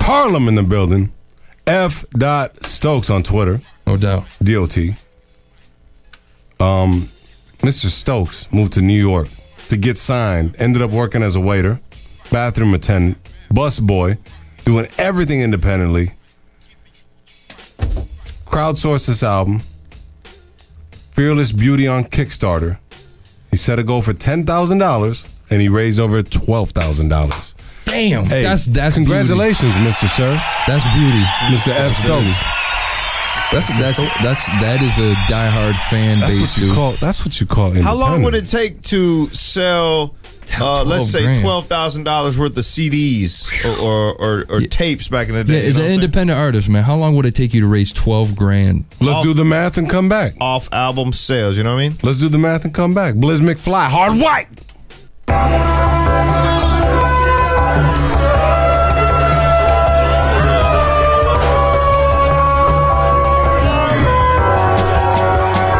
Speaker 3: Harlem in the building. F. Dot Stokes on Twitter.
Speaker 5: No doubt.
Speaker 3: DOT. Um, Mr. Stokes moved to New York to get signed. Ended up working as a waiter, bathroom attendant, bus boy, doing everything independently. Crowdsourced this album. Fearless Beauty on Kickstarter. He set a goal for ten thousand dollars, and he raised over twelve thousand dollars.
Speaker 5: Damn.
Speaker 3: Hey,
Speaker 5: that's that's beauty.
Speaker 3: congratulations, Mr. Sir.
Speaker 5: That's beauty,
Speaker 3: Mr. F. Stokes.
Speaker 5: That's that's that's that is a diehard fan
Speaker 3: That's
Speaker 5: base,
Speaker 3: what you
Speaker 5: dude.
Speaker 3: call. That's what you call.
Speaker 4: How long would it take to sell, uh, let's
Speaker 5: 12
Speaker 4: say,
Speaker 5: grand.
Speaker 4: twelve thousand dollars worth of CDs or or, or, or tapes back in the day?
Speaker 5: Yeah,
Speaker 4: you
Speaker 5: as
Speaker 4: know what
Speaker 5: an
Speaker 4: I'm saying?
Speaker 5: independent artist, man, how long would it take you to raise twelve grand?
Speaker 3: Let's do the math and come back.
Speaker 4: Off album sales, you know what I mean?
Speaker 3: Let's do the math and come back. Blizz McFly, hard white.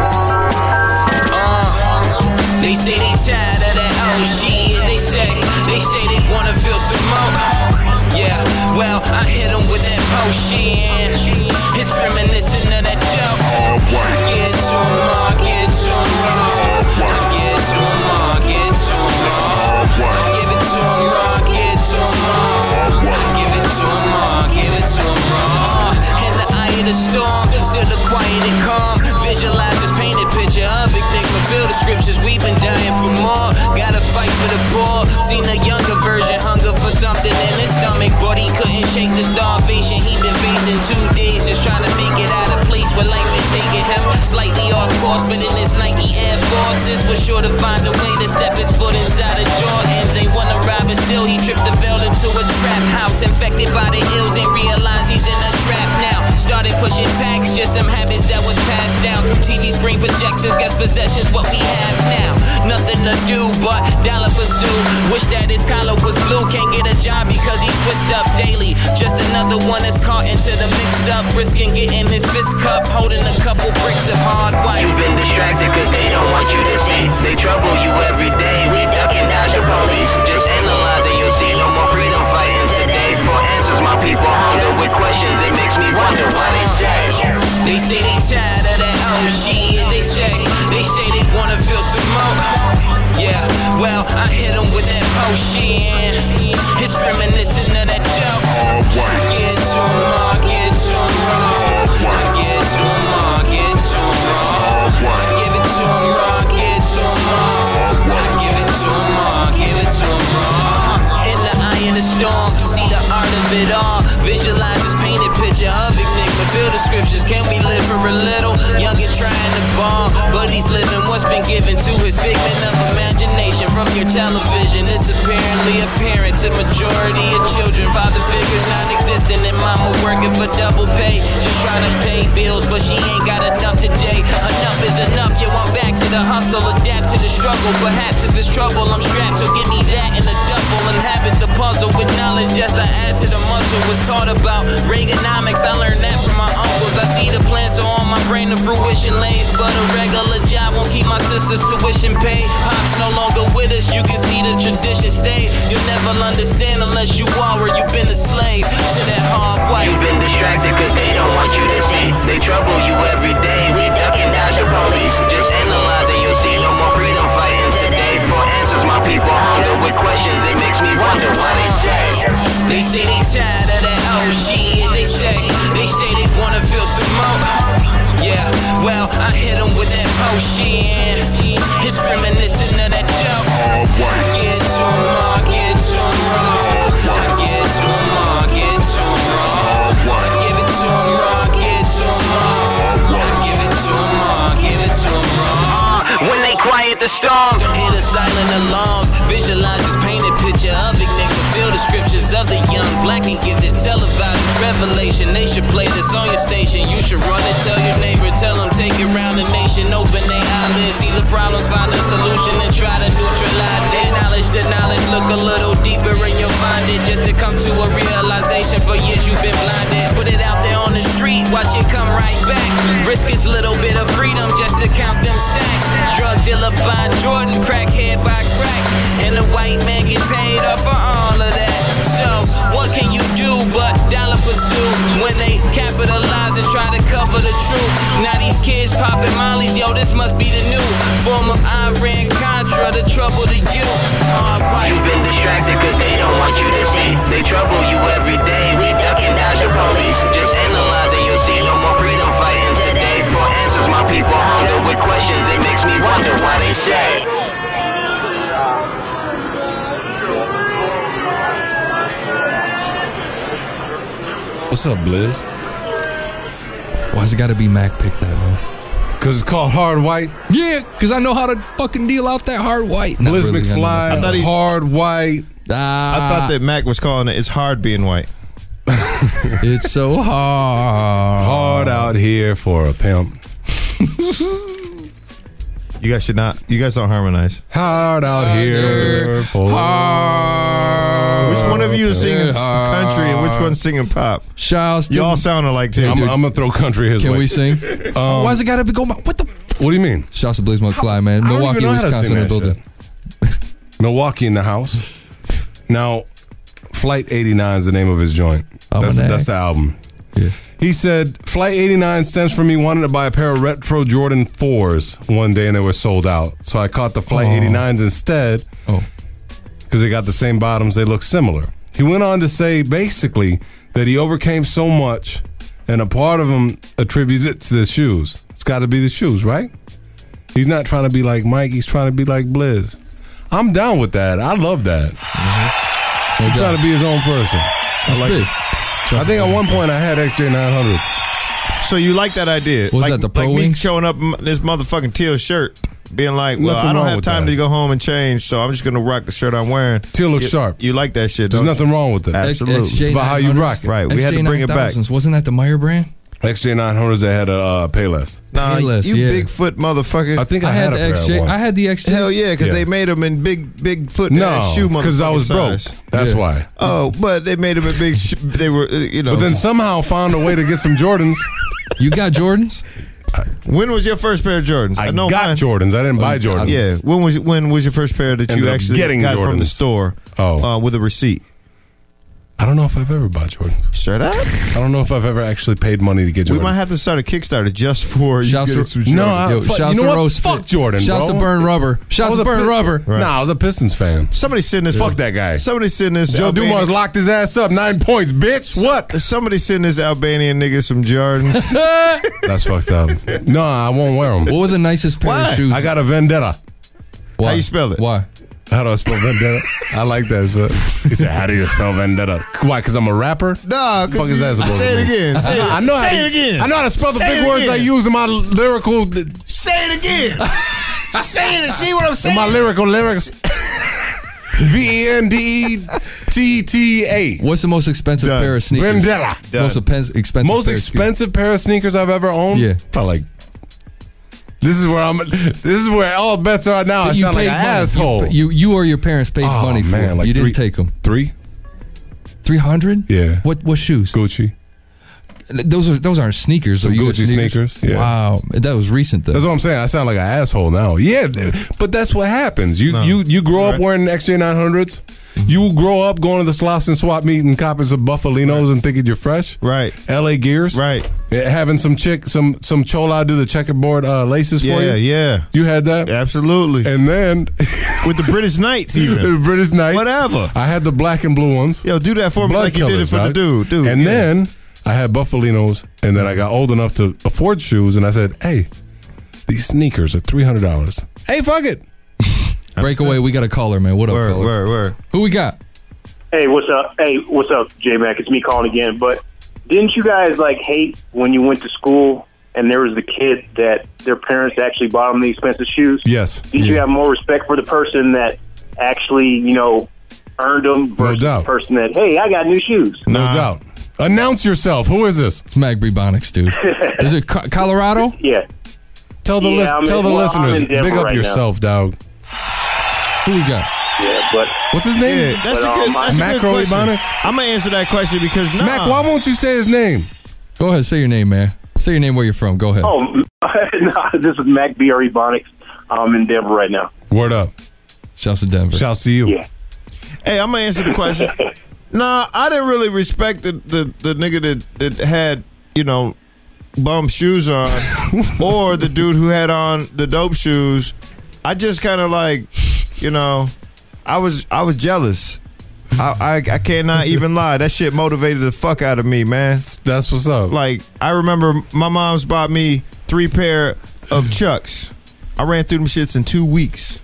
Speaker 11: Uh, they say they tired of that old shit. They say, they say they wanna feel some more. Yeah, well, I hit him with that potion. It's reminiscent of that dope. I get to him, I get to him raw. I get to him, I get to him raw. I give it to him raw, I get to him raw. I give it to him raw, I give it to him raw. In the eye of the storm, still the quiet and calm. Visualize this painted picture of it. They fulfill the scriptures, we've been dying for more. Gotta fight for the poor. Seen a younger version, hunger for something in his stomach. But he couldn't shake the starvation he been facing two days. Just trying to make it out of place where life been taking him. Slightly off course, but in his Nike Air Forces, was sure to find a way to step his foot inside of Jordans. Ain't wanna rob, but still he tripped the veil into a trap house. Infected by the ills and realized he's in a trap now. Started pushing packs, just some habits that was passed down through TV screen projections. Guess possessions what we have now. Nothing to do but dollar pursue. Wish that his collar was blue. Can't get a job because he twist up daily. Just another one that's caught into the mix up, risking getting his fist cup, holding a couple bricks of hard white.
Speaker 16: You've been distracted because they don't want you to see. They trouble you every day. We duck and dodge the police. Just analyze it, you'll see. No more freedom fighting today. For answers, my people hunger with questions. It makes me wonder why they say.
Speaker 11: They say they tired of that oh shit. They say they say they wanna feel some more. Yeah, well I hit 'em with that potion. It's reminiscent of that dope. I get to 'em, I get to 'em raw. I get to 'em, I get to 'em raw. I give it to 'em raw, I get to 'em raw. I give it to 'em raw, I give it to 'em raw. In the eye of the storm, see the art of it all. Visualize this painted picture of it, Nick. But feel the scriptures, can we live for a little? Young and trying to bomb, but he's living what's been given to his figment of imagination from your television. It's apparently apparent to majority of children. Father figures non existent, and mama working for double pay. Just trying to pay bills, but she ain't got enough today. Enough is enough, yo, I'm back to the hustle, adapt to the struggle. Perhaps if it's trouble, I'm strapped, so give me that and a double. Inhabit the puzzle with knowledge as I add to the muscle. Was taught about Reaganomics, I learned that from my uncles. I see the plan, so on my brain, the fruition lanes. But a regular job won't keep my sister's tuition paid. Pops no longer with us, you can see the tradition stay. You'll never understand unless you are where you've been a slave to that hard white.
Speaker 16: You've been distracted because they don't want you to see. They trouble you every day. We duck and dodge the police. Just analyze it, you'll see. No more freedom fighting today. For answers, my people hunger with questions. It makes me wonder why they say.
Speaker 11: They say they tired of that oh shit. They say they say they wanna feel some more. Yeah, well I hit 'em with that potion. It's reminiscent of that dope. I get to 'em, I get to 'em raw. I get to 'em, I get to 'em raw. I give it to 'em raw, I get to 'em raw. I give it to 'em raw, I give it to 'em raw.
Speaker 16: When they quiet the storm,
Speaker 11: hear the silent alarms. Visualize this painted picture of it, nigga. Feel the scriptures of the young black and give the televised this revelation. They should play this on your station. You should run and tell your neighbor. Tell them take it round the nation. Open their eyelids. See the problems, find a solution, and try to neutralize it. Knowledge to knowledge. Look a little deeper in your mind. It just to come to a realization. For years you've been blinded. Put it out there on the street. Watch it come right back. Risk his little bit of freedom just to count them stacks. Drug dealer by Jordan. Crackhead by crack. And the white man get paid off for all of that. So, what can you do but dollar pursue when they capitalize and try to cover the truth? Now, these kids popping mollies, yo, this must be the new form of Iran Contra, the trouble to you. All right.
Speaker 16: You've been distracted because they don't want you to see. They trouble you every day. We duck and dodge the police. Just analyze it, you'll see. No more freedom fighting today. For answers, my people hunger with questions. It makes me wonder why they say.
Speaker 3: What's up, Blizz?
Speaker 5: Why's it gotta be Mac picked that, man?
Speaker 3: Cause it's called Hard White.
Speaker 5: Yeah, cause I know how to fucking deal out that hard white. Not
Speaker 3: Blizz
Speaker 5: really, I know.
Speaker 3: McFly,
Speaker 5: I thought he-
Speaker 3: Hard White.
Speaker 9: I thought that Mac was calling it. It's hard being white.
Speaker 5: it's so hard.
Speaker 3: Hard out here for a pimp.
Speaker 9: You guys should not. You guys don't harmonize.
Speaker 3: Hard out here for
Speaker 9: Which one of you is singing country and which one's singing pop?
Speaker 5: Shout
Speaker 9: You all sound alike too.
Speaker 3: I'm, I'm gonna throw country his
Speaker 5: Can
Speaker 3: way.
Speaker 5: we sing? Oh,
Speaker 3: Um,
Speaker 5: Why's it gotta be go? What the?
Speaker 3: what do you mean?
Speaker 5: Shouts to Blaze McFly, man.
Speaker 3: I don't
Speaker 5: Milwaukee,
Speaker 3: even know how to
Speaker 5: Wisconsin,
Speaker 3: sing
Speaker 5: in the
Speaker 3: that
Speaker 5: building.
Speaker 3: Milwaukee in the house. Now, Flight 89 is the name of his joint. That's,
Speaker 5: Almanac.
Speaker 3: that's the album. He said, Flight 89 stems from me wanting to buy a pair of retro Jordan 4s one day and they were sold out. So I caught the Flight
Speaker 5: Oh.
Speaker 3: 89s instead because they got the same bottoms, they look similar. He went on to say basically that he overcame so much and a part of him attributes it to the shoes. It's got to be the shoes, right? He's not trying to be like Mike, he's trying to be like Blizz. I'm down with that. I love that.
Speaker 4: Mm-hmm.
Speaker 3: He's
Speaker 5: doubt.
Speaker 3: trying to be his own person. I like
Speaker 5: big.
Speaker 3: it. I think at one point I had XJ900.
Speaker 4: So you like that idea?
Speaker 5: What was
Speaker 4: like,
Speaker 5: that, the Pro
Speaker 4: like me
Speaker 5: Wings?
Speaker 4: showing up in this motherfucking teal shirt, being like, "Well,
Speaker 3: Nothing
Speaker 4: I don't
Speaker 3: wrong
Speaker 4: have
Speaker 3: with
Speaker 4: time
Speaker 3: that.
Speaker 4: to go home and change, so I'm just gonna rock the shirt I'm wearing."
Speaker 3: Teal looks
Speaker 4: You-
Speaker 3: sharp.
Speaker 4: You like that shit?
Speaker 3: There's
Speaker 4: don't you?
Speaker 3: nothing wrong with that.
Speaker 4: Absolutely.
Speaker 3: It's about how you rock it.
Speaker 4: Right. We had to bring it back.
Speaker 5: Wasn't that the Meyer brand?
Speaker 3: XJ900s that had a uh, Payless.
Speaker 4: Nah,
Speaker 5: Payless,
Speaker 4: you
Speaker 5: yeah.
Speaker 4: Bigfoot motherfucker.
Speaker 3: I think I I had had a the pair XJ once. I had
Speaker 5: the XJ.
Speaker 4: Hell yeah, because
Speaker 3: Yeah.
Speaker 4: they made them in big Bigfoot
Speaker 3: No,
Speaker 4: ass shoe
Speaker 3: because I
Speaker 4: motherfucking
Speaker 3: was broke.
Speaker 4: size.
Speaker 3: That's
Speaker 4: Yeah.
Speaker 3: why.
Speaker 4: Oh, but they made them a big. Sh- they were, uh, you know.
Speaker 3: But then somehow found a way to get some Jordans.
Speaker 5: You got Jordans?
Speaker 4: when was your first pair of Jordans?
Speaker 3: I,
Speaker 4: know
Speaker 3: got
Speaker 4: mine-
Speaker 3: Jordans. I didn't buy Jordans.
Speaker 4: Yeah. When was when was your first pair that
Speaker 3: Ended
Speaker 4: you
Speaker 3: up
Speaker 4: actually
Speaker 3: getting
Speaker 4: got from the
Speaker 3: Jordans.
Speaker 4: store?
Speaker 3: Oh.
Speaker 4: uh, with a receipt.
Speaker 3: I don't know if I've ever bought Jordans.
Speaker 4: Straight up.
Speaker 3: I don't know if I've ever actually paid money to get Jordans.
Speaker 4: We might have to start a Kickstarter just for you.
Speaker 5: Shouts
Speaker 4: getting
Speaker 5: to-
Speaker 4: some Jordans.
Speaker 3: no, I,
Speaker 5: Yo,
Speaker 3: fuck,
Speaker 5: shouts
Speaker 3: you know
Speaker 5: to
Speaker 3: what?
Speaker 5: Rose
Speaker 3: fuck
Speaker 5: Fit.
Speaker 3: Jordan,
Speaker 5: Shouts
Speaker 3: bro.
Speaker 5: to Burn Rubber.
Speaker 3: I
Speaker 5: Shouts
Speaker 3: was
Speaker 5: to
Speaker 3: a
Speaker 5: Burn
Speaker 3: Pi-
Speaker 5: Rubber.
Speaker 3: Nah, I was a Pistons fan.
Speaker 4: Somebody send this.
Speaker 3: Fuck that guy.
Speaker 4: Somebody send this.
Speaker 3: Joe
Speaker 4: Albanian-
Speaker 3: Dumars locked his ass up nine points, bitch. What?
Speaker 4: Somebody send this Albanian nigga some Jordans.
Speaker 3: That's fucked up. No, I won't wear them.
Speaker 5: What were the nicest pair
Speaker 4: Why?
Speaker 5: of shoes?
Speaker 3: I got a vendetta.
Speaker 5: Why?
Speaker 4: How you spell it?
Speaker 5: Why?
Speaker 3: How do I spell vendetta? I like that shit. He said, "How do you spell vendetta? Why? Because I'm a rapper."
Speaker 4: Nah,
Speaker 3: Fuck is that supposed
Speaker 4: say
Speaker 3: to
Speaker 4: it
Speaker 3: be?
Speaker 4: again. Say it,
Speaker 3: I know
Speaker 4: say
Speaker 3: how,
Speaker 4: it again.
Speaker 3: I know how to spell the
Speaker 4: Say
Speaker 3: big
Speaker 4: it
Speaker 3: words I
Speaker 4: again.
Speaker 3: use in my lyrical in
Speaker 4: Say it again. say it. See what I'm saying?
Speaker 3: my lyrical lyrics. V E N D E T T A.
Speaker 5: What's the most expensive
Speaker 4: Done.
Speaker 5: pair of sneakers?
Speaker 3: Vendetta.
Speaker 5: Most expen- expensive.
Speaker 3: Most
Speaker 5: pair of shoes.
Speaker 3: expensive pair of sneakers I've ever owned.
Speaker 5: Yeah.
Speaker 3: Probably like. This is where I'm. This is where all bets are now. I
Speaker 5: You
Speaker 3: sound like
Speaker 5: paid
Speaker 3: an
Speaker 5: money. You-
Speaker 3: asshole.
Speaker 5: You, you or your parents paid
Speaker 3: Oh,
Speaker 5: money for
Speaker 3: man,
Speaker 5: them.
Speaker 3: like
Speaker 5: you
Speaker 3: three-
Speaker 5: didn't take them.
Speaker 3: Three
Speaker 5: Three hundred?
Speaker 3: Yeah.
Speaker 5: What what shoes?
Speaker 3: Gucci.
Speaker 5: Those are those aren't sneakers.
Speaker 3: Some
Speaker 5: though. You got
Speaker 3: Gucci sneakers, yeah.
Speaker 5: Wow, that was recent though.
Speaker 3: That's what I'm saying. I sound like an asshole now. Yeah, th- but that's what happens. You you you grow up wearing XJ900s.
Speaker 4: Mm-hmm.
Speaker 3: You grow up going to the Slauson swap meet and copping some Buffalinos and thinking you're fresh.
Speaker 4: Right.
Speaker 3: LA gears.
Speaker 4: Right.
Speaker 3: Yeah, having some chick some some chola do the checkerboard uh, laces for you.
Speaker 4: Yeah, yeah.
Speaker 3: You had that.
Speaker 4: Absolutely.
Speaker 3: And then
Speaker 4: With the British Knights,
Speaker 3: the
Speaker 4: even.
Speaker 3: British Knights.
Speaker 4: Whatever.
Speaker 3: I had the black and blue ones.
Speaker 4: Yo, do that for me
Speaker 3: Blood
Speaker 4: like you did it
Speaker 3: colors,
Speaker 4: for the
Speaker 3: dog.
Speaker 4: dude, dude.
Speaker 3: And
Speaker 4: yeah.
Speaker 3: then I had Buffalinos, and then I got old enough to afford shoes, and I said, "Hey, these sneakers are three hundred dollars. Hey, fuck it.
Speaker 5: Breakaway. We got a caller, man. What up,
Speaker 4: Word,
Speaker 5: caller?
Speaker 4: word, word.
Speaker 5: Who we got?
Speaker 23: Hey, what's up? Hey, what's up, J Mac? It's me calling again. But didn't you guys like hate when you went to school and there was the kid that their parents actually bought them the expensive shoes?
Speaker 3: Yes,
Speaker 23: Did you have more respect for the person that actually, you know, earned them versus
Speaker 3: doubt.
Speaker 23: the person that, hey, I got new shoes?
Speaker 3: no doubt. Announce yourself. Who is this?
Speaker 5: It's Mag Brebonics, dude. Is it Co- Colorado?
Speaker 23: Yeah.
Speaker 3: Tell the
Speaker 23: Yeah,
Speaker 3: lis-
Speaker 23: I'm in-
Speaker 3: tell the
Speaker 23: well, I'm
Speaker 3: listeners.
Speaker 23: in Denver
Speaker 3: Big up
Speaker 23: right now.
Speaker 3: yourself, dog.
Speaker 5: Who we got?
Speaker 23: Yeah, but
Speaker 3: What's his name?
Speaker 4: Yeah, that's
Speaker 23: But,
Speaker 4: a
Speaker 23: um,
Speaker 4: good, that's a good
Speaker 3: Macro
Speaker 4: question.
Speaker 3: Ebonics?
Speaker 4: I'm going to answer that question because, nah.
Speaker 3: Mac. Why won't you say his name?
Speaker 5: Go ahead. Say your name, man. Say your name. Where you're from. Go ahead.
Speaker 23: oh, no, this is Mac B. R. Ebonics. I'm in Denver right now.
Speaker 3: Word up.
Speaker 5: Shouts to Denver.
Speaker 3: Shouts to you.
Speaker 23: Yeah.
Speaker 4: Hey, I'm gonna answer the question. nah, I didn't really respect the the, the nigga that, that had you know bum shoes on, or the dude who had on the dope shoes. I just kind of like, you know, I was I was jealous. I, I I cannot even lie. That shit motivated the fuck out of me, man.
Speaker 3: That's what's up.
Speaker 4: Like I remember my mom's bought me three pair of Chucks. I ran through them shits in two weeks,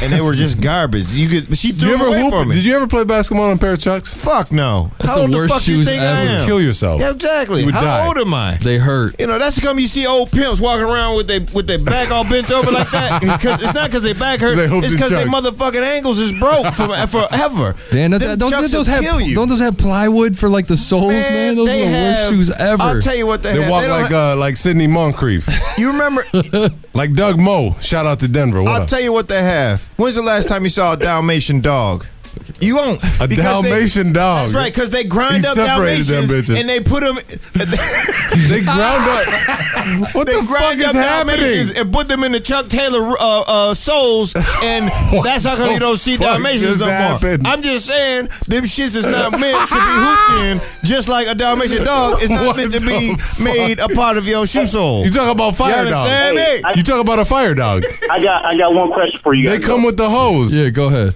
Speaker 4: and they were just garbage. You could she threw
Speaker 3: you
Speaker 4: them
Speaker 3: ever
Speaker 4: away for
Speaker 3: hoop?
Speaker 4: me.
Speaker 3: Did you ever play basketball in a pair of chucks?
Speaker 4: Fuck no.
Speaker 5: That's
Speaker 4: How
Speaker 5: the
Speaker 4: old the
Speaker 5: worst
Speaker 4: fuck you
Speaker 5: shoes
Speaker 4: think
Speaker 5: ever.
Speaker 4: I am?
Speaker 3: Kill yourself.
Speaker 4: Yeah, exactly.
Speaker 3: You would
Speaker 4: How
Speaker 3: die.
Speaker 4: old am I?
Speaker 5: They hurt.
Speaker 4: You know, that's the come you see old pimps walking around with they with their back all bent over like that. It's, 'cause- it's not because their back hurt.
Speaker 3: They hooked
Speaker 4: it's
Speaker 3: in
Speaker 4: because their
Speaker 3: chucks.
Speaker 4: motherfucking ankles is broke from forever.
Speaker 5: Damn, that,
Speaker 4: Them
Speaker 5: that, don't,
Speaker 4: chucks
Speaker 5: those
Speaker 4: will
Speaker 5: have
Speaker 4: kill you.
Speaker 5: don't those have plywood for like the soles, man? Those are
Speaker 4: they
Speaker 5: the
Speaker 4: have-
Speaker 5: worst shoes ever.
Speaker 4: I'll tell you what they,
Speaker 3: They
Speaker 4: have.
Speaker 3: walk
Speaker 4: don't
Speaker 3: like
Speaker 4: ha-
Speaker 3: uh like Sidney Moncrief,
Speaker 4: you remember.
Speaker 3: like Doug Moe. Shout out to Denver. What
Speaker 4: I'll
Speaker 3: up?
Speaker 4: tell you what they have. When's the last time you saw a Dalmatian dog? You won't.
Speaker 3: A
Speaker 4: because
Speaker 3: Dalmatian
Speaker 4: they,
Speaker 3: dog.
Speaker 4: That's right, because they grind
Speaker 3: He
Speaker 4: up
Speaker 3: separated
Speaker 4: Dalmatians
Speaker 3: them bitches.
Speaker 4: and they put them. they
Speaker 3: ground up. What
Speaker 4: they
Speaker 3: the
Speaker 4: grind up
Speaker 3: fuck is happening?
Speaker 4: Dalmatians And put them in the Chuck Taylor uh, uh, soles, and that's how come you don't see
Speaker 3: the fuck
Speaker 4: Dalmatians
Speaker 3: just
Speaker 4: no more.
Speaker 3: happened?
Speaker 4: I'm just saying, them shits is not meant to be hooped in, just like a Dalmatian dog is not
Speaker 3: What
Speaker 4: meant to
Speaker 3: the
Speaker 4: be
Speaker 3: fuck?
Speaker 4: made a part of your shoe sole.
Speaker 3: You talk about fire
Speaker 4: you
Speaker 3: dog.
Speaker 4: understand me?
Speaker 3: You talk about a fire dog.
Speaker 23: I got I got one question for you.
Speaker 3: They
Speaker 23: guys,
Speaker 3: come
Speaker 23: though.
Speaker 3: with the hose.
Speaker 5: Yeah, go ahead.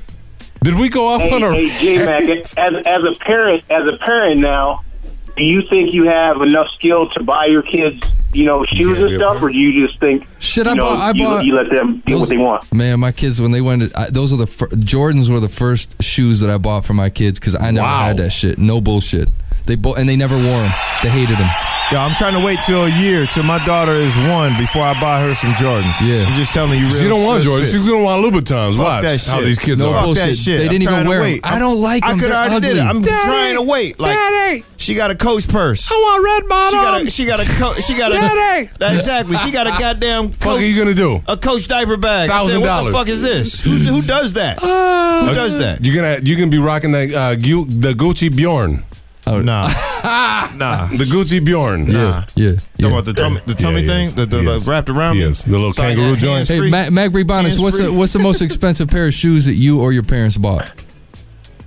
Speaker 3: Did we go off
Speaker 23: Hey,
Speaker 3: on a?
Speaker 23: hey, J Mac, as as a parent, as a parent now, do you think you have enough skill to buy your kids, you know, shoes and stuff, or do you just think
Speaker 5: Shit,
Speaker 23: you
Speaker 5: I
Speaker 23: know,
Speaker 5: bought- I
Speaker 23: you,
Speaker 5: bought-
Speaker 23: you let them do what
Speaker 5: Those-
Speaker 23: they want?
Speaker 5: Man, my kids when they went, to, I, those are the fir- Jordans were the first shoes that I bought for my kids because I never had that shit. No bullshit. They bo- and they never wore them. They hated them.
Speaker 4: Yo, I'm trying to wait till a year till my daughter is one before I buy her some Jordans. Yeah, I'm just telling you. Real,
Speaker 3: She don't want
Speaker 4: real
Speaker 3: Jordans.
Speaker 4: shit.
Speaker 3: She's gonna want Louboutins.
Speaker 4: Fuck
Speaker 3: Watch
Speaker 4: that shit.
Speaker 3: how these kids
Speaker 4: no
Speaker 3: are.
Speaker 4: Fuck that shit. I'm trying to wait. I'm- I could already did it. I'm trying to wait. Like she got a Coach purse. I
Speaker 3: want red bottom.
Speaker 4: She got a. She got a. Co- Oh, she got a.
Speaker 3: Daddy.
Speaker 4: Exactly. She got a goddamn.
Speaker 3: Fuck are you gonna do?
Speaker 4: A Coach diaper bag. I said,
Speaker 3: $1,000.
Speaker 4: What the fuck is this? Who, who does that?
Speaker 5: Uh,
Speaker 4: who does that?
Speaker 3: You're gonna Uh, you gonna be rocking that uh, Gu- the Gucci Bjorn.
Speaker 5: Oh
Speaker 4: nah, nah.
Speaker 3: The Gucci Bjorn.
Speaker 5: Yeah, yeah.
Speaker 4: Talking about the tummy, the tummy thing, the, the, the wrapped around.
Speaker 3: Yes, the little
Speaker 4: Sorry,
Speaker 3: kangaroo
Speaker 4: that
Speaker 3: joint.
Speaker 4: hand's
Speaker 5: Hey,
Speaker 4: free.
Speaker 5: Mac, Mac Bribonis,
Speaker 4: Hands
Speaker 5: what's the,
Speaker 4: free.
Speaker 5: what's the most expensive pair of shoes that you or your parents bought?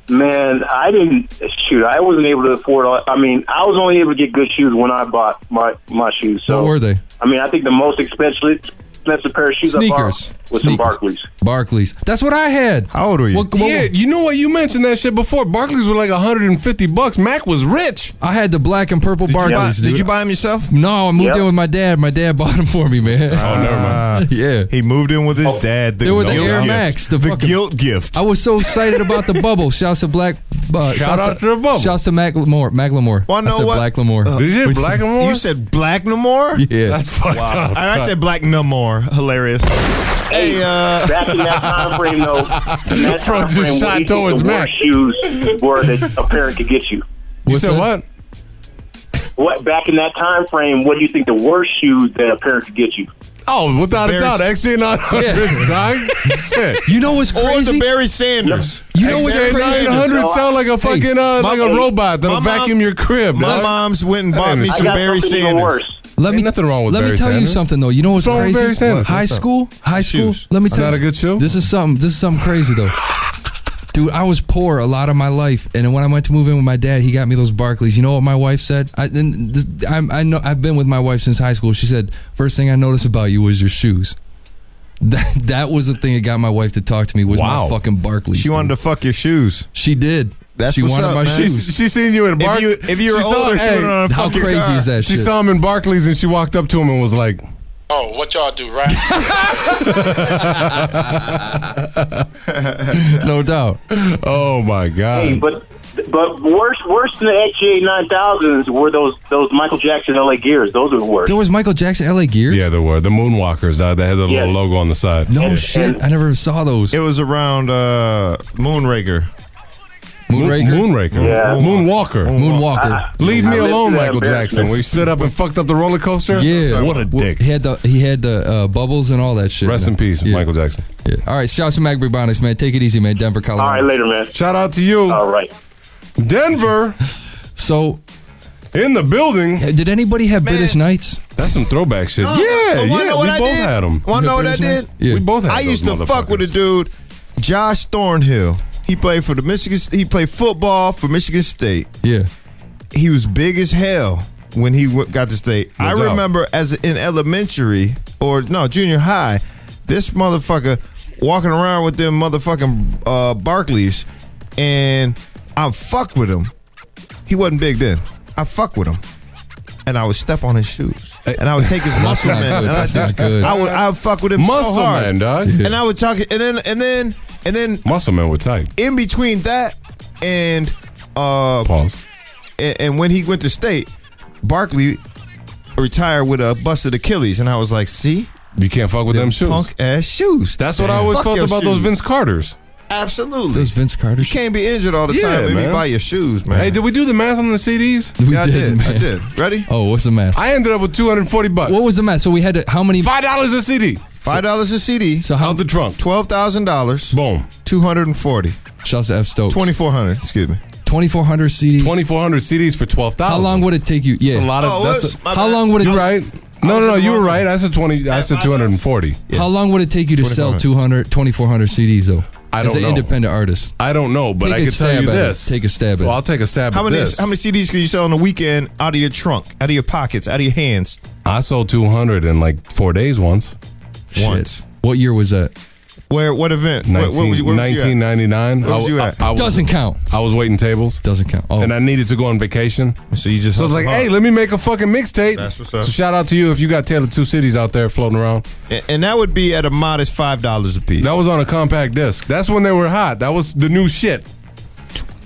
Speaker 23: Man, I didn't shoot. I wasn't able to afford. All, I mean, I was only able to get good shoes when I bought my my shoes. So
Speaker 5: What were they?
Speaker 23: I mean, I think the most expensive expensive pair of shoes I bought
Speaker 5: Sneakers.
Speaker 23: was some
Speaker 5: Sneakers.
Speaker 23: Barclays.
Speaker 5: Barclays. That's what I had.
Speaker 4: How old are you?
Speaker 3: yeah, you know what? You mentioned that shit before. Barclays were like 150 bucks. Mac was rich.
Speaker 5: I had the black and purple Barclays.
Speaker 4: Did
Speaker 5: dude.
Speaker 4: you buy them yourself?
Speaker 5: No, I moved
Speaker 4: Yep.
Speaker 5: in with my dad. My dad bought them for me, man.
Speaker 4: Oh, never mind.
Speaker 5: yeah,
Speaker 4: he moved in with his dad. The
Speaker 5: Oh, they were the
Speaker 4: guilt
Speaker 5: Air
Speaker 4: gift.
Speaker 5: Max. The,
Speaker 4: The
Speaker 5: fucking,
Speaker 4: guilt gift.
Speaker 5: I was so excited about the bubble. Shouts to Black. Uh,
Speaker 4: Shout out to the bubble.
Speaker 5: Shouts to Mac Lamore. Mac Lamore.
Speaker 4: Well, I know
Speaker 5: I said
Speaker 4: what-
Speaker 5: Black Lamore.
Speaker 4: Uh,
Speaker 5: Which-
Speaker 4: You said Black Namor?
Speaker 5: Yeah. That's fucked up.
Speaker 4: And I said Black Namor. Hilarious. Hey, uh,
Speaker 23: back in that time frame, though, in that
Speaker 4: Bro,
Speaker 23: time
Speaker 4: just
Speaker 23: frame, what do you
Speaker 4: shot
Speaker 23: think
Speaker 4: towards
Speaker 23: the
Speaker 4: Mac.
Speaker 23: worst shoes were that a parent could get you.
Speaker 3: You said what?
Speaker 23: What back in that time frame? What do you think the worst shoes that a parent could get you?
Speaker 3: Oh, without a
Speaker 23: Barry-
Speaker 3: doubt, XJ900 dog. Shit.
Speaker 5: You know what's
Speaker 4: crazy? Or the Barry Sanders.
Speaker 3: You know what's crazy? 900 sound like a fucking uh, like a robot that'll vacuum your crib.
Speaker 4: My
Speaker 3: dog.
Speaker 4: mom's went and
Speaker 3: That
Speaker 4: bought
Speaker 3: ain't
Speaker 4: me
Speaker 3: a
Speaker 4: some
Speaker 3: shit.
Speaker 4: Barry Sanders.
Speaker 5: Let me
Speaker 3: nothing wrong with
Speaker 5: Let
Speaker 3: Barry
Speaker 5: me tell you
Speaker 3: Sanders.
Speaker 5: something though. You know what's
Speaker 3: What's wrong with
Speaker 5: crazy?
Speaker 3: Barry Sanders?
Speaker 5: High
Speaker 3: What's up?
Speaker 5: school, high school.
Speaker 3: Shoes.
Speaker 5: Let me tell
Speaker 3: Not
Speaker 5: you,
Speaker 3: a good shoe.
Speaker 5: This is something. This is something crazy though. Dude, I was poor a lot of my life, and then when I went to move in with my dad, he got me those Barclays. You know what my wife said? I, and this, I'm, I know I've been with my wife since high school. She said, first thing I noticed about you was your shoes." That that was the thing that got my wife to talk to me was
Speaker 4: Wow.
Speaker 5: my fucking Barclays.
Speaker 4: She wanted to fuck your shoes.
Speaker 5: She did.
Speaker 4: That's
Speaker 5: she
Speaker 4: what's
Speaker 5: wanted
Speaker 4: up,
Speaker 5: my
Speaker 4: man.
Speaker 5: shoes.
Speaker 3: She seen you in
Speaker 4: If
Speaker 3: Barclays.
Speaker 4: you- if you were older, she would've done a
Speaker 5: How fucking crazy car. is that
Speaker 3: She
Speaker 5: shit?
Speaker 3: saw him in Barclays and she walked up to him and was like,
Speaker 9: Oh, what y'all do, right?
Speaker 5: no doubt.
Speaker 3: Oh my god.
Speaker 23: Hey, but but worse worse than the XJ nine thousands were those those Michael Jackson LA Gears. Those were the worst.
Speaker 5: There was Michael Jackson LA Gears.
Speaker 3: Yeah, there were the Moonwalkers. Uh, they had the
Speaker 23: Yeah.
Speaker 3: little logo on the side.
Speaker 5: No shit. I never saw those.
Speaker 4: It was around uh, Moonraker.
Speaker 5: Moonraker.
Speaker 3: Moonraker.
Speaker 4: Yeah. Uh,
Speaker 3: Moonwalker.
Speaker 5: Moonwalker. Ah.
Speaker 3: Leave me
Speaker 5: I lived
Speaker 3: alone,
Speaker 5: through that
Speaker 3: Michael Jackson.
Speaker 5: embarrassment.
Speaker 3: When he stood up and fucked up the roller coaster.
Speaker 5: Yeah,
Speaker 3: What a
Speaker 5: Well,
Speaker 3: dick.
Speaker 5: He had the he had the uh, bubbles and all that shit.
Speaker 3: Rest in peace, Michael Jackson.
Speaker 5: Yeah. All right, shouts to Mac Bribonics, man. Take it easy, man. Denver, Colorado.
Speaker 23: All right, later, man.
Speaker 3: Shout out to you.
Speaker 23: All right.
Speaker 3: Denver.
Speaker 5: So.
Speaker 3: In the building.
Speaker 5: Did anybody have British Nights?
Speaker 3: That's some throwback shit.
Speaker 4: No,
Speaker 3: yeah,
Speaker 4: Uh, but wanna
Speaker 3: yeah.
Speaker 4: know
Speaker 3: We
Speaker 4: what
Speaker 3: both
Speaker 4: I did?
Speaker 3: had them.
Speaker 4: Wanna know what I did?
Speaker 3: We both had
Speaker 4: I used
Speaker 3: those
Speaker 4: to fuck with a dude, Josh Thornhill. He played for the Michigan. He played football for Michigan State.
Speaker 5: Yeah,
Speaker 4: he was big as hell when he w- got to state.
Speaker 3: No
Speaker 4: I
Speaker 3: doubt.
Speaker 4: remember as in elementary or no junior high, this motherfucker walking around with them motherfucking uh, Barclays, and I fucked with him. He wasn't big then. I fuck with him. And I would step on his shoes, and I would take his
Speaker 3: That's
Speaker 4: muscle
Speaker 3: not
Speaker 4: man.
Speaker 3: good.
Speaker 4: and I,
Speaker 3: That's not good.
Speaker 4: I would, I would fuck with him
Speaker 3: Muscle
Speaker 4: so hard.
Speaker 3: Man, dog.
Speaker 4: And I would talk, and then, and then, and then
Speaker 3: Muscle Man with tight.
Speaker 4: in between that and uh
Speaker 3: pause
Speaker 4: and, when he went to state barkley retired with a busted achilles and i was like see
Speaker 3: you can't fuck with them, shoes
Speaker 4: punk ass shoes
Speaker 3: That's what I always
Speaker 4: Fuck
Speaker 3: felt
Speaker 4: your
Speaker 3: about those
Speaker 4: shoes.
Speaker 3: Vince Carters.
Speaker 4: absolutely
Speaker 5: those Vince Carter.
Speaker 4: you can't be injured all the
Speaker 3: Yeah,
Speaker 4: time baby
Speaker 3: man.
Speaker 4: buy your shoes man
Speaker 3: Hey, did we do the math on the CDs?
Speaker 5: We
Speaker 4: Yeah, I did, I
Speaker 5: man.
Speaker 4: did. Ready?
Speaker 5: Oh, what's the math?
Speaker 3: I ended up with 240 bucks.
Speaker 5: What was the math? So we had to, how many?
Speaker 3: Five dollars a CD.
Speaker 4: Five dollars a CD. So
Speaker 3: how out the trunk?
Speaker 4: Twelve thousand dollars.
Speaker 3: Boom.
Speaker 4: Two hundred and forty.
Speaker 5: Shouts to F Stokes.
Speaker 4: Twenty four hundred. Excuse me.
Speaker 5: Twenty four hundred CDs.
Speaker 3: Twenty four hundred CDs for twelve thousand.
Speaker 5: How long would it take you? Yeah,
Speaker 3: That's a lot
Speaker 4: Oh,
Speaker 3: of. that's a-
Speaker 5: how long would it?
Speaker 3: You're
Speaker 5: take-
Speaker 3: right. No, no, no. You were right. I said twenty. I said two hundred and forty.
Speaker 5: How long would it take you to sell 200, 2,400 CDs though?
Speaker 3: I
Speaker 5: As
Speaker 3: don't
Speaker 5: an
Speaker 3: know.
Speaker 5: independent artist,
Speaker 3: I don't know, Oh, but
Speaker 5: Take
Speaker 3: I
Speaker 5: a
Speaker 3: can tell
Speaker 5: stab
Speaker 3: you
Speaker 5: at it.
Speaker 3: this.
Speaker 5: Take a stab at
Speaker 3: Well,
Speaker 5: it.
Speaker 3: I'll take a stab
Speaker 4: How
Speaker 3: at
Speaker 4: many
Speaker 3: this.
Speaker 4: how many CDs can you sell on a weekend out of your trunk, out of your pockets, out of your hands?
Speaker 3: I sold two hundred in like four days once.
Speaker 4: Once.
Speaker 5: What year was that?
Speaker 4: Where? What event? Where- where was you- where was you at?
Speaker 3: 1999.
Speaker 4: Where was you at?
Speaker 5: Doesn't count.
Speaker 3: I was waiting tables.
Speaker 5: Doesn't count. Oh.
Speaker 3: And I needed to go on vacation.
Speaker 4: So you just
Speaker 3: So I was like, hey, let me make a fucking mixtape.
Speaker 4: That's what's up.
Speaker 3: So shout out to you if you got Taylor Two Cities out there floating around.
Speaker 4: And- And that would be at a modest five dollars a piece.
Speaker 3: That was on a compact disc. That's when they were hot. That was the new shit.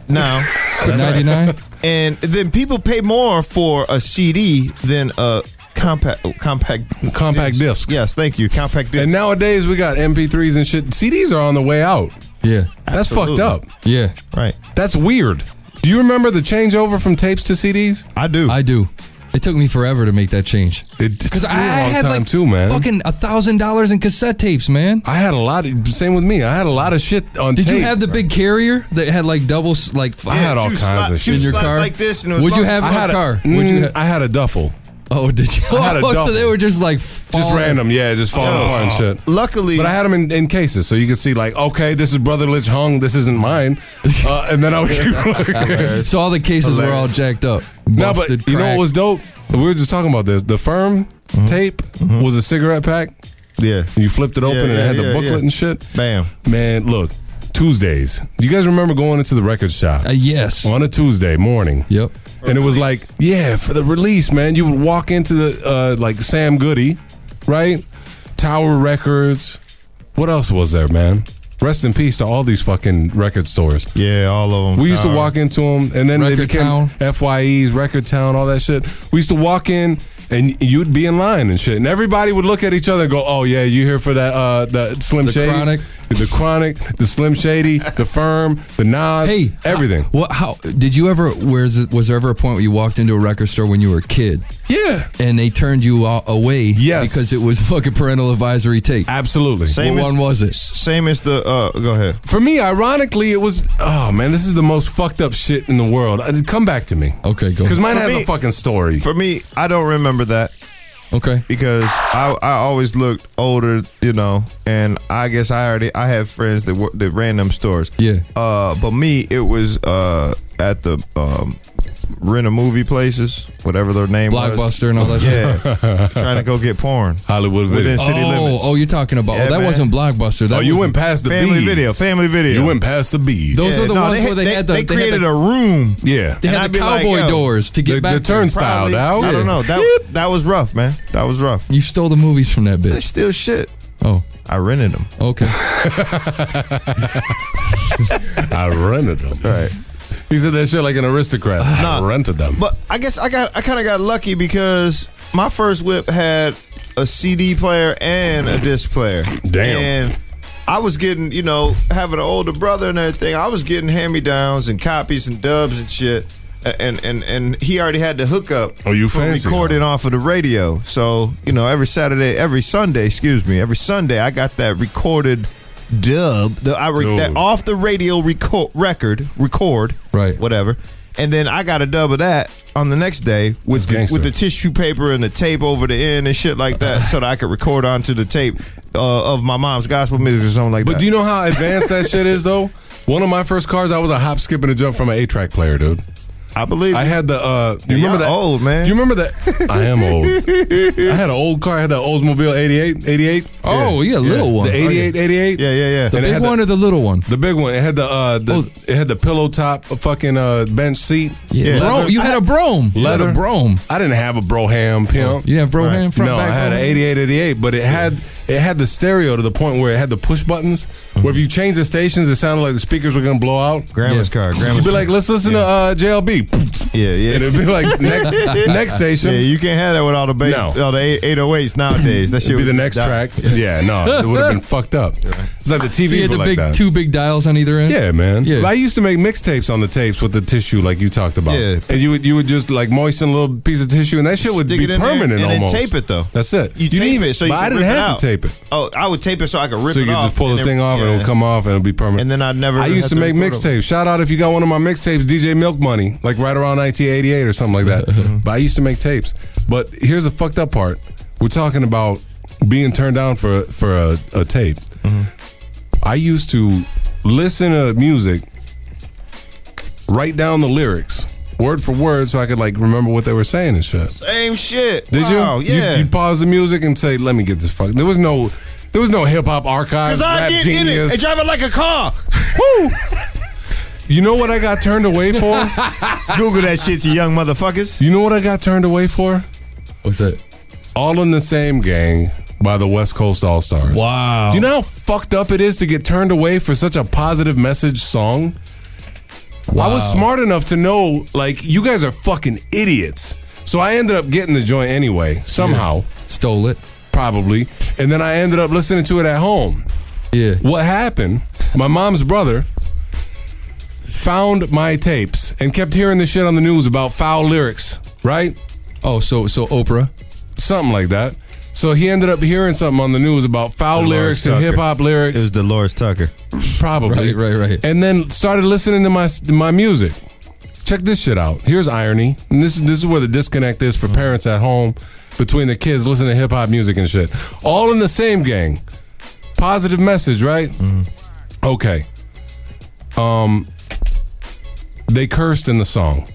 Speaker 4: Now,
Speaker 5: ninety nine.
Speaker 4: And then people pay more for a CD than a compact compact
Speaker 3: compact disc.
Speaker 4: Yes, thank you. Compact disc.
Speaker 3: And nowadays we got MP3s and shit. CDs are on the way out.
Speaker 5: Yeah.
Speaker 3: That's
Speaker 4: Absolutely.
Speaker 3: fucked up.
Speaker 5: Yeah.
Speaker 4: Right.
Speaker 3: That's weird. Do you remember the changeover from tapes to CDs?
Speaker 4: I do.
Speaker 5: I do. It took me forever to make that change.
Speaker 3: It took
Speaker 5: Because
Speaker 3: me a
Speaker 5: I
Speaker 3: long
Speaker 5: had
Speaker 3: time
Speaker 5: like
Speaker 3: too, man.
Speaker 5: fucking a thousand dollars in cassette tapes, man.
Speaker 3: I had a lot. Of, same with me. I had a lot of shit on
Speaker 5: Did
Speaker 3: tape.
Speaker 5: you have the big carrier that had like double s- like?
Speaker 3: I had all kinds of shit
Speaker 5: in your car. Would you have
Speaker 3: I
Speaker 5: in your
Speaker 3: had a-
Speaker 5: car? Would you?
Speaker 3: mm,
Speaker 5: ha-
Speaker 3: I had a duffel.
Speaker 5: oh, did you?
Speaker 3: I had a
Speaker 5: so
Speaker 3: duffel.
Speaker 5: they were just like
Speaker 3: Just
Speaker 5: falling.
Speaker 3: random, yeah, just falling apart
Speaker 4: Oh,
Speaker 3: and shit.
Speaker 4: Luckily,
Speaker 3: But I had them in, in cases, so you could see like, okay, this is Brother Lich hung, this isn't mine, uh, and then I would keep looking.
Speaker 5: So all the cases were all
Speaker 3: Hilarious.
Speaker 5: jacked up.
Speaker 3: no, but
Speaker 5: Busted,
Speaker 3: you know what
Speaker 5: cracked.
Speaker 3: was dope? We were just talking about this. The firm
Speaker 5: Mm-hmm.
Speaker 3: tape was a cigarette pack.
Speaker 4: Yeah.
Speaker 3: You flipped it open
Speaker 4: Yeah,
Speaker 3: and it
Speaker 4: yeah,
Speaker 3: had
Speaker 4: yeah,
Speaker 3: the booklet
Speaker 4: yeah.
Speaker 3: and shit.
Speaker 4: Bam.
Speaker 3: Man, look, Tuesdays. You guys remember going into the record shop?
Speaker 5: Uh, yes.
Speaker 3: On a Tuesday morning.
Speaker 5: Yep.
Speaker 3: and it was like, yeah, for the release, man. You would walk into the uh, like Sam Goody, right? Tower Records. What else was there, man? Rest in peace to all these fucking record stores.
Speaker 4: Yeah, all of them.
Speaker 3: We used to walk into them, and then they
Speaker 5: Record
Speaker 3: became
Speaker 5: Town.
Speaker 3: FYEs, Record Town, all that shit. We used to walk in, and you'd be in line and shit, and everybody would look at each other and go, "Oh yeah, you here for that uh, the Slim
Speaker 5: The
Speaker 3: Shady,
Speaker 5: Chronic.
Speaker 3: the Chronic, the Slim Shady, the Firm, the Nas,
Speaker 5: Hey,
Speaker 3: everything."
Speaker 5: How, what? How did you ever? Where's it? Was there ever a point where you walked into a record store when you were a kid
Speaker 3: yeah,
Speaker 5: and they turned you a- away?
Speaker 3: Yes.
Speaker 5: because it was fucking parental advisory tape.
Speaker 3: absolutely.
Speaker 5: What
Speaker 4: as-
Speaker 5: one was it?
Speaker 4: Same as the. Uh, go ahead.
Speaker 3: For me, ironically, it was oh man, this is the most fucked up shit in the world. Uh, Come back to me
Speaker 5: Okay, go.
Speaker 3: because mine
Speaker 4: For
Speaker 3: has
Speaker 4: me-
Speaker 3: a fucking story.
Speaker 4: For me, I don't remember that
Speaker 5: Okay.
Speaker 4: because I, I always looked older, you know, and I guess I already I had friends that were, that ran them stores.
Speaker 5: Yeah.
Speaker 4: Uh, but me, it was uh at the um, rent a movie places, whatever their name was.
Speaker 5: Blockbuster and all that shit.
Speaker 4: Yeah, trying to go get porn.
Speaker 3: Hollywood
Speaker 4: Within
Speaker 3: video.
Speaker 4: city
Speaker 5: oh,
Speaker 4: limits.
Speaker 5: oh, you're talking about.
Speaker 4: Yeah,
Speaker 5: oh, that
Speaker 4: man.
Speaker 5: wasn't Blockbuster. That
Speaker 3: Oh, you
Speaker 5: was-
Speaker 3: went past the
Speaker 4: Family
Speaker 3: beads.
Speaker 4: video, family video.
Speaker 3: You went past the beads.
Speaker 5: Those are the ones
Speaker 4: had-
Speaker 5: where they, had the.
Speaker 4: They
Speaker 5: had
Speaker 4: created
Speaker 5: the-
Speaker 4: a room.
Speaker 3: yeah.
Speaker 5: They
Speaker 4: and
Speaker 5: had
Speaker 4: I'd
Speaker 5: the
Speaker 4: be like,
Speaker 5: cowboy
Speaker 4: yo,
Speaker 5: downstairs to get
Speaker 3: the,
Speaker 5: back
Speaker 3: the
Speaker 5: to it.
Speaker 3: turnstile
Speaker 4: Probably.
Speaker 3: now.
Speaker 4: I don't know. That that was rough, man. That was rough.
Speaker 5: You stole the movies from that
Speaker 4: It's
Speaker 5: bitch.
Speaker 4: still shit.
Speaker 5: Oh,
Speaker 4: I rented them.
Speaker 5: okay.
Speaker 3: I rented them. Right. He said that shit like an aristocrat. I rented them.
Speaker 4: But I guess I got I kind of got lucky because my first whip had a CD player and a disc player.
Speaker 3: Damn.
Speaker 4: And I was getting, you know, having an older brother and everything. I was getting hand-me-downs and copies and dubs and shit. A- And and and he already had the hookup.
Speaker 3: Oh, you
Speaker 4: for
Speaker 3: fancy,
Speaker 4: recording off of the radio. So you know, every Saturday, every Sunday, excuse me, every Sunday, I got that recorded dub. The I re- that
Speaker 3: Dude.
Speaker 4: off the radio record record record
Speaker 5: Right.
Speaker 4: whatever. And then I got a dub of that on the next day with
Speaker 3: That's
Speaker 4: the,
Speaker 3: gangster.
Speaker 4: with the tissue paper and the tape over the end and shit like that, so that I could record onto the tape uh, of my mom's gospel music or something like
Speaker 3: But
Speaker 4: that.
Speaker 3: do you know how advanced that shit is though? One of my first cars, I was a hop, skip, and a jump from an eight-track player, dude.
Speaker 4: I believe
Speaker 3: I had the. uh
Speaker 4: Man,
Speaker 3: You remember
Speaker 4: y'all
Speaker 3: that?
Speaker 4: old, man.
Speaker 3: Do you remember that? I am old. I had an old car. I had that Oldsmobile 88, 88.
Speaker 5: Oh, yeah, little one.
Speaker 3: The 88, 88.
Speaker 4: Yeah, yeah, yeah.
Speaker 5: The
Speaker 3: And it
Speaker 5: big
Speaker 3: had
Speaker 5: one
Speaker 3: the,
Speaker 5: or the little one?
Speaker 3: the big one. It had the uh the
Speaker 5: Oh.
Speaker 3: it had the pillow top, a fucking uh bench seat.
Speaker 5: Yeah. Bro,
Speaker 3: Leather.
Speaker 5: you
Speaker 3: I
Speaker 5: had a brome. You had a
Speaker 3: leather.
Speaker 5: brome.
Speaker 3: Mm-hmm.
Speaker 5: Oh,
Speaker 3: I didn't have a broham pimp.
Speaker 5: You didn't have brome in front
Speaker 3: no,
Speaker 5: back
Speaker 3: I had an
Speaker 5: brome?
Speaker 3: 8888, but it had it had the stereo to the point where it had the push buttons.
Speaker 5: Mm-hmm.
Speaker 3: Where if you change the stations, it sounded like the speakers were gonna blow out.
Speaker 4: grandma's
Speaker 5: Yeah.
Speaker 4: car. Grandma's
Speaker 3: You'd be like,
Speaker 4: car.
Speaker 3: let's listen to uh, JLB,
Speaker 4: yeah,
Speaker 3: and
Speaker 4: yeah.
Speaker 3: it'd be like next next station.
Speaker 4: Yeah, you can't have that with all the ba-
Speaker 3: No.
Speaker 4: all the eight- 808s nowadays. That shit
Speaker 3: It'd be
Speaker 4: was
Speaker 3: the next
Speaker 4: that-
Speaker 3: track.
Speaker 4: Yeah.
Speaker 3: Yeah, no, it would have been fucked up. It's like the TV
Speaker 5: So you had
Speaker 3: were
Speaker 5: the
Speaker 3: like
Speaker 5: big,
Speaker 3: that.
Speaker 5: two big dials on either end.
Speaker 3: Yeah, man.
Speaker 5: Yeah.
Speaker 3: I used to make mixtapes on the tapes with the tissue, like you talked about.
Speaker 5: Yeah.
Speaker 3: And you would you would just like moisten a little piece of tissue, and that shit would
Speaker 4: Stick
Speaker 3: be
Speaker 4: it in there
Speaker 3: permanent
Speaker 4: and then
Speaker 3: almost.
Speaker 4: tape it, though.
Speaker 3: That's it.
Speaker 4: You, tape it so you
Speaker 3: but
Speaker 4: can
Speaker 3: I didn't
Speaker 4: rip it
Speaker 3: have
Speaker 4: out.
Speaker 3: to tape it.
Speaker 4: Oh, I would tape it so I could rip
Speaker 3: so
Speaker 4: it
Speaker 3: you could
Speaker 4: off.
Speaker 3: just pull
Speaker 4: and
Speaker 3: the
Speaker 4: then-
Speaker 3: thing off, and
Speaker 4: yeah.
Speaker 3: it'll come off, and it'll be permanent.
Speaker 4: And then I'd never.
Speaker 3: I
Speaker 4: have
Speaker 3: used to make
Speaker 4: record them.
Speaker 3: mixtapes. Shout out if you got one of my mixtapes, DJ Milk Money, like right around 1988 or something like that. but I used to make tapes. But here's the fucked up part: we're talking about being turned down for for a, a tape.
Speaker 4: Mm-hmm.
Speaker 3: I used to listen to music, write down the lyrics word for word, so I could like remember what they were saying and shit.
Speaker 4: Same shit.
Speaker 3: Did
Speaker 4: Wow,
Speaker 3: you?
Speaker 4: Yeah.
Speaker 3: you? would pause the music and say, "Let me get this fuck." There was no, there was no hip hop archive.
Speaker 4: Cause I
Speaker 3: Rap
Speaker 4: get in it
Speaker 3: Genius.
Speaker 4: and drive it like a car.
Speaker 3: Woo! You know what I got turned away for?
Speaker 4: Google that shit, you young motherfuckers.
Speaker 3: You know what I got turned away for?
Speaker 5: What's that?
Speaker 3: All in the same gang by the West Coast All Stars.
Speaker 5: Wow.
Speaker 3: Do you know how fucked up it is to get turned away for such a positive message song? I was
Speaker 5: Wow.
Speaker 3: smart enough to know, like, you guys are fucking idiots. So I ended up getting the joint anyway, somehow.
Speaker 5: Stole it.
Speaker 3: Probably. And then I ended up listening to it at home.
Speaker 5: Yeah.
Speaker 3: What happened? My mom's brother found my tapes and kept hearing this shit on the news about foul lyrics, right?
Speaker 5: Oh, so so Oprah?
Speaker 3: Something like that. So he ended up hearing something on the news about foul
Speaker 4: Dolores
Speaker 3: lyrics and
Speaker 4: Tucker.
Speaker 3: hip hop lyrics.
Speaker 4: It was Dolores Tucker.
Speaker 3: Probably.
Speaker 5: Right, right, right.
Speaker 3: And then started listening to my my music. Check this shit out. Here's irony. And this this is where the disconnect is for parents at home between their kids listening to hip hop music and shit. All in the same gang. Positive message, right?
Speaker 5: Mm-hmm.
Speaker 3: Okay. Um they cursed in the song.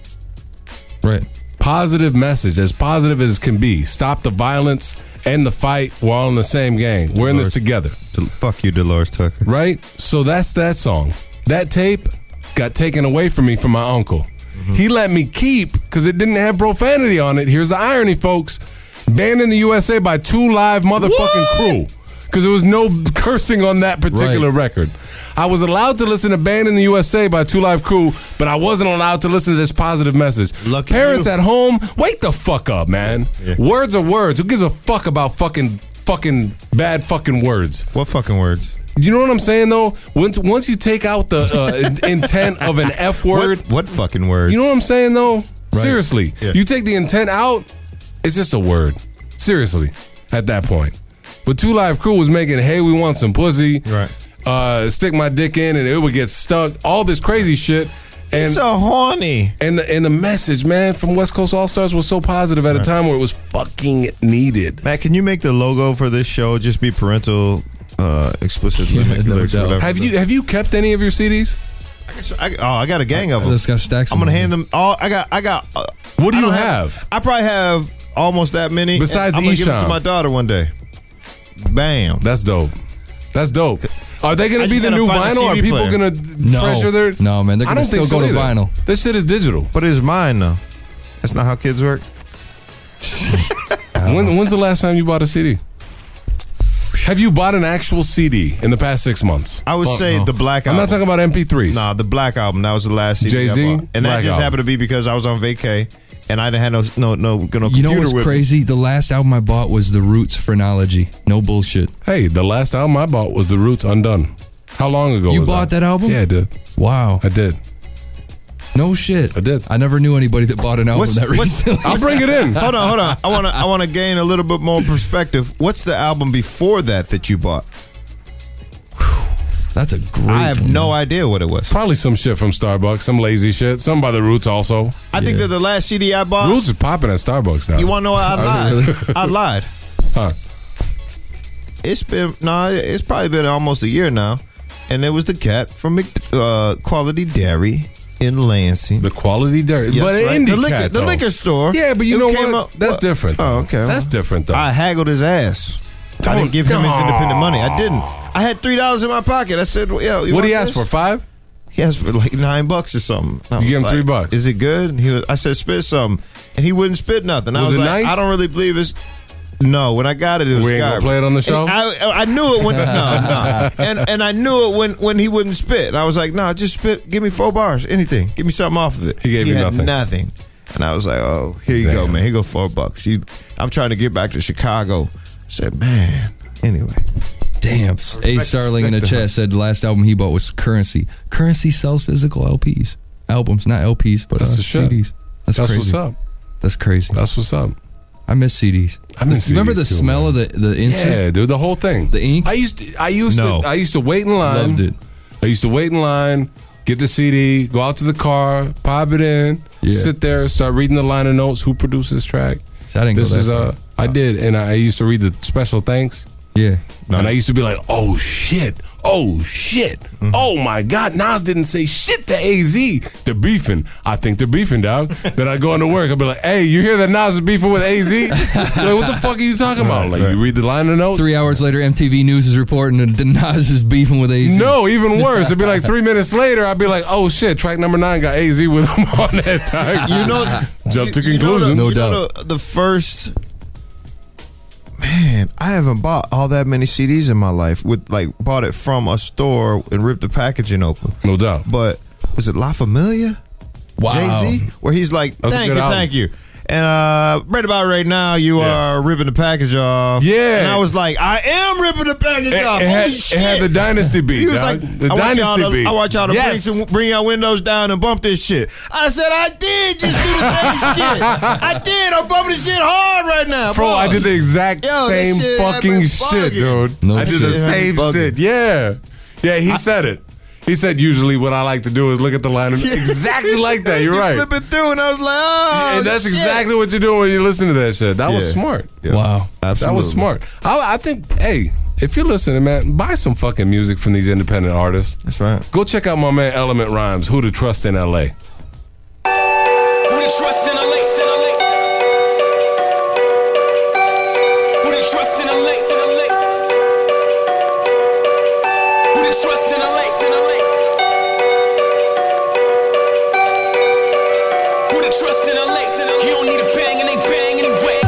Speaker 5: Right.
Speaker 3: Positive message, as positive as can be. Stop the violence, end the fight. We're all in the same gang. We're in this together.
Speaker 4: Fuck you, Dolores Tucker.
Speaker 3: Right? So that's that song. That tape got taken away from me from my uncle.
Speaker 4: Mm-hmm.
Speaker 3: He let me keep because it didn't have profanity on it. Here's the irony, folks. Banned in the USA by two live motherfucking crew because there was no cursing on that particular record. I was allowed to listen to Banned in the USA by Two Live Crew, but I wasn't allowed to listen to this positive message. Parents at home, wake the fuck up, man. Words are words. Who gives a fuck about fucking fucking bad fucking words?
Speaker 4: What fucking words?
Speaker 3: You know what I'm saying though? Once once you take out the uh, in- intent of an F word,
Speaker 4: What, what fucking words?
Speaker 3: you know what I'm saying though? Seriously.
Speaker 4: Yeah.
Speaker 3: You take the intent out, it's just a word. Seriously, at that point. But Two Live Crew was making, hey, we want some pussy. Right. Uh, stick my dick in and it would get stuck. All this crazy shit. And
Speaker 4: so horny.
Speaker 3: And the, and the message, man, from West Coast All Stars was so positive at a time where it was fucking needed.
Speaker 4: Matt, can you make the logo for this show just be parental, uh, explicit limit? lyrics, whatever?
Speaker 3: Have you have you kept any of your CDs?
Speaker 4: I, oh, I got a gang of them.
Speaker 5: This guy stacks.
Speaker 4: I'm gonna hand them all. I got. I got. Uh,
Speaker 3: what
Speaker 4: do
Speaker 3: you
Speaker 4: have? I probably have almost that many. and
Speaker 3: Besides
Speaker 4: I'm gonna give them to
Speaker 3: Eshawn.
Speaker 4: my daughter one day. Bam.
Speaker 3: That's dope. That's dope. Are they
Speaker 4: I
Speaker 3: gonna be
Speaker 4: just
Speaker 3: the
Speaker 4: gotta
Speaker 3: new
Speaker 4: find a
Speaker 3: vinyl? Are
Speaker 4: CD
Speaker 3: people
Speaker 4: player.
Speaker 3: gonna
Speaker 5: No.
Speaker 3: treasure their?
Speaker 5: No, man, they're
Speaker 3: I
Speaker 5: gonna
Speaker 3: don't think
Speaker 5: still
Speaker 3: so
Speaker 5: go to
Speaker 3: either.
Speaker 5: vinyl.
Speaker 3: This shit is digital.
Speaker 4: But it's mine though. That's not how kids work.
Speaker 3: When, when's the last time you bought a CD? Have you bought an actual CD in the past six months?
Speaker 4: I would say the black.
Speaker 3: I'm
Speaker 4: Album.
Speaker 3: not talking about MP3s.
Speaker 4: Nah, the Black album. That was the last CD I
Speaker 3: Jay-Z,
Speaker 4: bought. and that
Speaker 3: Black
Speaker 4: just
Speaker 3: Album.
Speaker 4: happened to be because I was on vacay and I didn't have no no no no
Speaker 5: You know
Speaker 4: computer
Speaker 5: what's
Speaker 4: with me.
Speaker 5: crazy? The last album I bought was The Roots Phrenology. No bullshit.
Speaker 3: Hey, the last album I bought was The Roots Undone. How long ago?
Speaker 5: You
Speaker 3: was
Speaker 5: bought that album?
Speaker 3: Yeah, I did.
Speaker 5: Wow.
Speaker 3: I did.
Speaker 5: No shit. I
Speaker 3: did.
Speaker 5: I never knew anybody that bought an album
Speaker 4: What's-
Speaker 5: that
Speaker 4: what's-
Speaker 5: recently.
Speaker 3: I'll bring it in.
Speaker 4: hold on, hold on. I want to I want to gain a little bit more perspective. What's the album before that that you bought?
Speaker 5: That's a great.
Speaker 4: I have no idea what it was.
Speaker 3: Probably some shit from Starbucks, some lazy shit, some by The Roots also.
Speaker 4: I think that the last CD I bought.
Speaker 3: Roots is popping at Starbucks now.
Speaker 4: You want to know? what? I lied. I lied.
Speaker 3: Oh, Huh.
Speaker 4: It's been no. it's probably been almost a year now, and it was the cat from Mc, uh, Quality Dairy in Lansing.
Speaker 3: The Quality Dairy,
Speaker 4: Yes,
Speaker 3: but an
Speaker 4: right.
Speaker 3: indie
Speaker 4: the liquor,
Speaker 3: cat,
Speaker 4: the
Speaker 3: though.
Speaker 4: liquor store.
Speaker 3: Yeah, but you
Speaker 4: it
Speaker 3: know
Speaker 4: came
Speaker 3: what?
Speaker 4: up-
Speaker 3: That's
Speaker 4: what-
Speaker 3: different.
Speaker 4: Oh, okay.
Speaker 3: That's different though.
Speaker 4: I haggled his ass. I didn't
Speaker 3: Don't-
Speaker 4: give him his
Speaker 3: Aw.
Speaker 4: independent money. I didn't. I had three dollars in my pocket. I said, well, "Yo, Oh, you
Speaker 3: what
Speaker 4: want
Speaker 3: do you ask
Speaker 4: this?
Speaker 3: for? Five?
Speaker 4: He asked for like nine bucks or something. I
Speaker 3: You
Speaker 4: was
Speaker 3: give him
Speaker 4: like,
Speaker 3: three bucks.
Speaker 4: Is it good? And he was. I said, "Spit something," and he wouldn't spit nothing. I
Speaker 3: Was
Speaker 4: was,
Speaker 3: it
Speaker 4: like,
Speaker 3: nice?
Speaker 4: "I don't really believe it's." No, when I got it, it was
Speaker 3: ain't gonna
Speaker 4: garbage.
Speaker 3: play it on the show?
Speaker 4: And I, I knew it when no, no, and and I knew it when when he wouldn't spit. And I was like, "Nah, just spit. Give me four bars, anything. Give me something off of it."
Speaker 3: He gave you
Speaker 4: had
Speaker 3: nothing.
Speaker 4: Nothing. And I was like, "Oh, here you go, man. Here go four bucks." You, I'm trying to get back to Chicago. I said, "Man, Anyway.
Speaker 5: Damn. A Starling in
Speaker 4: respect
Speaker 5: the
Speaker 4: the
Speaker 5: chat said the last album he bought was Currency. Currency sells physical LPs, albums, not LPs, but
Speaker 3: That's
Speaker 5: uh,
Speaker 3: the shit.
Speaker 5: CDs. That's,
Speaker 3: That's
Speaker 5: crazy.
Speaker 3: what's up.
Speaker 5: That's crazy.
Speaker 3: That's what's up.
Speaker 5: I miss CDs.
Speaker 3: I miss
Speaker 5: Remember
Speaker 3: CDs
Speaker 5: the
Speaker 3: too,
Speaker 5: smell of the the insert?
Speaker 3: Yeah, dude, the whole thing.
Speaker 5: The ink.
Speaker 3: I used to, I used
Speaker 5: No.
Speaker 3: to I used to wait in line.
Speaker 5: Loved it.
Speaker 3: I used to wait in line, get the CD, go out to the car, pop it in,
Speaker 5: Yeah.
Speaker 3: sit there, start reading the liner notes. Who produced this track?
Speaker 5: I didn't go
Speaker 3: This
Speaker 5: that
Speaker 3: is
Speaker 5: far.
Speaker 3: uh, I did, and I used to read the special thanks.
Speaker 5: Yeah,
Speaker 3: and I used to be like, oh shit, oh shit,
Speaker 5: Mm-hmm.
Speaker 3: oh my god, Nas didn't say shit to Az. They're beefing. I think they're beefing, dog. then I go into work, I'll be like, hey, you hear that Nas is beefing with Az? like, what the fuck are you talking about? Like, you read the liner notes.
Speaker 5: Three hours later, MTV News is reporting that Nas is beefing with AZ.
Speaker 3: No, even worse. It'd be like three minutes later, I'd be like, oh shit, track number nine got AZ with him on that time.
Speaker 4: You know,
Speaker 3: jump to
Speaker 4: you- you know the-
Speaker 3: conclusions.
Speaker 4: you know the, the first man, I haven't bought all that many CDs in my life. With like bought it from a store and ripped the packaging open.
Speaker 3: No doubt.
Speaker 4: But was it La Familia?
Speaker 3: Wow.
Speaker 4: Jay Z, where he's like,
Speaker 3: That's a
Speaker 4: thank
Speaker 3: good
Speaker 4: you,
Speaker 3: album.
Speaker 4: thank you. And uh, right about right now, you are ripping the package off.
Speaker 3: Yeah.
Speaker 4: and I was like, I am ripping the package
Speaker 3: It- it
Speaker 4: off.
Speaker 3: had-
Speaker 4: Holy
Speaker 3: it
Speaker 4: shit.
Speaker 3: had the Dynasty beat,
Speaker 4: He was
Speaker 3: dog.
Speaker 4: like,
Speaker 3: The
Speaker 4: I want y'all
Speaker 3: Dynasty
Speaker 4: to,
Speaker 3: beat.
Speaker 4: I want y'all to
Speaker 3: Yes.
Speaker 4: bring, some, bring your windows down and bump this shit. I said, I did just do the same shit. I did. I'm bumping this shit hard right now,
Speaker 3: Bro, I did the exact
Speaker 4: Yo, this
Speaker 3: same
Speaker 4: shit had
Speaker 3: fucking
Speaker 4: me
Speaker 3: shit,
Speaker 4: bugging.
Speaker 3: dude.
Speaker 5: No
Speaker 3: I did the
Speaker 5: shit.
Speaker 3: same
Speaker 4: Bugging.
Speaker 3: shit. Yeah. Yeah, he said it. He said, usually what I like to do is look at the line and exactly like that. You're right.
Speaker 4: Flipping through, and I was like, oh,
Speaker 3: and that's
Speaker 4: shit.
Speaker 3: exactly what you do when you listen to that shit. That was
Speaker 4: Yeah.
Speaker 3: smart.
Speaker 5: Wow.
Speaker 3: That was smart. I, I think, hey, if you're listening, man, buy some fucking music from these independent artists.
Speaker 4: That's right.
Speaker 3: Go check out my man Element Rhymes, Who to Trust in LA.
Speaker 28: Who they trust in LA? In LA? Who they trust in LA? In LA? Who they trust in LA? In LA? Who they trust in LA? You don't need a bang and they bang anyway.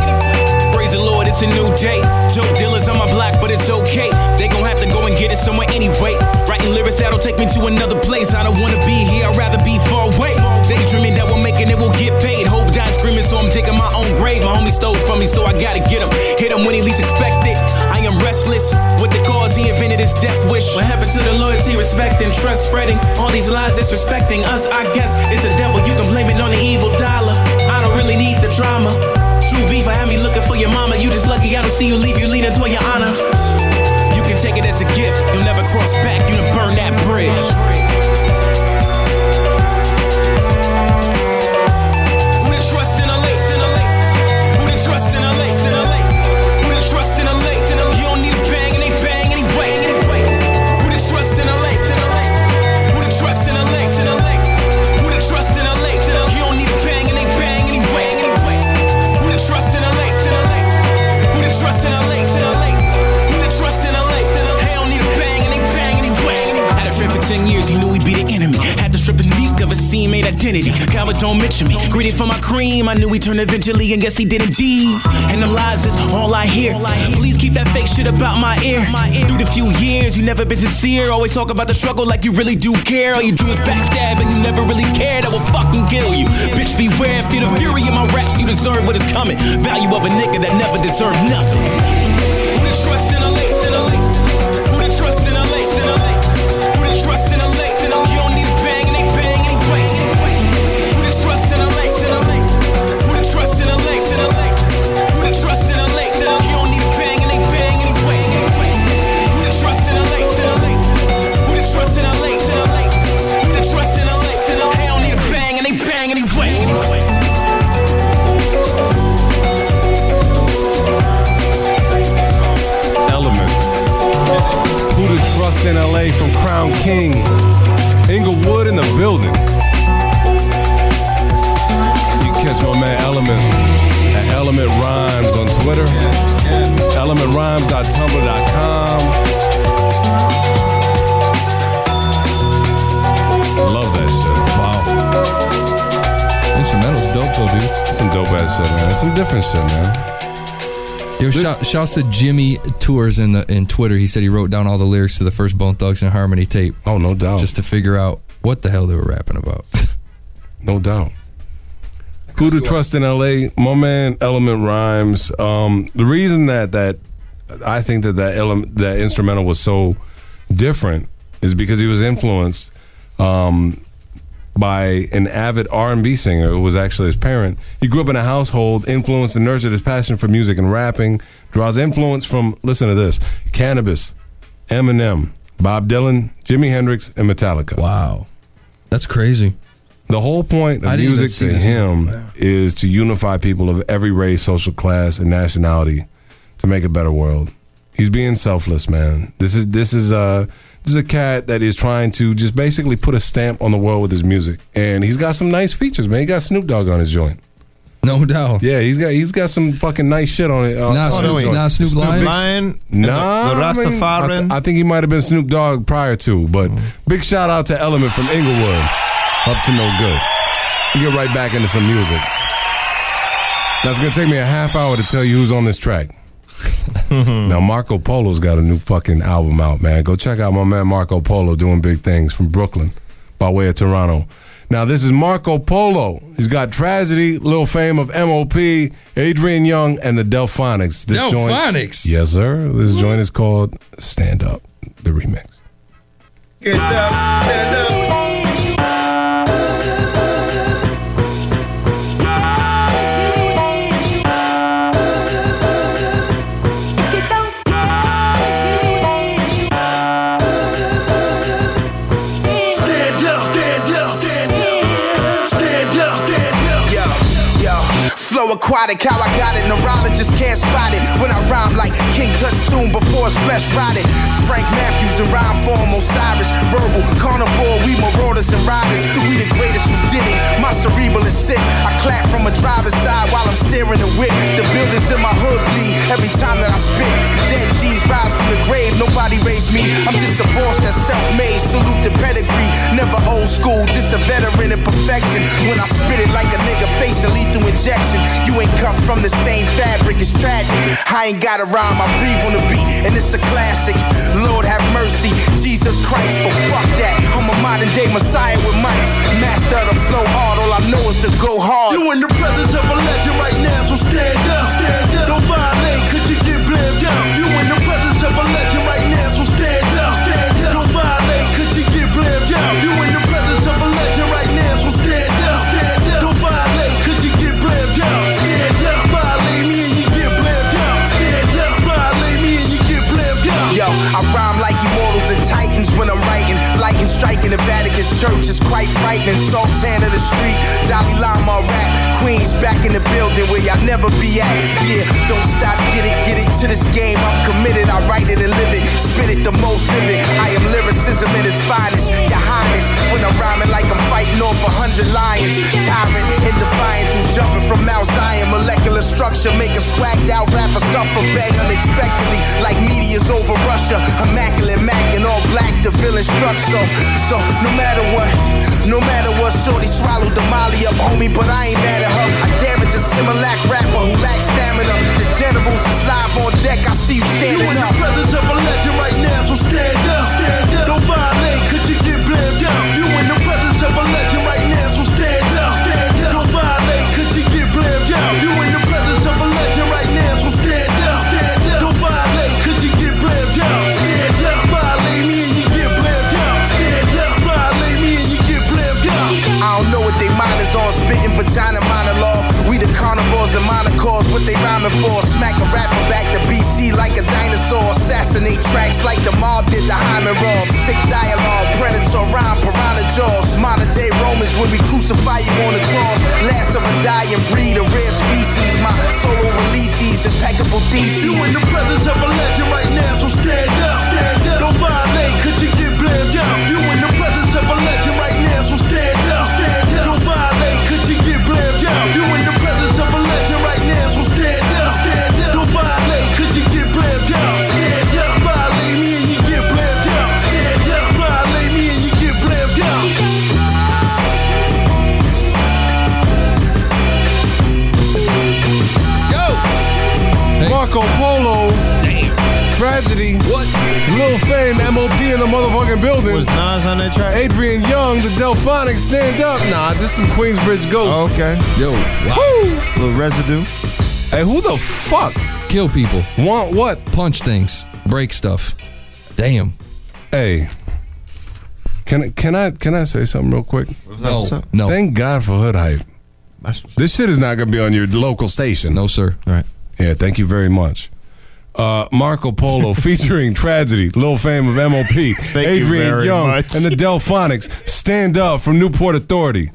Speaker 28: Praise the Lord, it's a new day. Dope dealers on my block, but it's okay. They gon' have to go and get it somewhere anyway. Writing lyrics that'll take me to another place. I don't wanna be here, I'd rather be far away. Daydreaming that we're making it, we'll get paid. Hope dies screaming, so I'm digging my own grave. My homie stole from me, so I gotta get him. Hit him when he least expect it. I am restless with the cause he invented his death wish. What happened to the loyalty, respect, and trust spreading? All these lies disrespecting us, I guess it's the devil. You can blame it on the evil dollar. I don't really need the drama. True beef, I had me looking for your mama. You just lucky I don't see you leave. You leaning toward your honor. You can take it as a gift. You'll never cross back. You done burn that bridge. Who the trust in LA? In LA? Who the trust in LA? In LA? Who the trust in LA? In LA? You don't need a bang and they bang anyway. anyway. Who the trust in LA? In LA? Who the trust in LA? In LA? Who the trust in LA? In LA? You don't need a bang and they bang anyway. anyway. Who the trust in LA? In LA? Who the trust in LA? In LA? Who the trust in LA? In LA? They don't need a bang and they bang anyway. Had a friend for 10 years, he knew he'd be the enemy. Had to strip and leak of his teammate identity. Coward don't mention me. Greedy for my cream, I knew he'd turn eventually, and yes, he did indeed. And them lies is all I hear. Please keep that fake shit about my ear. Through the few years, you never been sincere. Always talk about the struggle like you really do care. All you do is backstab, and you never really care. That will fucking kill you. Bitch, beware. If you're the fury in my raps, you deserve what is coming. Value of a nigga that never deserved nothing. Who the trust in a lace, in a lace? Who the trust in a lace, in a lace? Who the trust in a lace, in a lace? You don't need a bang and they bang anyway. Who the trust in a lace, in a lace? Who the trust in a lace, in a lace? Who the trust in a lace, in a lace? You don't need a bang and they bang anyway. Who the trust in a lace, in a lace? Who the trust in a lace, in a lace? Who the trust in a lace, in a lace? They don't need a bang and they bang anyway.
Speaker 3: Element. Who to Trust in LA from Crown King. Inglewood in the building. You can catch my man Element at Element Rhymes on Twitter. ElementRhymes.tumblr.com. Love that shit. Wow.
Speaker 5: Instrumental's dope though, dude.
Speaker 3: Some dope ass shit, man. Some different shit, man.
Speaker 5: Yo, shout, shouts to Jimmy Tours in the in Twitter. He said he wrote down all the lyrics to the first Bone Thugs and Harmony tape.
Speaker 3: Oh, no doubt.
Speaker 5: Just to figure out what the hell they were rapping about.
Speaker 3: No doubt. Who to trust in LA? My man Element Rhymes. Um, the reason that that I think that that element, that instrumental was so different is because he was influenced um, by an avid R&B singer who was actually his parent. He grew up in a household influenced and nurtured his passion for music and rapping. Draws influence from listen to this: cannabis, Eminem, Bob Dylan, Jimi Hendrix, and Metallica.
Speaker 5: Wow, that's crazy.
Speaker 3: The whole point
Speaker 5: I
Speaker 3: of
Speaker 5: didn't even
Speaker 3: music
Speaker 5: see
Speaker 3: to
Speaker 5: this.
Speaker 3: him is to unify people of every race, social class, and nationality to make a better world. He's being selfless, man. This is this is a this is a cat that is trying to just basically put a stamp on the world with his music, and he's got some nice features, man. He got Snoop Dogg on his joint.
Speaker 5: No doubt.
Speaker 3: Yeah, he's got he's got some fucking nice shit on it. Uh, oh,
Speaker 5: Nah, Snoop- nah, Snoop Snoop Lion? Lion and the-
Speaker 3: Nah,
Speaker 5: the
Speaker 3: I mean, I, th-
Speaker 5: Rastafarian? Mm.
Speaker 3: I think he might have been Snoop Dogg prior to, but big shout out to Element from Inglewood. Up to no good. We get right back into some music. That's gonna take me a half hour to tell you who's on this track. now Marco Polo's got a new fucking album out, man. Go check out my man Marco Polo doing big things from Brooklyn by way of Toronto. Now this is Marco Polo. He's got Tragedy, Lil Fame of M.O.P., Adrian Young, and the Delphonics. This joint-
Speaker 5: Delphonics?
Speaker 3: yes, sir. This joint is called Stand Up, the remix.
Speaker 9: Get up, stand up.
Speaker 21: Stand up, stand up, stand up, stand up, stand up.
Speaker 14: Yo, yo, flow aquatic, how I got it. Neurologists can't spot it. When I rhyme like King Tut soon before his flesh rotted. Frank Matthews in rhyme form, Osiris, verbal, carnivore, we marauders and riders. We the greatest who did it. My cerebral is sick. I clap from a driver's side while I'm steering the whip. The buildings in my hood bleed every time that I spit. Dead G's rise from the grave, nobody raised me. I'm just a boss that's self-made. Salute the pedigree, never old school, just a veteran in perfection. When I spit it like a nigga facing lethal injection, you ain't cut from the same fabric. It's tragic. I ain't got a rhyme, I breathe on the beat, and it's a classic. Lord have mercy, Jesus Christ, but fuck that. I'm a modern day messiah with mics, master of the flow art. All I know is to go hard.
Speaker 21: You in the presence of a legend right now, so stand up, stand up. Don't violate, could you get blamed out? You in the presence of a legend right now, so stand up, stand up. Don't violate, could you get blamed out? You in the presence of a legend right now, so stand up, stand up. Don't violate, could you get blamed out? Stand up, violate me and you get blamed out. Stand up, violate me and you get blamed out.
Speaker 14: Yo, I rhyme like immortals and titans when I'm writing. Lightning striking the Vatican's church is quite frightening. Sultan of the street, Dalai Lama rap. Queens back in the building where y'all never be at. Yeah, don't stop, get it, get it to this game. I'm committed, I write it and live it. Spit it the most vivid. I am lyricism at its finest. Your highness, when I'm rhyming like I'm fighting off a hundred lions. Tyrant in defiance who's jumping from Mount Zion. Molecular structure, make a swagged out rapper suffer. Bang unexpectedly like meteors over Russia. Immaculate Mac and all black, the villain struck so. So no matter what, no matter what, shorty swallowed the molly up, homie. But I ain't mad at her. I damage a Similac rapper who lacks stamina. The generals is live on deck. I see you
Speaker 21: You in
Speaker 14: standing
Speaker 21: the
Speaker 14: up.
Speaker 21: presence of a legend right now, so stand up, stand up. Don't violate, could you get blamed out? You in the presence of a legend right now, so stand up, stand up. Don't violate, could you get blamed out? You in the presence of a legend right now, so stand up, stand up. Don't violate, could you get blamed out? Stand up, violate me and you get blamed out. Stand up, violate me and you get blamed out.
Speaker 14: I don't know what they mind is on, spitting vagina monologue. We the carnivores and monocores, what they rhyming for. Smack a rapper back to BC like a dinosaur. Assassinate tracks like the mob did the Hyman Rob. Sick dialogue, predator rhyme, piranha jaws. Modern day Romans when we crucify you on the cross. Last of a dying breed, a rare species. My solo releases, impeccable theses.
Speaker 21: You in the presence of a legend right now, so stand up, stand up. Don't violate, could you get blamed out? You in the presence of a legend right now, so stand up, stand up. Don't violate, could you get blamed out? You in the presence of a legend right now, so stand up, stand up. Don't violate, could you get blamed out? Stand up, violate me and you get blamed out. Stand up, violate me and you get blamed out.
Speaker 3: Marco Polo. Damn. Tragedy. What? Lil Fame, MOP in the motherfucking building. Was
Speaker 9: Nas on that track?
Speaker 3: Adrian Young, the Delphonics, stand up. Nah, just some Queensbridge ghosts.
Speaker 9: Okay.
Speaker 5: Yo.
Speaker 9: Wow. Little residue.
Speaker 3: Hey, who the fuck
Speaker 5: Kill people.
Speaker 3: Want what?
Speaker 5: Punch things. Break stuff. Damn.
Speaker 3: Hey. Can I can I can I say something real quick?
Speaker 5: No, What's up? no.
Speaker 3: Thank God for hood hype. This shit is not going to be on your local station. No,
Speaker 5: sir.
Speaker 3: All right. Yeah. Thank you very much. Uh, Marco Polo featuring Tragedy, Lil Fame of MOP,
Speaker 9: you
Speaker 3: Adrian
Speaker 9: very
Speaker 3: Young,
Speaker 9: much.
Speaker 3: and the Delphonics. Stand up from Newport Authority.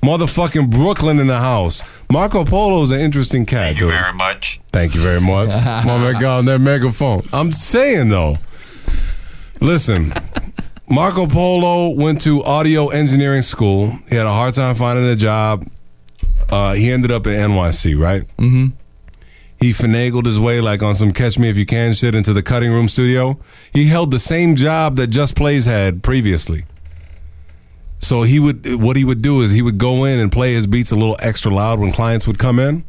Speaker 3: Motherfucking Brooklyn in the house. Marco Polo's an interesting cat. Thank you very much. Thank you very much. My man got on that megaphone. I'm saying though, listen, Marco Polo went to audio engineering school. He had a hard time finding a job. Uh, he ended up at NYC, right? Mm-hmm. He finagled his way, like on some "Catch Me If You Can" shit, into the cutting room studio. He held the same job that Just Plays had previously. So he would, what he would do is he would go in and play his beats a little extra loud when clients would come in.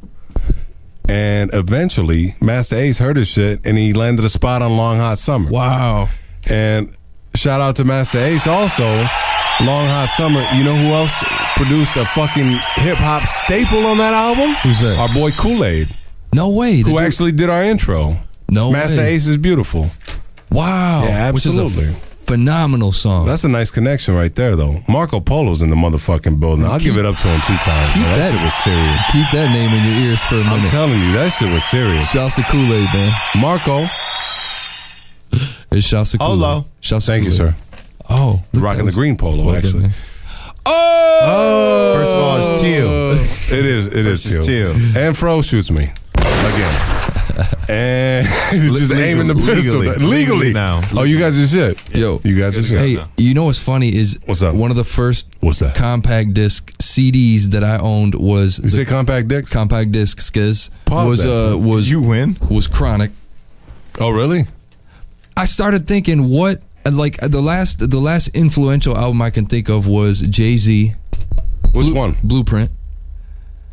Speaker 3: And eventually, Master Ace heard his shit, and he landed a spot on Long Hot Summer. Wow! And shout out to Master Ace also. Long Hot Summer. You know who else produced a fucking hip hop staple on that album? Who's that? Our boy Kool Aid.
Speaker 5: No way.
Speaker 3: Who actually did our intro?
Speaker 5: No
Speaker 3: Master
Speaker 5: way.
Speaker 3: Ace is beautiful.
Speaker 5: Wow.
Speaker 3: Yeah,
Speaker 5: Oh, Which is a
Speaker 3: absolutely.
Speaker 5: phenomenal song.
Speaker 3: That's a nice connection right there, though. Marco Polo's in the motherfucking building. I'll give it up to him two times.
Speaker 5: keep
Speaker 3: man. That,
Speaker 5: that-
Speaker 3: shit was serious.
Speaker 5: Keep that name in your ears for a minute.
Speaker 3: I'm telling you, that shit was serious.
Speaker 5: Shouts to Kool Aid, man.
Speaker 3: Marco.
Speaker 5: It's shouts to Kool Aid.
Speaker 3: Hello.
Speaker 5: Shouts to
Speaker 3: Thank you,
Speaker 5: Kool-Aid.
Speaker 3: sir.
Speaker 5: Oh,
Speaker 3: Rocking the green polo,
Speaker 5: Well done,
Speaker 3: actually.
Speaker 5: man.
Speaker 3: Oh!
Speaker 9: First of all, it's teal.
Speaker 3: It is. It is
Speaker 9: First it's
Speaker 3: teal. And Fro shoots me again. And
Speaker 9: Le-
Speaker 3: just
Speaker 9: legal-
Speaker 3: aiming the pistol
Speaker 9: legally.
Speaker 3: legally.
Speaker 9: Legally now.
Speaker 3: Oh, you guys are shit.
Speaker 5: Yo,
Speaker 3: you guys are shit.
Speaker 5: Hey, you know what's funny is what's up? One of the first
Speaker 3: what's that
Speaker 5: compact disc CDs that I owned was you
Speaker 3: say compact discs.
Speaker 5: Compact disc skiz
Speaker 3: Pause
Speaker 5: was
Speaker 3: that.
Speaker 5: uh was
Speaker 9: you win
Speaker 5: was chronic.
Speaker 3: Oh really?
Speaker 5: I started thinking what like the last the last influential album I can think of was Jay Z.
Speaker 3: Which one?
Speaker 5: Blueprint.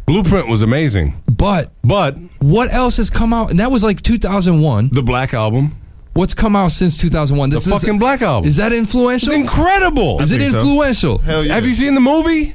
Speaker 3: Blueprint was amazing.
Speaker 5: But
Speaker 3: but
Speaker 5: what else has come out? And that was like 2001.
Speaker 3: The Black Album.
Speaker 5: What's come out since 2001?
Speaker 3: The fucking Black Album.
Speaker 5: Is that influential?
Speaker 3: It's incredible.
Speaker 5: Is
Speaker 3: I
Speaker 5: it
Speaker 3: think so.
Speaker 5: influential?
Speaker 3: Hell yeah. Have you seen the movie?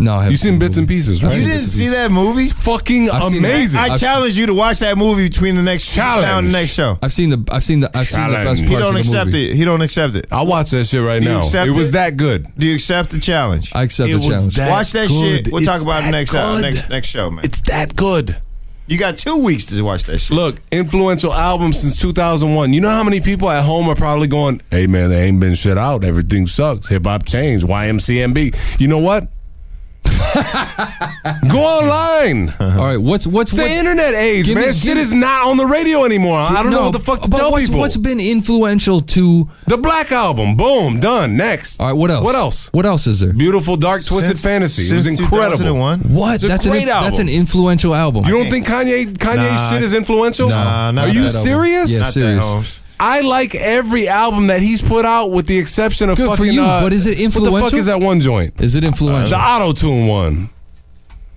Speaker 5: No, I haven't.
Speaker 3: You've seen bits and pieces, right?
Speaker 9: You didn't see that movie? It's
Speaker 3: fucking amazing.
Speaker 9: I
Speaker 3: I've
Speaker 9: challenge you to watch that movie between the next
Speaker 3: Challenge.
Speaker 9: now and the next show.
Speaker 5: I've seen the I've seen the I've seen the best
Speaker 9: He
Speaker 5: parts of
Speaker 9: don't
Speaker 5: the
Speaker 9: accept
Speaker 5: movie.
Speaker 9: it. He don't accept it.
Speaker 3: I'll watch that shit right
Speaker 9: Do you
Speaker 3: now.
Speaker 9: accept
Speaker 3: It was
Speaker 9: it?
Speaker 3: that good.
Speaker 9: Do you accept the challenge?
Speaker 5: I accept the challenge.
Speaker 9: Watch that shit. We'll talk about it
Speaker 3: that
Speaker 9: next uh,
Speaker 3: good.
Speaker 9: next next show, man.
Speaker 3: It's that good.
Speaker 9: You got two weeks to watch that shit.
Speaker 3: Look, influential album since 2001. You know how many people at home are probably going, hey, man, there ain't been shit out. Everything sucks. Hip hop changed. YMCMB. You know what? Go online.
Speaker 5: All right, what's what's
Speaker 3: It's the
Speaker 5: what-
Speaker 3: internet age,
Speaker 5: give me-
Speaker 3: man.
Speaker 5: give
Speaker 3: shit
Speaker 5: me-
Speaker 3: is not on the radio anymore. I don't know
Speaker 5: No,
Speaker 3: what the fuck to
Speaker 5: but
Speaker 3: tell
Speaker 5: what's,
Speaker 3: people.
Speaker 5: What's been influential to?
Speaker 3: the Black Album. Boom. Done. Next.
Speaker 5: All right, what else?
Speaker 3: What else?
Speaker 5: What else is there?
Speaker 3: Beautiful Dark Twisted
Speaker 9: Since-
Speaker 3: Fantasy. It was
Speaker 9: since
Speaker 3: incredible.
Speaker 9: 2001?
Speaker 5: What?
Speaker 3: It's a
Speaker 5: that's
Speaker 3: great
Speaker 5: an
Speaker 3: album.
Speaker 5: that's an influential album.
Speaker 3: You don't think Kanye Kanye
Speaker 5: Nah.
Speaker 3: shit is influential?
Speaker 5: Nah, not
Speaker 3: Are you
Speaker 5: that album.
Speaker 3: serious?
Speaker 5: Yeah, Not that serious. Holmes.
Speaker 3: I like every album that he's put out, with the exception of
Speaker 5: Good for
Speaker 3: fucking.
Speaker 5: you,
Speaker 3: uh,
Speaker 5: but is it
Speaker 3: What the fuck
Speaker 5: influential?
Speaker 3: is that one joint?
Speaker 5: Is it influential?
Speaker 3: The auto tune one.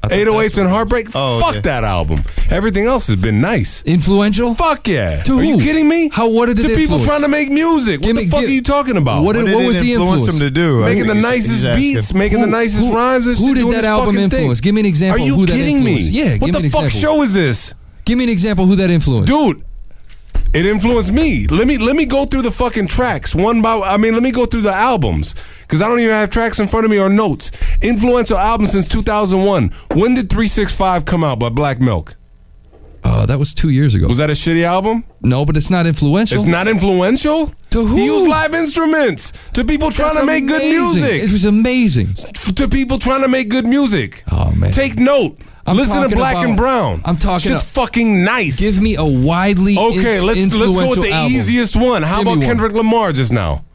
Speaker 3: 808s and Heartbreak.
Speaker 5: Oh,
Speaker 3: fuck
Speaker 9: okay.
Speaker 3: that album. Everything else has been nice.
Speaker 5: influential?
Speaker 3: Fuck yeah.
Speaker 5: To
Speaker 3: are you
Speaker 5: who?
Speaker 3: kidding me?
Speaker 5: How? What did
Speaker 3: to
Speaker 5: it
Speaker 3: people
Speaker 5: influence?
Speaker 3: trying to make music.
Speaker 5: Give
Speaker 3: what
Speaker 5: me-
Speaker 3: the fuck
Speaker 5: give-
Speaker 3: are you talking about?
Speaker 5: What did-
Speaker 9: did
Speaker 5: what
Speaker 9: it
Speaker 5: was the
Speaker 9: influence
Speaker 5: influence?
Speaker 9: him to do? I
Speaker 3: making the
Speaker 9: think he's-
Speaker 3: nicest
Speaker 9: he's asking.
Speaker 3: beats, making the
Speaker 5: Who-
Speaker 3: nicest
Speaker 5: who-
Speaker 3: rhymes and
Speaker 5: who
Speaker 3: shit,
Speaker 5: did
Speaker 3: doing
Speaker 5: that
Speaker 3: this
Speaker 5: album
Speaker 3: fucking thing.
Speaker 5: influence? Give me an example
Speaker 3: Are
Speaker 5: of
Speaker 3: you
Speaker 5: who that
Speaker 3: kidding me?
Speaker 5: influenced. Yeah,
Speaker 3: What
Speaker 5: give
Speaker 3: the
Speaker 5: me an
Speaker 3: fuck
Speaker 5: example.
Speaker 3: show is this?
Speaker 5: Give me an example who that influenced.
Speaker 3: dude it influenced me let me let me go through the fucking tracks one by i mean let me go through the albums because i don't even have tracks in front of me or notes influential album since 2001 when did 365 come out by black milk
Speaker 5: Uh, that was two years ago.
Speaker 3: was that a shitty album
Speaker 5: no, but it's not influential.
Speaker 3: it's not influential
Speaker 5: To who?
Speaker 3: he used live instruments to people trying
Speaker 5: That's
Speaker 3: to make good
Speaker 5: amazing.
Speaker 3: music
Speaker 5: It was amazing.
Speaker 3: F- to people trying to make good music
Speaker 5: Oh man.
Speaker 3: take note
Speaker 5: I'm
Speaker 3: listen to
Speaker 5: talking
Speaker 3: black and
Speaker 5: about-
Speaker 3: brown
Speaker 5: I'm talking
Speaker 3: shit's fucking nice
Speaker 5: Give me a widely
Speaker 3: okay
Speaker 5: ins-
Speaker 3: let's let's go with
Speaker 5: influential
Speaker 3: the
Speaker 5: album.
Speaker 3: easiest one how
Speaker 5: Give me
Speaker 3: about
Speaker 5: one.
Speaker 3: kendrick lamar just now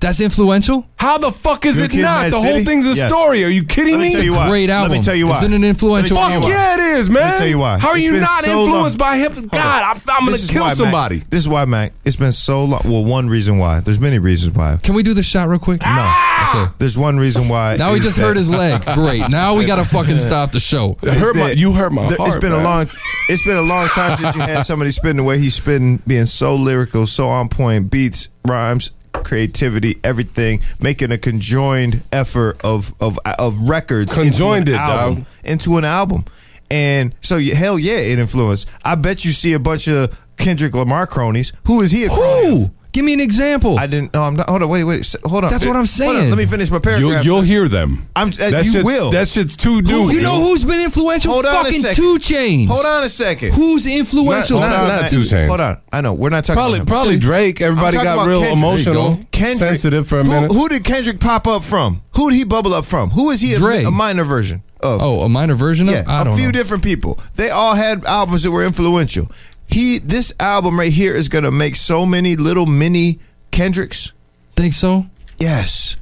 Speaker 5: That's influential.
Speaker 3: How the fuck is
Speaker 9: Good
Speaker 3: it
Speaker 9: Kid,
Speaker 3: not?
Speaker 9: Mad
Speaker 3: The whole
Speaker 9: City?
Speaker 3: thing's a
Speaker 9: Yes.
Speaker 3: story. Are you kidding
Speaker 9: Let me
Speaker 3: me?
Speaker 9: tell you why.
Speaker 5: Great
Speaker 9: Let
Speaker 5: album.
Speaker 9: me tell you why.
Speaker 5: Isn't it an influential
Speaker 9: Let me tell
Speaker 3: Fuck
Speaker 9: you why.
Speaker 3: yeah, it is, man.
Speaker 9: Let me tell you why.
Speaker 3: How are
Speaker 9: It's
Speaker 3: you
Speaker 9: been
Speaker 3: not
Speaker 9: so
Speaker 3: influenced
Speaker 9: long.
Speaker 3: by hip?
Speaker 9: Hold
Speaker 3: God,
Speaker 9: on.
Speaker 3: I, I'm gonna
Speaker 9: This is
Speaker 3: kill
Speaker 9: why, Mac.
Speaker 3: somebody.
Speaker 9: This is why, Mac. It's been so long. Well, one reason why. There's many reasons why.
Speaker 5: Can we do the shot real quick? No.
Speaker 3: Ah!
Speaker 5: Okay.
Speaker 9: There's one reason why.
Speaker 5: Now he
Speaker 9: is
Speaker 5: just
Speaker 9: that-
Speaker 5: hurt his leg. Great. Now we gotta fucking stop the show.
Speaker 3: It hurt my,
Speaker 9: that-
Speaker 3: you hurt my
Speaker 9: there-
Speaker 3: heart.
Speaker 9: It's been
Speaker 3: man.
Speaker 9: a long. It's been a long time since you had somebody spitting the way he's spitting, being so lyrical, so on point, beats, rhymes, creativity, everything, making a conjoined effort of of of records,
Speaker 3: Conjoined
Speaker 9: into
Speaker 3: it,
Speaker 9: an album,
Speaker 3: dog.
Speaker 9: into an album.
Speaker 4: And so, yeah, hell yeah, it influenced. I bet you see a bunch of Kendrick Lamar cronies. Who is he a crony? Who?
Speaker 5: Give me an example.
Speaker 4: I didn't. No, I'm not. Hold on. Wait, wait. s- Hold on.
Speaker 5: That's what I'm
Speaker 4: Hold on,
Speaker 5: saying.
Speaker 4: let me finish my
Speaker 3: You'll,
Speaker 4: paragraph.
Speaker 3: you'll hear them.
Speaker 4: I'm, uh,
Speaker 3: That
Speaker 4: you
Speaker 3: shit's-
Speaker 4: will.
Speaker 3: That shit's too new.
Speaker 5: you know who's been influential?
Speaker 4: Hold on a
Speaker 5: Fucking
Speaker 4: second.
Speaker 5: Two Chains.
Speaker 4: Hold on a second.
Speaker 5: Who's influential?
Speaker 4: Not- hold on, not-
Speaker 3: Two Chainz.
Speaker 4: Hold on. I know. We're not talking
Speaker 3: Probably-
Speaker 4: about him.
Speaker 3: probably Drake. Everybody
Speaker 4: I'm talking
Speaker 3: got
Speaker 4: about
Speaker 3: real
Speaker 4: Kendrick.
Speaker 3: emotional,
Speaker 4: Kendrick.
Speaker 3: sensitive for a
Speaker 4: Who-
Speaker 3: minute.
Speaker 4: Who, did Kendrick pop up from? Who did he bubble up from? Who is he a,
Speaker 5: Dre.
Speaker 4: a minor version of?
Speaker 5: Oh, a minor version of?
Speaker 4: Yeah,
Speaker 5: I
Speaker 4: a
Speaker 5: don't
Speaker 4: few
Speaker 5: know.
Speaker 4: different people. They all had albums that were influential. He this album right here is gonna make so many little mini Kendricks.
Speaker 5: Think so?
Speaker 4: Yes.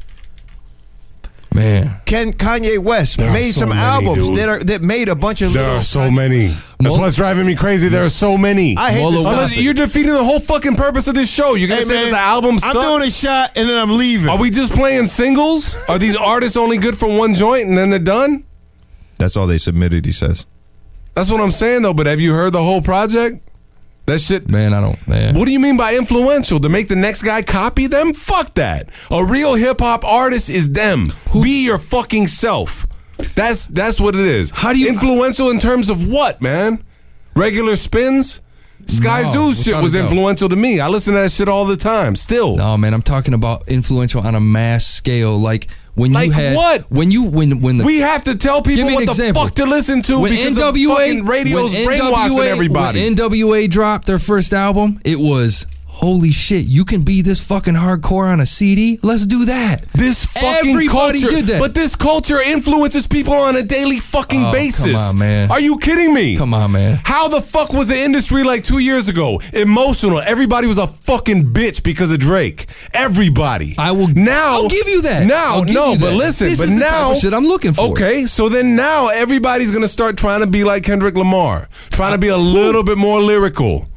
Speaker 5: Man.
Speaker 4: Ken Kanye West
Speaker 3: There are
Speaker 4: made
Speaker 3: so
Speaker 4: some
Speaker 3: many,
Speaker 4: albums
Speaker 3: dude.
Speaker 4: that are that made a bunch of
Speaker 3: There
Speaker 4: little
Speaker 3: are so many. That's what's driving me crazy. There are so many.
Speaker 4: I hate this
Speaker 3: Unless-
Speaker 4: topic.
Speaker 3: You're defeating the whole fucking purpose of this show. You're gonna
Speaker 4: Hey,
Speaker 3: say
Speaker 4: man,
Speaker 3: that the album
Speaker 4: I'm
Speaker 3: sucks.
Speaker 4: doing a shot and then I'm leaving.
Speaker 3: are we just playing singles? Are these artists only good for one joint and then they're done?
Speaker 4: That's all they submitted, he says.
Speaker 3: That's what I'm saying though. But have you heard the whole project? That shit.
Speaker 5: Man, I don't. Man.
Speaker 3: What do you mean by influential? To make the next guy copy them? Fuck that. A real hip hop artist is them. Be your fucking self. That's that's what it is. How do you influential in terms of what, man? Regular spins? Sky
Speaker 5: No,
Speaker 3: Zoo's shit
Speaker 5: without
Speaker 3: was
Speaker 5: a doubt.
Speaker 3: influential to me. I listen to that shit all the time. Still.
Speaker 5: No, man, I'm talking about influential on a mass scale. Like when
Speaker 3: Like
Speaker 5: you had
Speaker 3: what?
Speaker 5: when you when when the
Speaker 3: We have to tell
Speaker 5: Give
Speaker 3: people
Speaker 5: me an
Speaker 3: what the
Speaker 5: example.
Speaker 3: fuck to listen to
Speaker 5: when
Speaker 3: because of
Speaker 5: NWA
Speaker 3: fucking radio's
Speaker 5: when
Speaker 3: brainwashing
Speaker 5: NWA
Speaker 3: everybody.
Speaker 5: When NWA dropped their first album, it was holy shit. You can be this fucking hardcore on a CD. Let's do that.
Speaker 3: this fucking
Speaker 5: Everybody
Speaker 3: culture,
Speaker 5: did that.
Speaker 3: but this culture influences people on a daily fucking
Speaker 5: Oh, come
Speaker 3: basis.
Speaker 5: on, man.
Speaker 3: Are you kidding me?
Speaker 5: Come on, man.
Speaker 3: How the fuck was the industry like two years ago? Emotional. Everybody was a fucking bitch because of Drake. Everybody. I will now.
Speaker 5: I'll give you that.
Speaker 3: Now,
Speaker 5: I'll give
Speaker 3: no,
Speaker 5: you
Speaker 3: but
Speaker 5: that.
Speaker 3: listen.
Speaker 5: This
Speaker 3: but
Speaker 5: is the type
Speaker 3: now,
Speaker 5: of shit I'm looking for.
Speaker 3: Okay, so then now everybody's gonna start trying to be like Kendrick Lamar, trying to be a little bit more lyrical.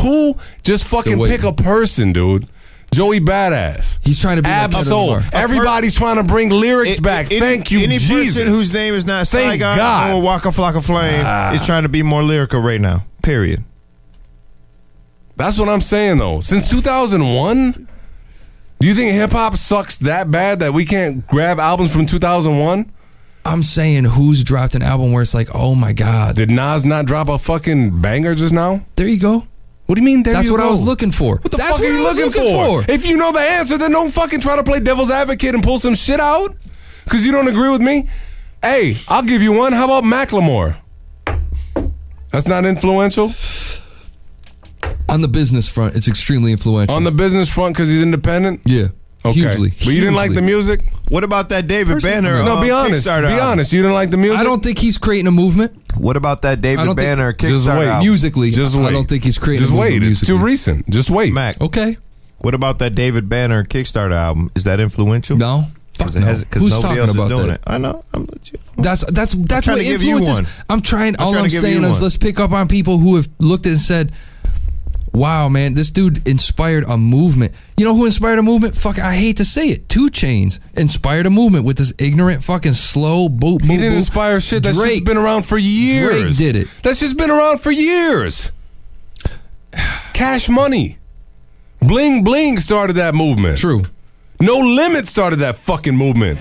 Speaker 3: Who? Just fucking
Speaker 5: wait.
Speaker 3: pick a person, dude. Joey Badass.
Speaker 5: He's trying to be like
Speaker 3: Ab
Speaker 5: Kendrick
Speaker 3: Soul.
Speaker 5: Lamar.
Speaker 3: Everybody's trying to bring lyrics
Speaker 4: It-
Speaker 3: back.
Speaker 4: any-
Speaker 3: Thank you,
Speaker 4: Any
Speaker 3: Jesus.
Speaker 4: person whose name is not
Speaker 3: Thank
Speaker 4: Saigon
Speaker 3: God. Ah.
Speaker 4: or Waka Flocka Flame
Speaker 5: Ah.
Speaker 4: is trying to be more lyrical right now. Period.
Speaker 3: That's what I'm saying though. Since 2001, do you think hip hop sucks that bad that we can't grab albums from 2001?
Speaker 5: I'm saying who's dropped an album where it's like, oh my god,
Speaker 3: Did Nas not drop a fucking banger just now?
Speaker 5: there you go.
Speaker 3: What do you mean? There
Speaker 5: That's
Speaker 3: you
Speaker 5: what I
Speaker 3: go?
Speaker 5: was looking for.
Speaker 3: What the
Speaker 5: That's
Speaker 3: fuck
Speaker 5: what
Speaker 3: are
Speaker 5: I
Speaker 3: you
Speaker 5: was
Speaker 3: looking, for? If you know the answer, then don't fucking try to play devil's advocate and pull some shit out because you don't agree with me. Hey, I'll give you one. How about Macklemore? That's not influential
Speaker 5: On the business front, it's extremely influential.
Speaker 3: on the business front because he's independent.
Speaker 5: yeah,
Speaker 3: Okay,
Speaker 5: hugely.
Speaker 3: but you didn't like the
Speaker 5: hugely.
Speaker 3: music.
Speaker 4: What about that David
Speaker 5: Personally,
Speaker 4: Banner?
Speaker 3: No,
Speaker 4: uh,
Speaker 3: be honest. Be
Speaker 4: Kickstarter album?
Speaker 3: honest. You didn't like the music.
Speaker 5: I don't think he's creating a movement
Speaker 4: What about that
Speaker 5: I
Speaker 4: David
Speaker 5: don't think-
Speaker 4: Banner Kickstarter?
Speaker 3: Just wait.
Speaker 4: album?
Speaker 5: musically.
Speaker 3: Just
Speaker 5: I-
Speaker 3: wait.
Speaker 5: I don't think he's creating.
Speaker 3: Just
Speaker 5: a movement
Speaker 3: wait. It's too
Speaker 5: musically.
Speaker 3: recent. Just wait.
Speaker 4: Mac.
Speaker 5: Okay.
Speaker 4: What about that David Banner Kickstarter album? Is that influential?
Speaker 5: No. Fuck
Speaker 4: Because it
Speaker 5: no.
Speaker 4: has- 'cause
Speaker 5: Who's
Speaker 4: nobody
Speaker 5: talking
Speaker 4: else is
Speaker 5: about
Speaker 4: doing
Speaker 5: that?
Speaker 4: it. I know. I'm legit.
Speaker 5: That's that's that's
Speaker 4: trying
Speaker 5: what
Speaker 4: to give you
Speaker 5: influences.
Speaker 4: one.
Speaker 5: I'm trying.
Speaker 4: I'm
Speaker 5: all
Speaker 4: trying to
Speaker 5: I'm
Speaker 4: give
Speaker 5: saying
Speaker 4: you
Speaker 5: is
Speaker 4: one.
Speaker 5: let's pick up on people who have looked and said, "Wow, man, this dude inspired a movement." You know who inspired a movement? Fuck, I hate to say it. Two Chains inspired a movement with this ignorant fucking slow boop.
Speaker 3: He
Speaker 5: boop,
Speaker 3: didn't
Speaker 5: boop.
Speaker 3: inspire shit. That
Speaker 5: Drake.
Speaker 3: shit's been around for years.
Speaker 5: did it.
Speaker 3: That shit's been around for years. Cash Money, Bling Bling started that movement.
Speaker 5: True.
Speaker 3: No Limit started that fucking movement.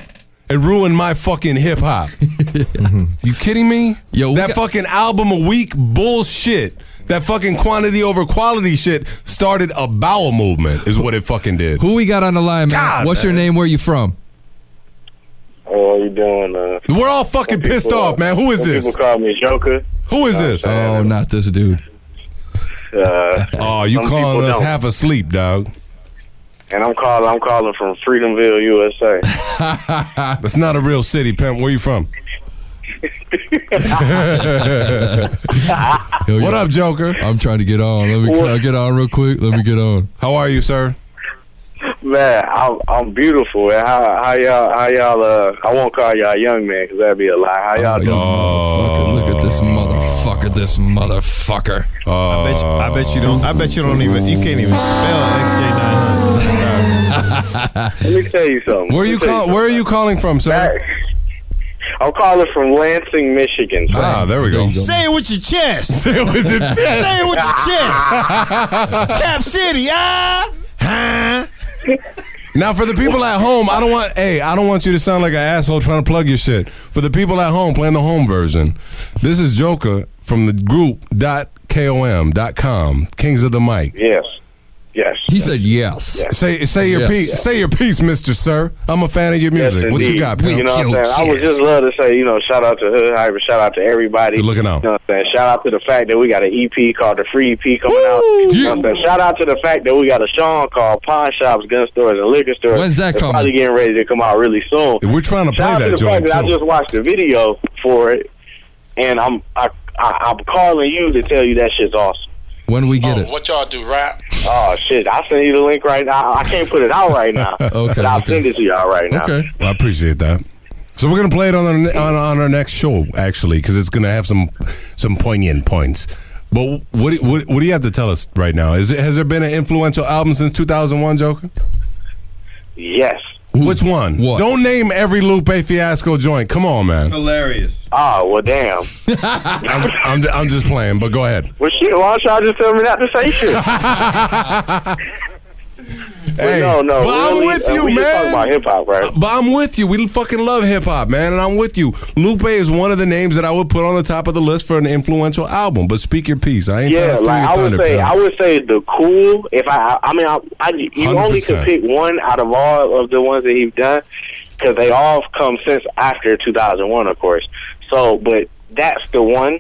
Speaker 3: It ruined my fucking hip hop. You kidding me?
Speaker 5: Mm-hmm. Yo, we
Speaker 3: that
Speaker 5: got-
Speaker 3: fucking album a week bullshit. That fucking quantity over quality shit started a bowel movement, is what it fucking did.
Speaker 5: Who we got on the line, man?
Speaker 3: God,
Speaker 5: What's your
Speaker 3: man.
Speaker 5: name? Where you from?
Speaker 23: Oh, you doing? Uh,
Speaker 3: We're all fucking
Speaker 23: people,
Speaker 3: pissed
Speaker 23: uh,
Speaker 3: off, man. Who is
Speaker 23: some
Speaker 3: this?
Speaker 23: People call me Joker.
Speaker 3: Who is this?
Speaker 5: Oh, not this dude.
Speaker 23: Uh,
Speaker 3: Oh, you
Speaker 23: some
Speaker 3: calling
Speaker 23: people
Speaker 3: us
Speaker 23: don't.
Speaker 3: half asleep, dog.
Speaker 23: and I'm calling. I'm calling from Freedomville, USA.
Speaker 3: That's not a real city, pimp. Where you from?
Speaker 5: Yo,
Speaker 3: What
Speaker 5: yo,
Speaker 3: up, Joker?
Speaker 5: I'm trying to get on. Let me can I get on real quick. Let me get on.
Speaker 3: How are you, sir?
Speaker 23: man, I'm, I'm beautiful. And how, how y'all? How y'all? Uh, I won't call y'all young man 'cause that'd be a lie. How y'all
Speaker 5: Oh,
Speaker 23: doing?
Speaker 5: yo, motherfucker. Look at this motherfucker. This motherfucker.
Speaker 3: Uh,
Speaker 4: I bet, you, I bet you don't. I bet you don't even. You can't even spell XJ900.
Speaker 23: Let me tell you something.
Speaker 3: where are you
Speaker 23: Let me tell
Speaker 3: call, Where are you calling from, sir?
Speaker 23: I'm calling from Lansing, Michigan.
Speaker 3: Ah, there we go.
Speaker 4: Say it with your chest. Say
Speaker 3: It was a test.
Speaker 4: it with your chest. Cap City, ah. Huh?
Speaker 3: Now, for the people at home, I don't want. Hey, I don't want you to sound like an asshole trying to plug your shit. For the people at home playing the home version, this is Joker from the group dot com dot com Kings of the Mic.
Speaker 23: Yes. Yes.
Speaker 5: He said yes.
Speaker 3: Say say your
Speaker 23: Yes.
Speaker 3: piece. Say your piece, Mister Sir. I'm a fan of your music. what you
Speaker 23: Indeed.
Speaker 3: got? pal?
Speaker 23: You know what I'm saying? I would just love to say, you know, shout out to Hood Hyper, shout out to everybody.
Speaker 3: Good looking out.
Speaker 23: You know what I'm saying? Shout out to the fact that we got an EP called The Free EP coming out. You know what I'm saying? Shout out to the fact that we got a song called Pawn Shops, Gun Stores, and Liquor Stores.
Speaker 3: When's that
Speaker 23: It's
Speaker 3: coming?
Speaker 23: Probably getting ready to come out really soon.
Speaker 3: We're trying to play
Speaker 23: Shout out
Speaker 3: that
Speaker 23: to the
Speaker 3: joint,
Speaker 23: fact that
Speaker 3: too.
Speaker 23: I just watched the video for it, and I'm I, I, I'm calling you to tell you that shit's awesome.
Speaker 5: When we get it.
Speaker 23: Oh, What y'all do, rap? Oh shit! I'll send you the link right now. I can't put it out right now,
Speaker 3: Okay,
Speaker 23: but I'll
Speaker 3: okay.
Speaker 23: send it to y'all right now.
Speaker 3: Okay. Well, I appreciate that. So we're gonna play it on our, ne- on, on our next show actually because it's gonna have some some poignant points. But what, do- what what do you have to tell us right now? Is it, has there been an influential album since 2001, Joker?
Speaker 23: Yes.
Speaker 3: Which one? Don't name every Lupe Fiasco joint. Come on, man.
Speaker 9: Hilarious.
Speaker 23: Oh well, damn.
Speaker 3: I'm, I'm, I'm just playing, but go ahead.
Speaker 23: Well, shit. Why don't y'all just tell me not to say shit? But
Speaker 3: Hey,
Speaker 23: no, no.
Speaker 3: but I'm
Speaker 23: really,
Speaker 3: with
Speaker 23: uh,
Speaker 3: you,
Speaker 23: we just talking
Speaker 3: man.
Speaker 23: about hip hop, right?
Speaker 3: But I'm with you. We fucking love hip hop, man, and I'm with you. Lupe is one of the names that I would put on the top of the list for an influential album. But speak your piece. I ain't trying to
Speaker 23: Yeah,
Speaker 3: steal
Speaker 23: like
Speaker 3: your
Speaker 23: I
Speaker 3: thunder.
Speaker 23: would say,
Speaker 3: pal.
Speaker 23: I would say the cool. If I, I, I mean, I, I you only could
Speaker 3: 100%.
Speaker 23: pick one out of all of the ones that he's done because they all come since after 2001, of course. So, but that's the one,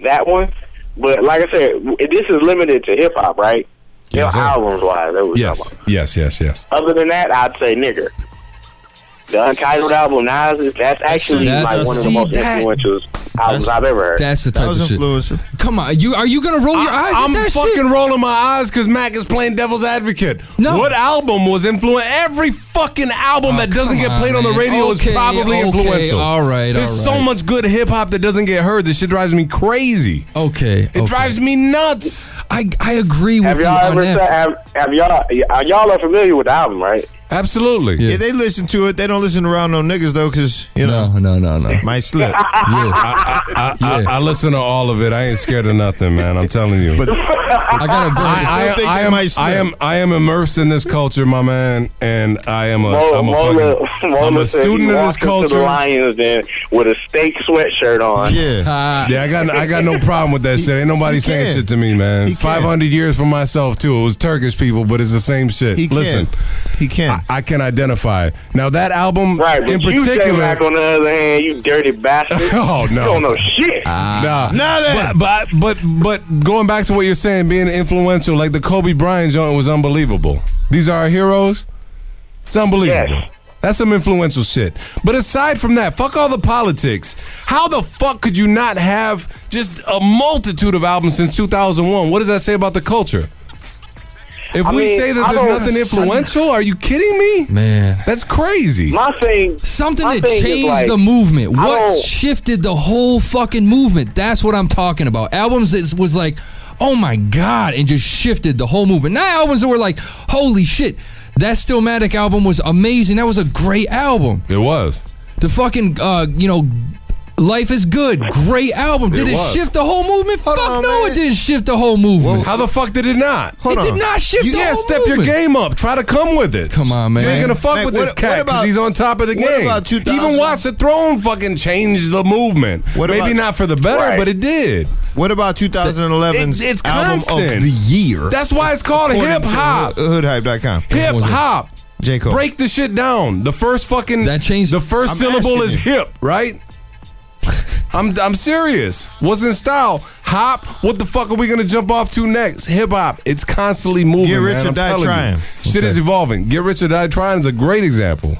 Speaker 23: that one. But like I said, w- this is limited to hip hop, right?
Speaker 3: Yes,
Speaker 23: you
Speaker 3: sir.
Speaker 23: know, albums wise, that was
Speaker 3: yes, yes, yes, yes.
Speaker 23: Other than that, I'd say nigger. The untitled album Nas is that's actually
Speaker 5: That's a-
Speaker 23: like one of the
Speaker 5: see,
Speaker 23: most
Speaker 5: that-
Speaker 23: influential albums I've ever heard.
Speaker 5: That's the type of shit. influencer. Come on, you are you gonna roll your eyes?
Speaker 3: I'm
Speaker 5: at that
Speaker 3: fucking
Speaker 5: shit?
Speaker 3: rolling my eyes because Mac is playing devil's advocate.
Speaker 5: No. Oh,
Speaker 3: What album was influential? Every fucking album that doesn't
Speaker 5: come
Speaker 3: get played on,
Speaker 5: on,
Speaker 3: the
Speaker 5: man.
Speaker 3: radio
Speaker 5: Okay,
Speaker 3: is probably
Speaker 5: okay,
Speaker 3: influential.
Speaker 5: all right,
Speaker 3: There's
Speaker 5: all
Speaker 3: so
Speaker 5: right.
Speaker 3: much good hip hop that doesn't get heard. This shit drives me crazy.
Speaker 5: Okay.
Speaker 3: It drives me nuts.
Speaker 5: I I agree with
Speaker 23: Have y'all ever said, have, have y'all are y'all are familiar with the album, right?
Speaker 3: Absolutely.
Speaker 9: Yeah. they listen to it. They don't listen around no niggas though, cause you know.
Speaker 5: No, no, no.
Speaker 9: Might slip.
Speaker 3: I, I, I listen to all of it. I ain't scared of nothing, man. I'm telling you. But
Speaker 5: I got a burn.
Speaker 3: I, I, I, am, I am I am immersed in this culture, my man, and I am a
Speaker 23: Mo-
Speaker 3: am a
Speaker 23: Mola-
Speaker 3: fucking
Speaker 23: Mola
Speaker 3: I'm a
Speaker 23: said he
Speaker 3: student of this
Speaker 23: walked into
Speaker 3: culture.
Speaker 23: The Lions then with a steak sweatshirt on.
Speaker 3: yeah, I got I got no problem with that shit. Ain't nobody
Speaker 23: he
Speaker 3: saying
Speaker 23: can.
Speaker 3: shit to me, man. Five hundred years for myself too. It was Turkish people, but it's the same shit.
Speaker 23: He can.
Speaker 3: Listen,
Speaker 9: he can.
Speaker 3: I, I can identify now that album
Speaker 23: Right, but
Speaker 3: in
Speaker 23: you J
Speaker 3: particular.
Speaker 23: Mac on the other hand, you dirty bastard.
Speaker 3: Oh, no.
Speaker 23: you don't know shit.
Speaker 3: Nah,
Speaker 23: Now then.
Speaker 3: But, but but but going back to what you're saying, being influential, like the Kobe Bryant joint was unbelievable. These are our heroes. It's unbelievable. That's some influential shit. But aside from that, fuck all the politics. How the fuck could you not have just a multitude of albums since 2001? What does that say about the culture? If
Speaker 23: I
Speaker 3: we
Speaker 23: mean,
Speaker 3: say
Speaker 23: I
Speaker 3: that
Speaker 23: don't-
Speaker 3: there's nothing influential, are you kidding me?
Speaker 5: Man,
Speaker 3: that's crazy.
Speaker 23: My thing,
Speaker 5: something
Speaker 23: my
Speaker 5: that
Speaker 23: thing is
Speaker 5: changed
Speaker 23: like,
Speaker 5: the movement.
Speaker 23: I
Speaker 5: What
Speaker 23: don't-
Speaker 5: shifted the whole fucking movement? That's what I'm talking about. Albums that was like, oh my god, and just shifted the whole movement. Not albums that were like, holy shit, that Stillmatic album was amazing. That was a great album.
Speaker 3: It was.
Speaker 5: The fucking, uh, you know. Life is good, great album. Did
Speaker 3: It
Speaker 5: it,
Speaker 3: was.
Speaker 5: shift the whole movement? Fuck no, it didn't shift the whole movement.
Speaker 3: How the fuck did it not?
Speaker 5: it did not shift
Speaker 3: You
Speaker 5: the
Speaker 3: gotta
Speaker 5: whole
Speaker 3: step your
Speaker 5: movement.
Speaker 3: game up. Try to come with it. Come
Speaker 5: on,
Speaker 3: You
Speaker 5: man.
Speaker 3: ain't gonna fuck
Speaker 5: Mac,
Speaker 3: with
Speaker 5: what-
Speaker 3: this
Speaker 5: what
Speaker 3: cat
Speaker 5: about-
Speaker 3: because he's on top of the
Speaker 5: what
Speaker 3: game.
Speaker 5: about 2000?
Speaker 3: Even Watch the Throne fucking changed the movement. Maybe
Speaker 9: about-
Speaker 3: not for the better,
Speaker 9: Right.
Speaker 3: but it did.
Speaker 9: What about 2011's
Speaker 3: It- it's
Speaker 9: album
Speaker 3: constant.
Speaker 9: of the year?
Speaker 3: That's why it's called
Speaker 9: According to
Speaker 3: hip-hop.
Speaker 9: Hood- Hoodhype.com.
Speaker 3: Hip hop.
Speaker 9: J Cole.
Speaker 3: Break the shit down. The first fucking that changed. The 1st
Speaker 9: I'm
Speaker 3: syllable
Speaker 9: asking
Speaker 3: is
Speaker 9: you.
Speaker 3: hip, right? I'm I'm serious. What's in style? Hop. What the fuck are we gonna jump off to next? Hip hop. It's constantly moving.
Speaker 9: Get Rich
Speaker 3: man.
Speaker 9: or
Speaker 3: I'm
Speaker 9: Die
Speaker 3: telling you.
Speaker 9: Trying.
Speaker 3: Shit is
Speaker 9: Okay.
Speaker 3: evolving. Get rich or die trying is a great example.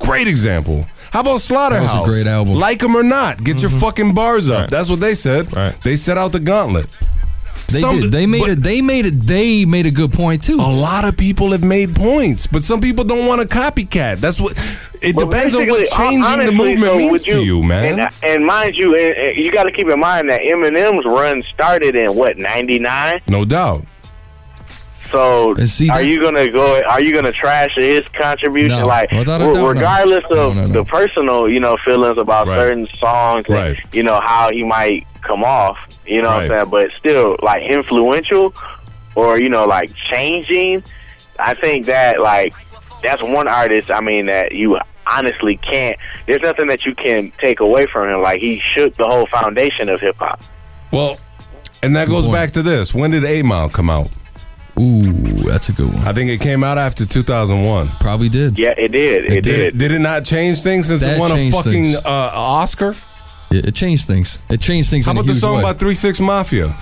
Speaker 3: Great example. How about Slaughterhouse?
Speaker 5: That was a great album.
Speaker 3: Like them or not, get
Speaker 9: Mm-hmm.
Speaker 3: your fucking bars up. That's what they said. They set out the gauntlet.
Speaker 5: They
Speaker 3: Some-
Speaker 5: did. They made
Speaker 3: but-
Speaker 5: it. They made it. They made a good point too.
Speaker 3: A lot of people have made points, but some people don't want to copycat. That's what it
Speaker 23: But
Speaker 3: depends on what
Speaker 23: basically, hon-
Speaker 3: changing
Speaker 23: honestly,
Speaker 3: the movement
Speaker 23: though,
Speaker 3: means
Speaker 23: would
Speaker 3: to you, man.
Speaker 23: And, and mind you, and, and you got to keep in mind that Eminem's run started in what '99.
Speaker 3: no doubt.
Speaker 23: So
Speaker 3: And see,
Speaker 23: are
Speaker 3: that-
Speaker 23: you gonna go? Are you gonna trash his contribution?
Speaker 3: No,
Speaker 23: like
Speaker 3: without a
Speaker 23: re-
Speaker 3: doubt, no.
Speaker 23: regardless of the personal, you know, feelings about certain songs, and,
Speaker 3: Right.
Speaker 23: you know how he might come off. You know what I'm saying? But still, like influential or you know, like changing. I think that like that's one artist. I mean that you honestly can't. There's nothing that you can take away from him. Like he shook the whole foundation of hip hop.
Speaker 3: Well, and that goes back to this. When did A Mile come out? Ooh, that's a good one. I think it came out after 2001.
Speaker 5: Probably did.
Speaker 23: Yeah, it did. It, did.
Speaker 3: Did it not change things since
Speaker 5: That
Speaker 3: it won a
Speaker 5: changed
Speaker 3: fucking
Speaker 5: things.
Speaker 3: uh, Oscar?
Speaker 5: Yeah, it changed things. It changed things.
Speaker 3: How
Speaker 5: in a
Speaker 3: about the
Speaker 5: huge
Speaker 3: song
Speaker 5: way.
Speaker 3: by Three Six Mafia?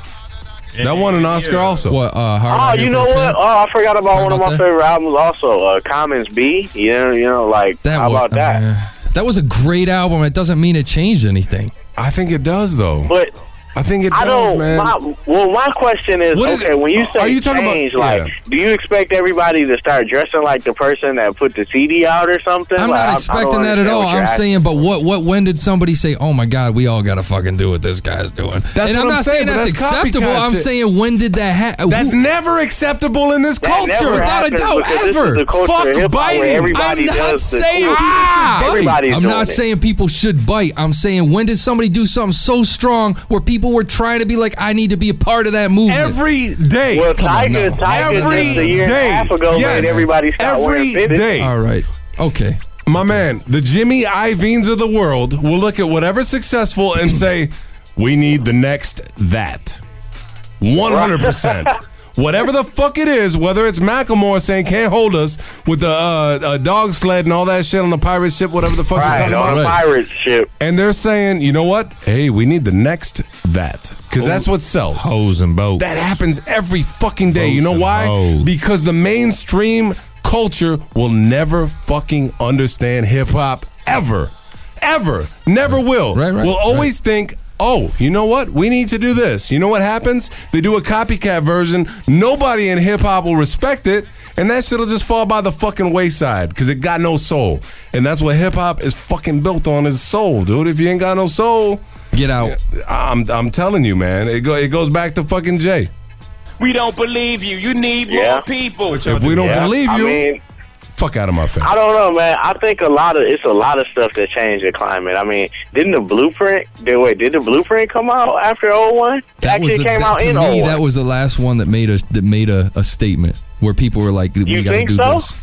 Speaker 3: That won an Oscar also.
Speaker 5: What? Uh, Hard
Speaker 23: Oh,
Speaker 5: on
Speaker 23: you
Speaker 5: for
Speaker 23: know
Speaker 5: a
Speaker 23: what?
Speaker 5: Pimp?
Speaker 23: Oh, I forgot about one of my favorite albums. Also, uh, Commons B. You know, you know, like how
Speaker 5: wa- uh,
Speaker 23: about that?
Speaker 5: That was a great album. It doesn't mean it changed anything.
Speaker 3: I think it does, though.
Speaker 23: But
Speaker 3: I think it
Speaker 23: I
Speaker 5: does,
Speaker 23: don't.
Speaker 5: man.
Speaker 23: My, well, my question is,
Speaker 5: What is
Speaker 23: okay, when you say
Speaker 5: are you talking about-
Speaker 23: change, like,
Speaker 5: yeah.
Speaker 23: do you expect everybody to start dressing like the person that put the CD out or something?
Speaker 5: I'm
Speaker 23: Like, I- I
Speaker 5: not
Speaker 23: don't
Speaker 5: expecting that at
Speaker 23: understand
Speaker 5: all.
Speaker 23: what you're
Speaker 5: I'm
Speaker 23: asking.
Speaker 5: saying, but what? What? When did somebody say, "Oh my God, we all got to fucking do what this guy's doing"? and
Speaker 3: That's what
Speaker 5: I'm
Speaker 3: I'm
Speaker 5: not
Speaker 3: saying,
Speaker 5: saying,
Speaker 3: but
Speaker 5: that's,
Speaker 3: that's
Speaker 5: acceptable.
Speaker 3: copycat
Speaker 5: I'm
Speaker 3: shit.
Speaker 5: saying, when did that happen?
Speaker 3: That's never acceptable in this
Speaker 5: That never
Speaker 3: culture.
Speaker 5: happened Without a doubt, because this is ever. the culture of
Speaker 3: Fuck
Speaker 5: hip-hop where
Speaker 3: biting.
Speaker 5: I'm
Speaker 3: I'm
Speaker 5: not saying people
Speaker 3: ah!
Speaker 5: should bite. I'm not saying people should bite. I'm saying when did somebody do something so strong where people were trying to be like, I need to be a part of that movement
Speaker 3: every day?
Speaker 5: Well,
Speaker 23: Tiger- Tiger just a year and a half ago made everybody stop
Speaker 3: every
Speaker 23: wearing fitted.
Speaker 3: day.
Speaker 5: All right. Okay.
Speaker 3: My man, the Jimmy Iveens of the world will look at whatever's successful and say, "We need the next that." One hundred percent. Whatever the fuck it is, whether it's Macklemore saying can't hold us with the uh, uh, dog sled and all that shit on the pirate ship, whatever the fuck
Speaker 23: Right,
Speaker 3: you're talking
Speaker 23: on
Speaker 3: about,
Speaker 23: the pirate ship,
Speaker 3: and they're saying, you know what? Hey, we need the next that because that's what sells.
Speaker 9: Hoes and boats.
Speaker 3: That happens every fucking day. you know
Speaker 9: Boats and
Speaker 3: why?
Speaker 9: hoes.
Speaker 3: Because the mainstream culture will never fucking understand hip hop ever. Ever. Never will. Right, right. Will always think, oh, you know what? We need to do this. You know what happens? They do a copycat version. Nobody in hip hop will respect it. And that shit'll just fall by the fucking wayside because it got no soul. And that's what hip hop is fucking built on is soul, dude. If you ain't got no soul,
Speaker 5: get out.
Speaker 3: I'm I'm telling you, man. It go, it goes back to fucking Jay.
Speaker 22: We don't believe you. You need
Speaker 23: Yeah.
Speaker 22: more people.
Speaker 3: If we don't
Speaker 23: Yeah,
Speaker 3: believe
Speaker 23: I
Speaker 3: you,
Speaker 23: mean-
Speaker 3: fuck out of my face.
Speaker 23: I don't know, man. I think a lot of it's a lot of stuff that changed the climate. I mean, didn't the blueprint? Did wait? Did the blueprint come out after 01?
Speaker 5: That
Speaker 23: Actually,
Speaker 5: was the,
Speaker 23: came
Speaker 5: that-
Speaker 23: out
Speaker 5: to
Speaker 23: in
Speaker 5: me,
Speaker 23: 01.
Speaker 5: that was the last one that made a that made a, a statement where people were like, "We got to
Speaker 23: think
Speaker 5: do
Speaker 23: so?
Speaker 5: this."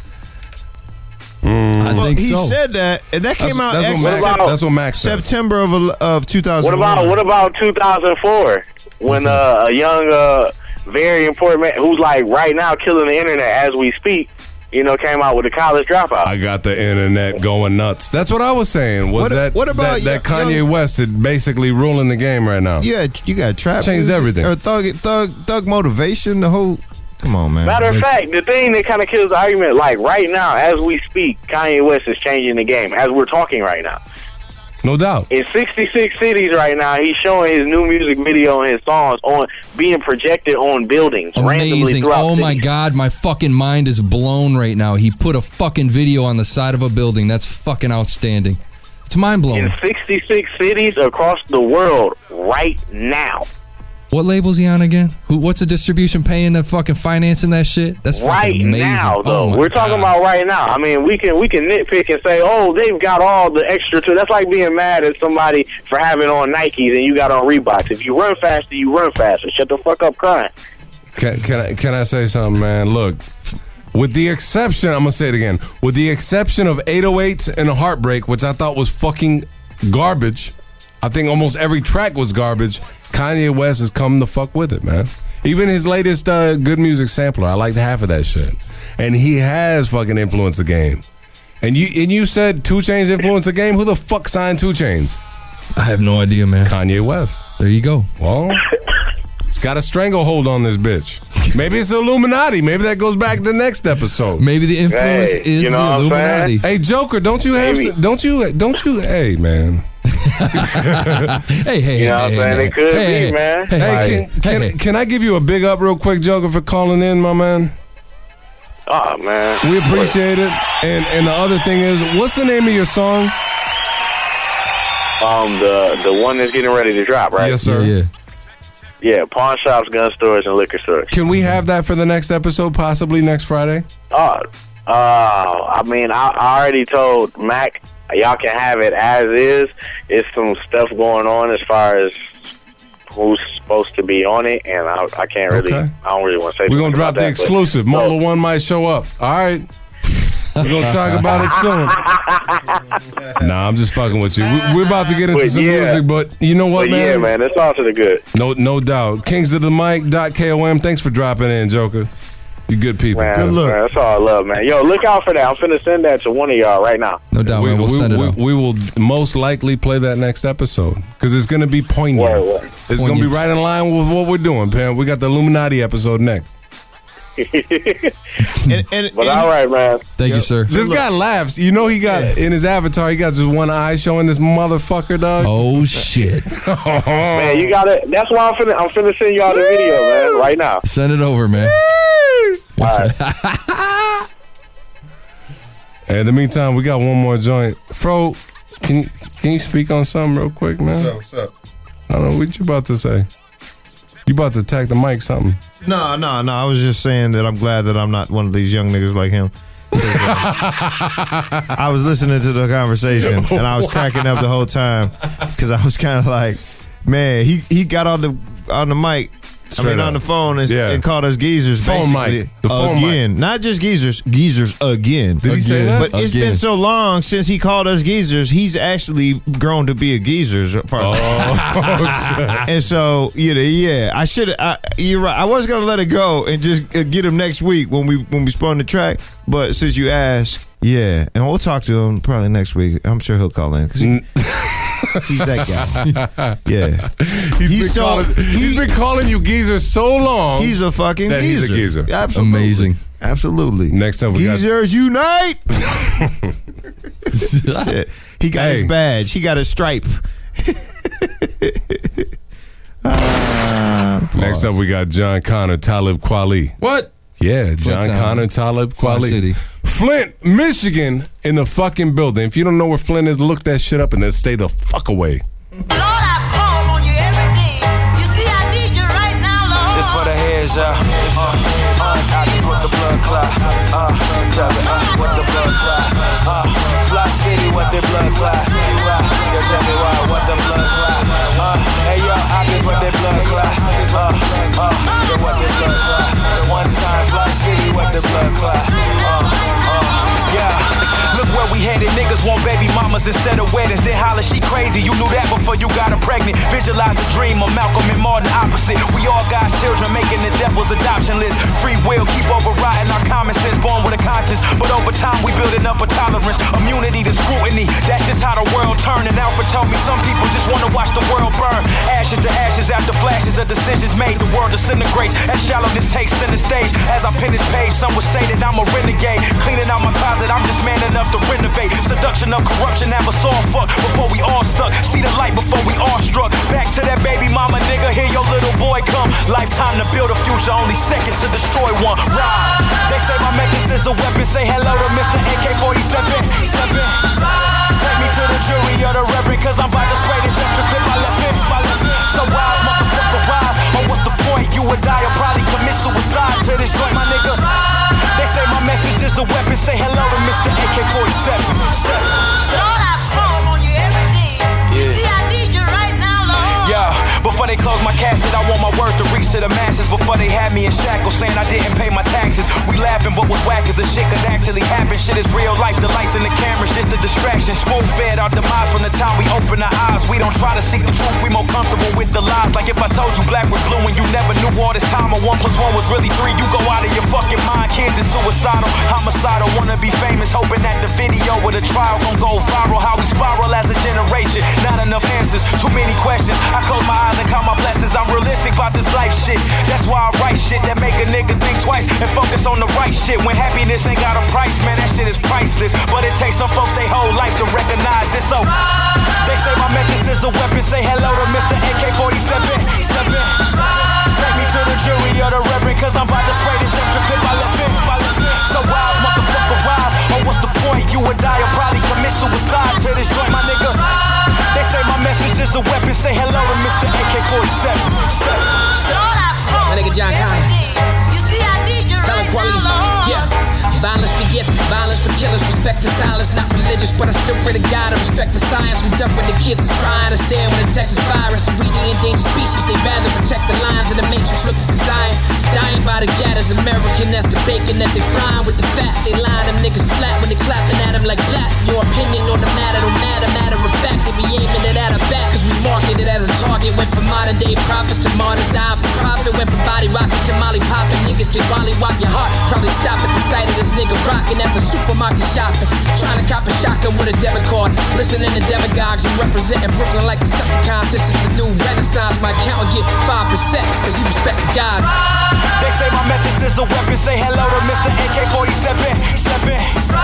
Speaker 5: I
Speaker 9: Well,
Speaker 5: think
Speaker 9: he
Speaker 5: so.
Speaker 9: said that, and that
Speaker 5: That's-
Speaker 9: came out.
Speaker 5: that's what
Speaker 9: actually
Speaker 5: Max- What about- that's what Max says.
Speaker 9: September of el- of two thousand.
Speaker 23: What about what about 2004 when uh, a young, uh, very important man who's like right now killing the internet as we speak, you know, came out with a college dropout.
Speaker 3: I got the internet going nuts. That's what I was saying. Was
Speaker 23: What-
Speaker 3: that
Speaker 23: what about
Speaker 3: that, that
Speaker 23: y-
Speaker 3: Kanye
Speaker 23: young-
Speaker 3: West that basically ruling the game right now?
Speaker 9: Yeah, you got trap.
Speaker 3: Changed
Speaker 9: music,
Speaker 3: everything.
Speaker 9: Or thug, thug, thug motivation. The whole. Come on, man.
Speaker 23: Matter of fact, the thing that kind of kills the argument, like right now as we speak, Kanye West is changing the game as we're talking right now.
Speaker 3: No doubt.
Speaker 23: In 66 cities right now, he's showing his new music video and his songs on being projected on buildings randomly
Speaker 5: Amazing.
Speaker 23: throughout.
Speaker 5: Oh my god, my fucking mind is blown right now. He put a fucking video on the side of a building. That's fucking outstanding. It's mind blowing.
Speaker 23: In 66 cities across the world right now.
Speaker 5: What label's he on again? Who what's the distribution paying the fucking financing that shit? That's fucking
Speaker 23: right
Speaker 5: amazing.
Speaker 23: now,
Speaker 5: Oh
Speaker 23: though.
Speaker 5: my
Speaker 23: We're talking
Speaker 5: God.
Speaker 23: about right now. I mean, we can we can nitpick and say, oh, they've got all the extra. Too. That's like being mad at somebody for having on Nikes and you got on Reeboks. If you run faster, you run faster. Shut the fuck up, crying.
Speaker 3: Can, can I can I say something, man? Look, with the exception, I'm gonna say it again. With the exception of 808s and Heartbreak, which I thought was fucking garbage. I think almost every track was garbage. Kanye West has come the fuck with it, man. Even his latest uh, good music sampler, I liked half of that shit, and he has fucking influenced the game. And you and you said Two Chains influenced the game. Who the fuck signed Two Chains?
Speaker 5: I have no idea, man.
Speaker 3: Kanye West.
Speaker 5: There you go.
Speaker 3: Well, it's got a stranglehold on this bitch. Maybe it's Illuminati. Maybe that goes back to the next episode.
Speaker 5: Maybe the influence
Speaker 3: Hey,
Speaker 5: is
Speaker 3: you know what
Speaker 5: the
Speaker 3: I'm
Speaker 5: Illuminati.
Speaker 3: saying? Hey, Joker, don't you have?
Speaker 5: Maybe.
Speaker 3: Some, don't you? Don't you? Hey, man.
Speaker 5: hey, hey,
Speaker 23: You know what I'm saying? It could be, man.
Speaker 3: Hey,
Speaker 23: Hey,
Speaker 3: can, can, can I give you a big up real quick, Joker, for calling in, my man?
Speaker 23: Oh man,
Speaker 3: We appreciate it. And and the other thing is, what's the name of your song?
Speaker 23: Um, the the one that's getting ready to drop, right?
Speaker 3: Yes, sir.
Speaker 23: Yeah, pawn shops, gun stores, and liquor stores.
Speaker 3: Can we have that for the next episode, possibly next Friday?
Speaker 23: Oh, uh, I mean, I, I already told Mac, y'all can have it as is. It's some stuff going on as far as who's supposed to be on it, and I, I can't really, I don't really want to say.
Speaker 3: We're
Speaker 23: too
Speaker 3: gonna
Speaker 23: much
Speaker 3: drop
Speaker 23: about
Speaker 3: the
Speaker 23: that, but-
Speaker 3: exclusive. Mola One might show up. All right. We're gonna talk about it soon. Nah, I'm just fucking with you. We- We're about to get into
Speaker 23: But
Speaker 3: some
Speaker 23: yeah.
Speaker 3: music, but you know what,
Speaker 23: But
Speaker 3: man?
Speaker 23: yeah, man, it's all to the good.
Speaker 3: No, no doubt. Kings of the mic. dot Kom. Thanks for dropping in, Joker. You good people.
Speaker 23: Man, man, that's all I love, man. Yo, look out for that. I'm finna send that to one of y'all right now.
Speaker 5: No doubt,
Speaker 3: we,
Speaker 5: man. We'll
Speaker 3: we-
Speaker 5: send it
Speaker 3: we-
Speaker 5: out.
Speaker 3: we will most likely play that next episode because it's going to be poignant. It's going to
Speaker 5: Poignant.
Speaker 3: be right in line with what we're doing, Pam. We got the Illuminati episode next.
Speaker 23: but all right, man.
Speaker 5: Hmm. Thank you, sir.
Speaker 3: This guy laughs. You know he got in his avatar. He got just one eye showing. This motherfucker, dog.
Speaker 5: Oh shit.
Speaker 23: Man, you gotta. That's why I'm finna. I'm finna send y'all the video, man, right now.
Speaker 5: Send it over, man.
Speaker 3: In the meantime, we got one more joint. Fro, can you can you speak on something real quick, man?
Speaker 4: What's up?
Speaker 3: I don't know what you about to say. You about to attack the mic something?
Speaker 4: No, no, no. I was just saying that I'm glad that I'm not one of these young niggas like him. I was listening to the conversation and I was cracking up the whole time because I was kind of like, man, he, he got on the on the mic. I
Speaker 3: Straight
Speaker 4: mean,
Speaker 3: up.
Speaker 4: on the phone and,
Speaker 3: Yeah.
Speaker 4: and called us geezers.
Speaker 3: Phone
Speaker 4: basically.
Speaker 3: mic. The phone mic.
Speaker 4: again, not just geezers, geezers again.
Speaker 3: Did he say Again. that?
Speaker 4: But it's been
Speaker 3: Again.
Speaker 4: so long since he called us geezers. He's actually grown to be a geezers. as far as-
Speaker 3: Oh, shit.
Speaker 4: and so you know, yeah, I should. I, you're right. I was gonna let it go and just uh, get him next week when we when we spun the track. But since you asked, yeah, and we'll talk to him probably next week. I'm sure he'll call in because he, he's that guy. Yeah,
Speaker 3: He's
Speaker 4: He's
Speaker 3: been
Speaker 4: so-
Speaker 3: calling, he's been calling you geezer so long.
Speaker 4: He's a fucking
Speaker 3: that
Speaker 4: geezer.
Speaker 3: He's a geezer.
Speaker 4: Absolutely. Amazing. Absolutely.
Speaker 3: Next time we
Speaker 4: Geezers unite!
Speaker 3: got
Speaker 4: Shit. He got his badge. He got his stripe.
Speaker 5: Uh,
Speaker 3: Next up, we got John Connor, Talib Kweli.
Speaker 5: What?
Speaker 3: Yeah, John
Speaker 5: Town.
Speaker 3: Connor, Talib
Speaker 5: Quad
Speaker 3: Kweli.
Speaker 5: City.
Speaker 3: Flint, Michigan, in the fucking building. If you don't know where Flint is, look that shit up and then stay the fuck away.
Speaker 21: It's for the hairs, yeah. Uh, uh, I just want the blood clot. Uh, drop it, uh, with the blood clot. Uh, fly city with the blood clot. Why? You tell me why with the blood clot. Uh, hey yo, I just want the blood clot. Uh, uh, you want the blood clot. One time, fly city with the blood clot. Uh, uh, yeah. Look where we headed, niggas want baby mamas instead of weddings. They holler she crazy, you knew that before you got her pregnant. Visualize the dream of Malcolm and Martin opposite. We all got children making the devil's adoption list. Free will keep overriding our common sense, born with a conscience. But over time, we building up a tolerance, immunity to scrutiny. That's just how the world turned. And Alfred told me some people just wanna watch the world burn. Ashes to ashes after flashes of decisions made. The world disintegrates as shallowness takes center stage. As I pen this page, some would say that I'm a renegade. Cleaning out my closet, I'm just man enough to renovate. Seduction of corruption, have us all fucked before we all stuck. See the light before we all struck. Back to that baby mama, nigga, here your little boy come. Lifetime to build a future, only seconds to destroy one. Rise. They say my mechas is a weapon. Say hello to Mr. AK-47. Seven. Take me to the jury or the reverend, cause I'm about to spray this extra clip. I left it, I left it. So wise, motherfucker, rise. Or what's the point? You would die or probably commit suicide to this joint, my nigga. They say my message is a weapon. Say hello to Mr. AK-47. Seven. Seven. Yeah. Yeah, before they close my casket, I want my words to reach to the masses. Before they had me in shackles, saying I didn't pay my taxes. We laughing, but what's whack is the shit could actually happen. Shit is real life, the lights and the cameras, just a distraction. Spoon fed our demise from the time we open our eyes. We don't try to seek the truth, we more comfortable with the lies. Like if I told you black was blue and you never knew all this time, or one plus one was really three, you go out of your fucking mind. Kids is suicidal, homicidal, wanna be famous, hoping that the video or the trial gon' go viral. How we spiral as a generation, not enough answers, too many questions. I close my eyes and count my blessings. I'm realistic about this life shit. That's why I write shit that make a nigga think twice and focus on the right shit. When happiness ain't got a price, man, that shit is priceless. But it takes some folks they whole life to recognize this. So they say my methods is a weapon. Say hello to Mr. AK-47. Seven. Take me to the jury or the reverend, cause I'm about to spray this extra clip. I left it. I left it. So wise, motherfucker, rise. Or what's the point? You would die or probably commit suicide to this joint, my nigga. They say my message is a weapon. Say hello to Mr. AK-47. Seven. Seven.
Speaker 11: My nigga John Connor. Tell him quality. Yeah. Violence be gifts, violence for killers. Respect the silence, not religious, but I still pray to God. I respect the science. We done when the kids is crying. I stand when the Texas virus. We the endangered species. They rather protect the lines in the matrix looking for Zion. Dying by the gathers, American. That's the bacon that they frying with the fat. They line them niggas flat when they clapping at them like black. Your opinion on the matter don't matter. Matter of fact, they be aiming it at a back. Cause we marketed as a target. Went from modern day prophets to martyrs dying for profit. Went from body rocking to molly popping. Niggas get wally wop your heart. Probably stop at the sight of this nigga rocking at the supermarket shopping. Trying to cop a shotgun with a debit card. Listening to demagogues and representing Brooklyn like Decepticons. This is the new renaissance. My accountant get 5% cause he respect the guys.
Speaker 21: They say my methods is a weapon. Say hello to Mr. AK-47. Step in.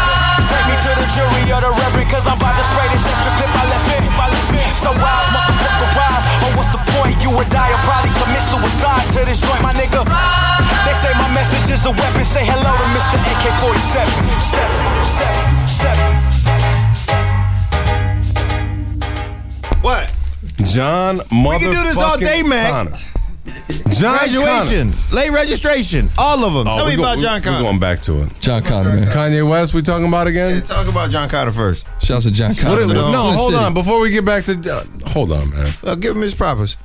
Speaker 21: Take me to the jury or the reverend, cause I'm about to spray this extra clip. I left in, I left in. So wild, motherfucker, rise. Or what's the point? You would die or probably commit suicide to this joint, my nigga. They say my message is a weapon. Say hello to Mr. AK-47. Seven, seven, seven, seven, seven.
Speaker 3: What? John
Speaker 4: We can do this all day, Mac.
Speaker 3: John Oh,
Speaker 4: Graduation, late registration, all of them. Tell me about John Connor.
Speaker 3: We're going back to it.
Speaker 5: John Connor, man.
Speaker 3: Kanye West, we talking about again?
Speaker 4: talk about John Connor first.
Speaker 5: Shouts to John
Speaker 3: What
Speaker 5: Connor.
Speaker 3: is-
Speaker 5: man.
Speaker 3: no,
Speaker 5: Oakland
Speaker 3: hold
Speaker 5: City.
Speaker 3: on. Before we get back to, uh, hold on, man.
Speaker 4: Well, give him his props.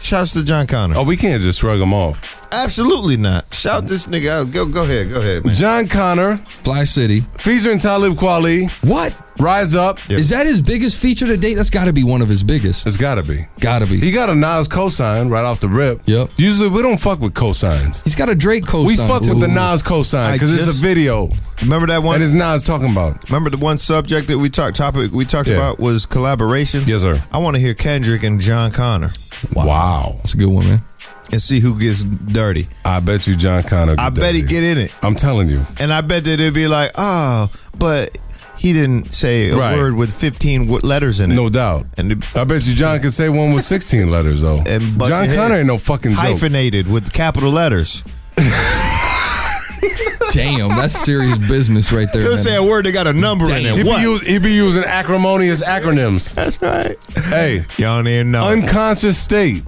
Speaker 4: Shouts to John Connor.
Speaker 3: Oh, we can't just shrug him off.
Speaker 4: Absolutely not. Shout this nigga out. Go, go ahead, go ahead.
Speaker 3: John Connor,
Speaker 5: Fly City,
Speaker 3: featuring Talib Kweli.
Speaker 5: What?
Speaker 3: Rise up.
Speaker 5: Is that his biggest feature to date? That's got to be one of his biggest.
Speaker 3: It's got to be.
Speaker 5: Got to be.
Speaker 3: He got a Nas cosign right off the rip. Yep. Usually we don't fuck with cosigns.
Speaker 5: He's got a Drake cosign.
Speaker 3: We fuck with the
Speaker 4: Ooh.
Speaker 3: Nas cosign
Speaker 4: I
Speaker 3: because it's a
Speaker 4: just-
Speaker 3: video.
Speaker 4: Remember that one?
Speaker 3: And it's Nas talking about.
Speaker 4: Remember the one subject that we talked topic we talked
Speaker 3: Yeah.
Speaker 4: about was collaboration. Yes,
Speaker 3: sir.
Speaker 4: I want to hear Kendrick and John Connor.
Speaker 3: Wow.
Speaker 5: That's a good one, man.
Speaker 4: And see who gets dirty.
Speaker 3: I bet you John Connor.
Speaker 4: I bet he get in it.
Speaker 3: I'm telling you.
Speaker 4: And I bet that it'd be like, oh, but he didn't say a
Speaker 3: Right.
Speaker 4: word with 15 w- letters in it.
Speaker 3: No doubt.
Speaker 4: And
Speaker 3: I bet you John could say one with 16 letters, though.
Speaker 4: And butt
Speaker 3: John
Speaker 4: your head.
Speaker 3: Connor ain't no fucking joke.
Speaker 4: Hyphenated with capital letters.
Speaker 5: Damn, that's serious business right there.
Speaker 4: He'll
Speaker 5: man.
Speaker 4: say a word that got a number in
Speaker 3: He
Speaker 4: it.
Speaker 3: be,
Speaker 4: What?
Speaker 3: use- he be using acrimonious acronyms. That's right. Hey.
Speaker 4: Y'all don't even know.
Speaker 3: Unconscious State.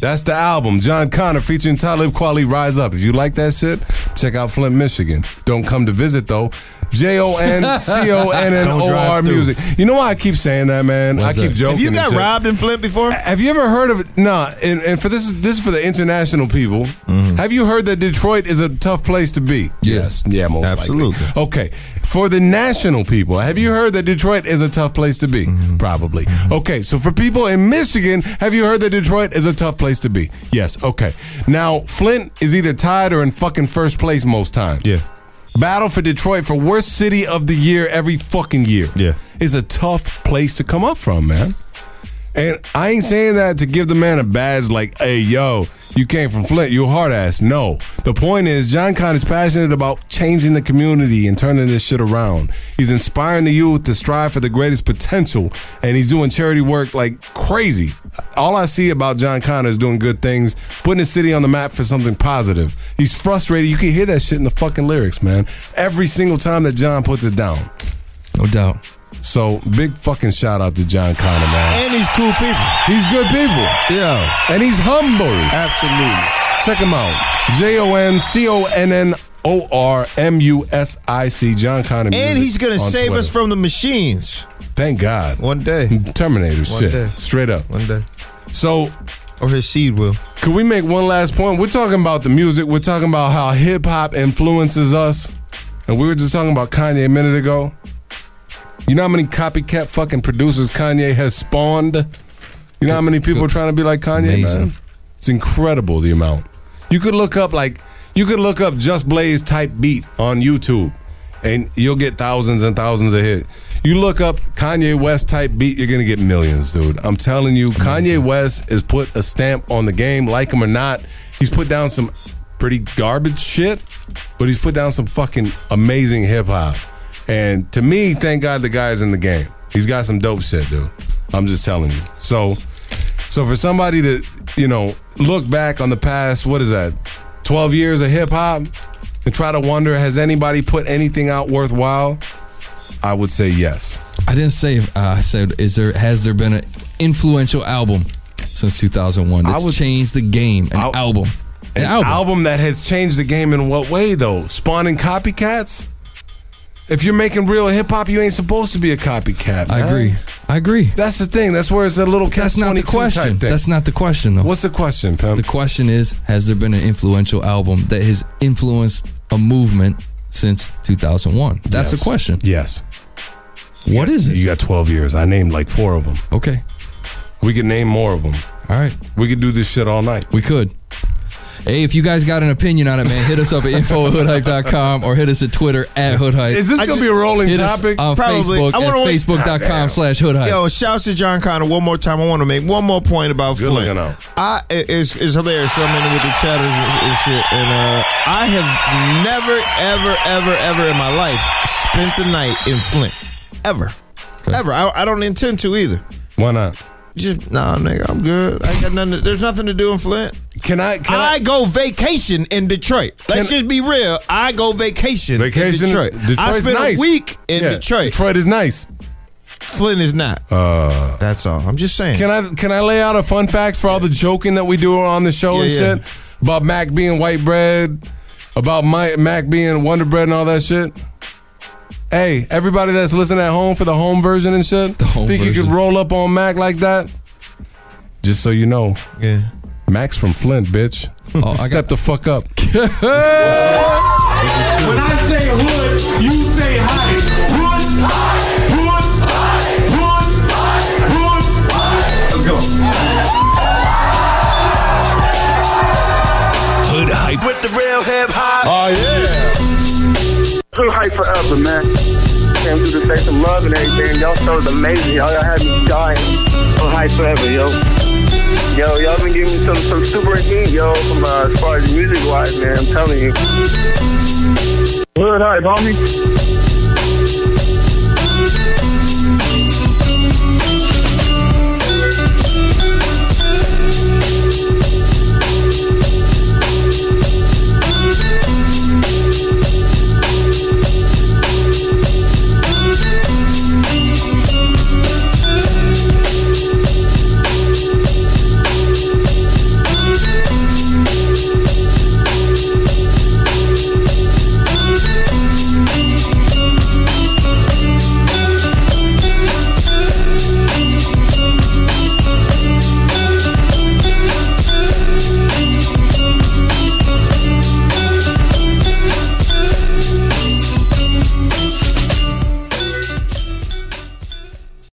Speaker 3: That's the album. John Connor featuring Talib Kweli, Rise Up. If you like that shit, check out Flint, Michigan. Don't come to visit, though. J O N C O N N O R
Speaker 4: Don't drive through.
Speaker 3: music. You know why I keep saying that, man? I keep joking.
Speaker 4: Have you
Speaker 3: and
Speaker 4: got
Speaker 3: shit.
Speaker 4: robbed in Flint before?
Speaker 3: Have you ever heard of it? Nah, and, and for this, this is for the international people.
Speaker 4: Mm-hmm.
Speaker 3: Have you heard that Detroit is a tough place to be? Yes. Yeah, most
Speaker 4: Absolutely.
Speaker 3: likely. Okay. For the national people, have you heard that Detroit is a tough place to be?
Speaker 4: Mm-hmm.
Speaker 3: Probably. Okay. So for people in Michigan, have you heard that Detroit is a tough place to be? Yes. Okay. Now, Flint is either tied or in fucking first place most times.
Speaker 4: Yeah.
Speaker 3: Battle for Detroit for worst city of the year every fucking year.
Speaker 4: Yeah.
Speaker 3: Is a tough place to come up from, man. And I ain't saying that to give the man a badge like, hey, yo, you came from Flint, you a hard ass. No. The point is, John Conn is passionate about changing the community and turning this shit around. He's inspiring the youth to strive for the greatest potential, and he's doing charity work like crazy. All I see about John Connor is doing good things, putting his city on the map for something positive. He's frustrated. You can hear that shit in the fucking lyrics, man. Every single time that John puts it down.
Speaker 5: No doubt.
Speaker 3: So big fucking shout out to John Connor, man.
Speaker 4: And he's cool people.
Speaker 3: He's good people.
Speaker 4: Yeah.
Speaker 3: And he's humble.
Speaker 4: Absolutely.
Speaker 3: Check him out. J O N C O N N O R M U S I C. John Connor.
Speaker 4: And
Speaker 3: Music
Speaker 4: he's gonna
Speaker 3: on
Speaker 4: save us
Speaker 3: Twitter.
Speaker 4: from the machines.
Speaker 3: Thank God.
Speaker 4: One day.
Speaker 3: Terminator
Speaker 4: One
Speaker 3: shit.
Speaker 4: day.
Speaker 3: Straight up.
Speaker 4: One day.
Speaker 3: So
Speaker 4: Or his seed will.
Speaker 3: Could we make one last point? We're talking about the music. We're talking about how hip hop influences us. And we were just talking about Kanye a minute ago. You know how many copycat fucking producers Kanye has spawned? You know how many people are trying to be like Kanye?
Speaker 5: Amazing.
Speaker 3: Man? It's incredible the amount. You could look up like you could look up Just Blaze type beat on YouTube and you'll get thousands and thousands of hits. You look up Kanye West type beat, you're gonna get millions, dude. I'm telling you, Kanye West has put a stamp on the game, like him or not. He's put down some pretty garbage shit, but he's put down some fucking amazing hip hop. And to me, thank God the guy's in the game. He's got some dope shit, dude. I'm just telling you. So so for somebody to, you know, look back on the past, what is that, 12 years of hip hop and try to wonder, has anybody put anything out worthwhile? I would say yes.
Speaker 5: I didn't say. if- Uh, I said, is there has there been an influential album since 2001 that's changed the game? An album. An,
Speaker 3: An
Speaker 5: album.
Speaker 3: album that has changed the game in what way though? Spawning copycats? If you're making real hip hop, you ain't supposed to be a copycat.
Speaker 5: I
Speaker 3: man.
Speaker 5: agree. I agree.
Speaker 3: That's the thing. That's where it's a little catch
Speaker 5: That's not the
Speaker 3: 22 type
Speaker 5: question.
Speaker 3: thing.
Speaker 5: That's not the question, though.
Speaker 3: What's the question, Pam?
Speaker 5: The question is: Has there been an influential album that has influenced a movement since 2001? That's the
Speaker 3: Yes.
Speaker 5: question.
Speaker 3: Yes.
Speaker 5: What is it?
Speaker 3: You got 12 years. I named like four of them.
Speaker 5: Okay.
Speaker 3: We could name more of them.
Speaker 5: All right.
Speaker 3: We could do this shit all night.
Speaker 5: We could. Hey, if you guys got an opinion on it, man, hit us up at info at hoodhype.com or hit us at Twitter at hoodhype.
Speaker 4: Is this
Speaker 5: I
Speaker 4: gonna
Speaker 5: ju-
Speaker 4: be a rolling
Speaker 5: hit us
Speaker 4: topic?
Speaker 5: on
Speaker 4: Probably.
Speaker 5: Facebook
Speaker 4: I
Speaker 5: at
Speaker 4: wanna wait-
Speaker 5: facebook.com
Speaker 4: Goddamn.
Speaker 5: slash hoodhype.
Speaker 4: Yo, shouts to John Connor one more time. I want to make one more point about
Speaker 3: Good
Speaker 4: Flint.
Speaker 3: looking out.
Speaker 4: I it- it's, it's hilarious. So I'm in with the chatters and, and shit, and uh, I have never, ever, ever, ever in my life spent the night in Flint, ever, ever. I, I don't intend to either.
Speaker 3: Why not?
Speaker 4: Just nah, nigga. I'm good. I ain't got nothing. To, there's nothing to do in Flint.
Speaker 3: Can I? Can
Speaker 4: I, go vacation in Detroit. Let's just be real. I go vacation.
Speaker 3: Vacation
Speaker 4: in
Speaker 3: in-
Speaker 4: Detroit. I
Speaker 3: Detroit's
Speaker 4: spent
Speaker 3: nice.
Speaker 4: a week in
Speaker 3: Yeah,
Speaker 4: Detroit.
Speaker 3: Detroit is nice.
Speaker 4: Flint is not.
Speaker 3: Uh,
Speaker 4: That's all. I'm just saying.
Speaker 3: Can I can I lay out a fun fact for all the joking that we do on the show
Speaker 4: Yeah,
Speaker 3: and
Speaker 4: yeah.
Speaker 3: shit about Mac being white bread, about my, Mac being Wonder Bread and all that shit? Hey, everybody that's listening at home for the home version and shit,
Speaker 5: home
Speaker 3: think you could
Speaker 5: version.
Speaker 3: roll up on Mac like that? Just so you know,
Speaker 4: yeah,
Speaker 3: Mac's from Flint, bitch.
Speaker 5: Oh, I
Speaker 3: Step the fuck up.
Speaker 29: When I say hood, you say hottie. Hood, hood, hood, hood. Let's go.
Speaker 30: Hood hype.
Speaker 29: With the real hip hop.
Speaker 30: Oh,
Speaker 29: yeah.
Speaker 9: Hood hype forever, man. Came through to say some love and everything. Y'all shows amazing. Y'all, y'all had me dying. Hood hype forever, yo. Yo, y'all been giving me some some super heat, yo, from uh, as far as music wise, man. I'm telling you. Hood hype, homie.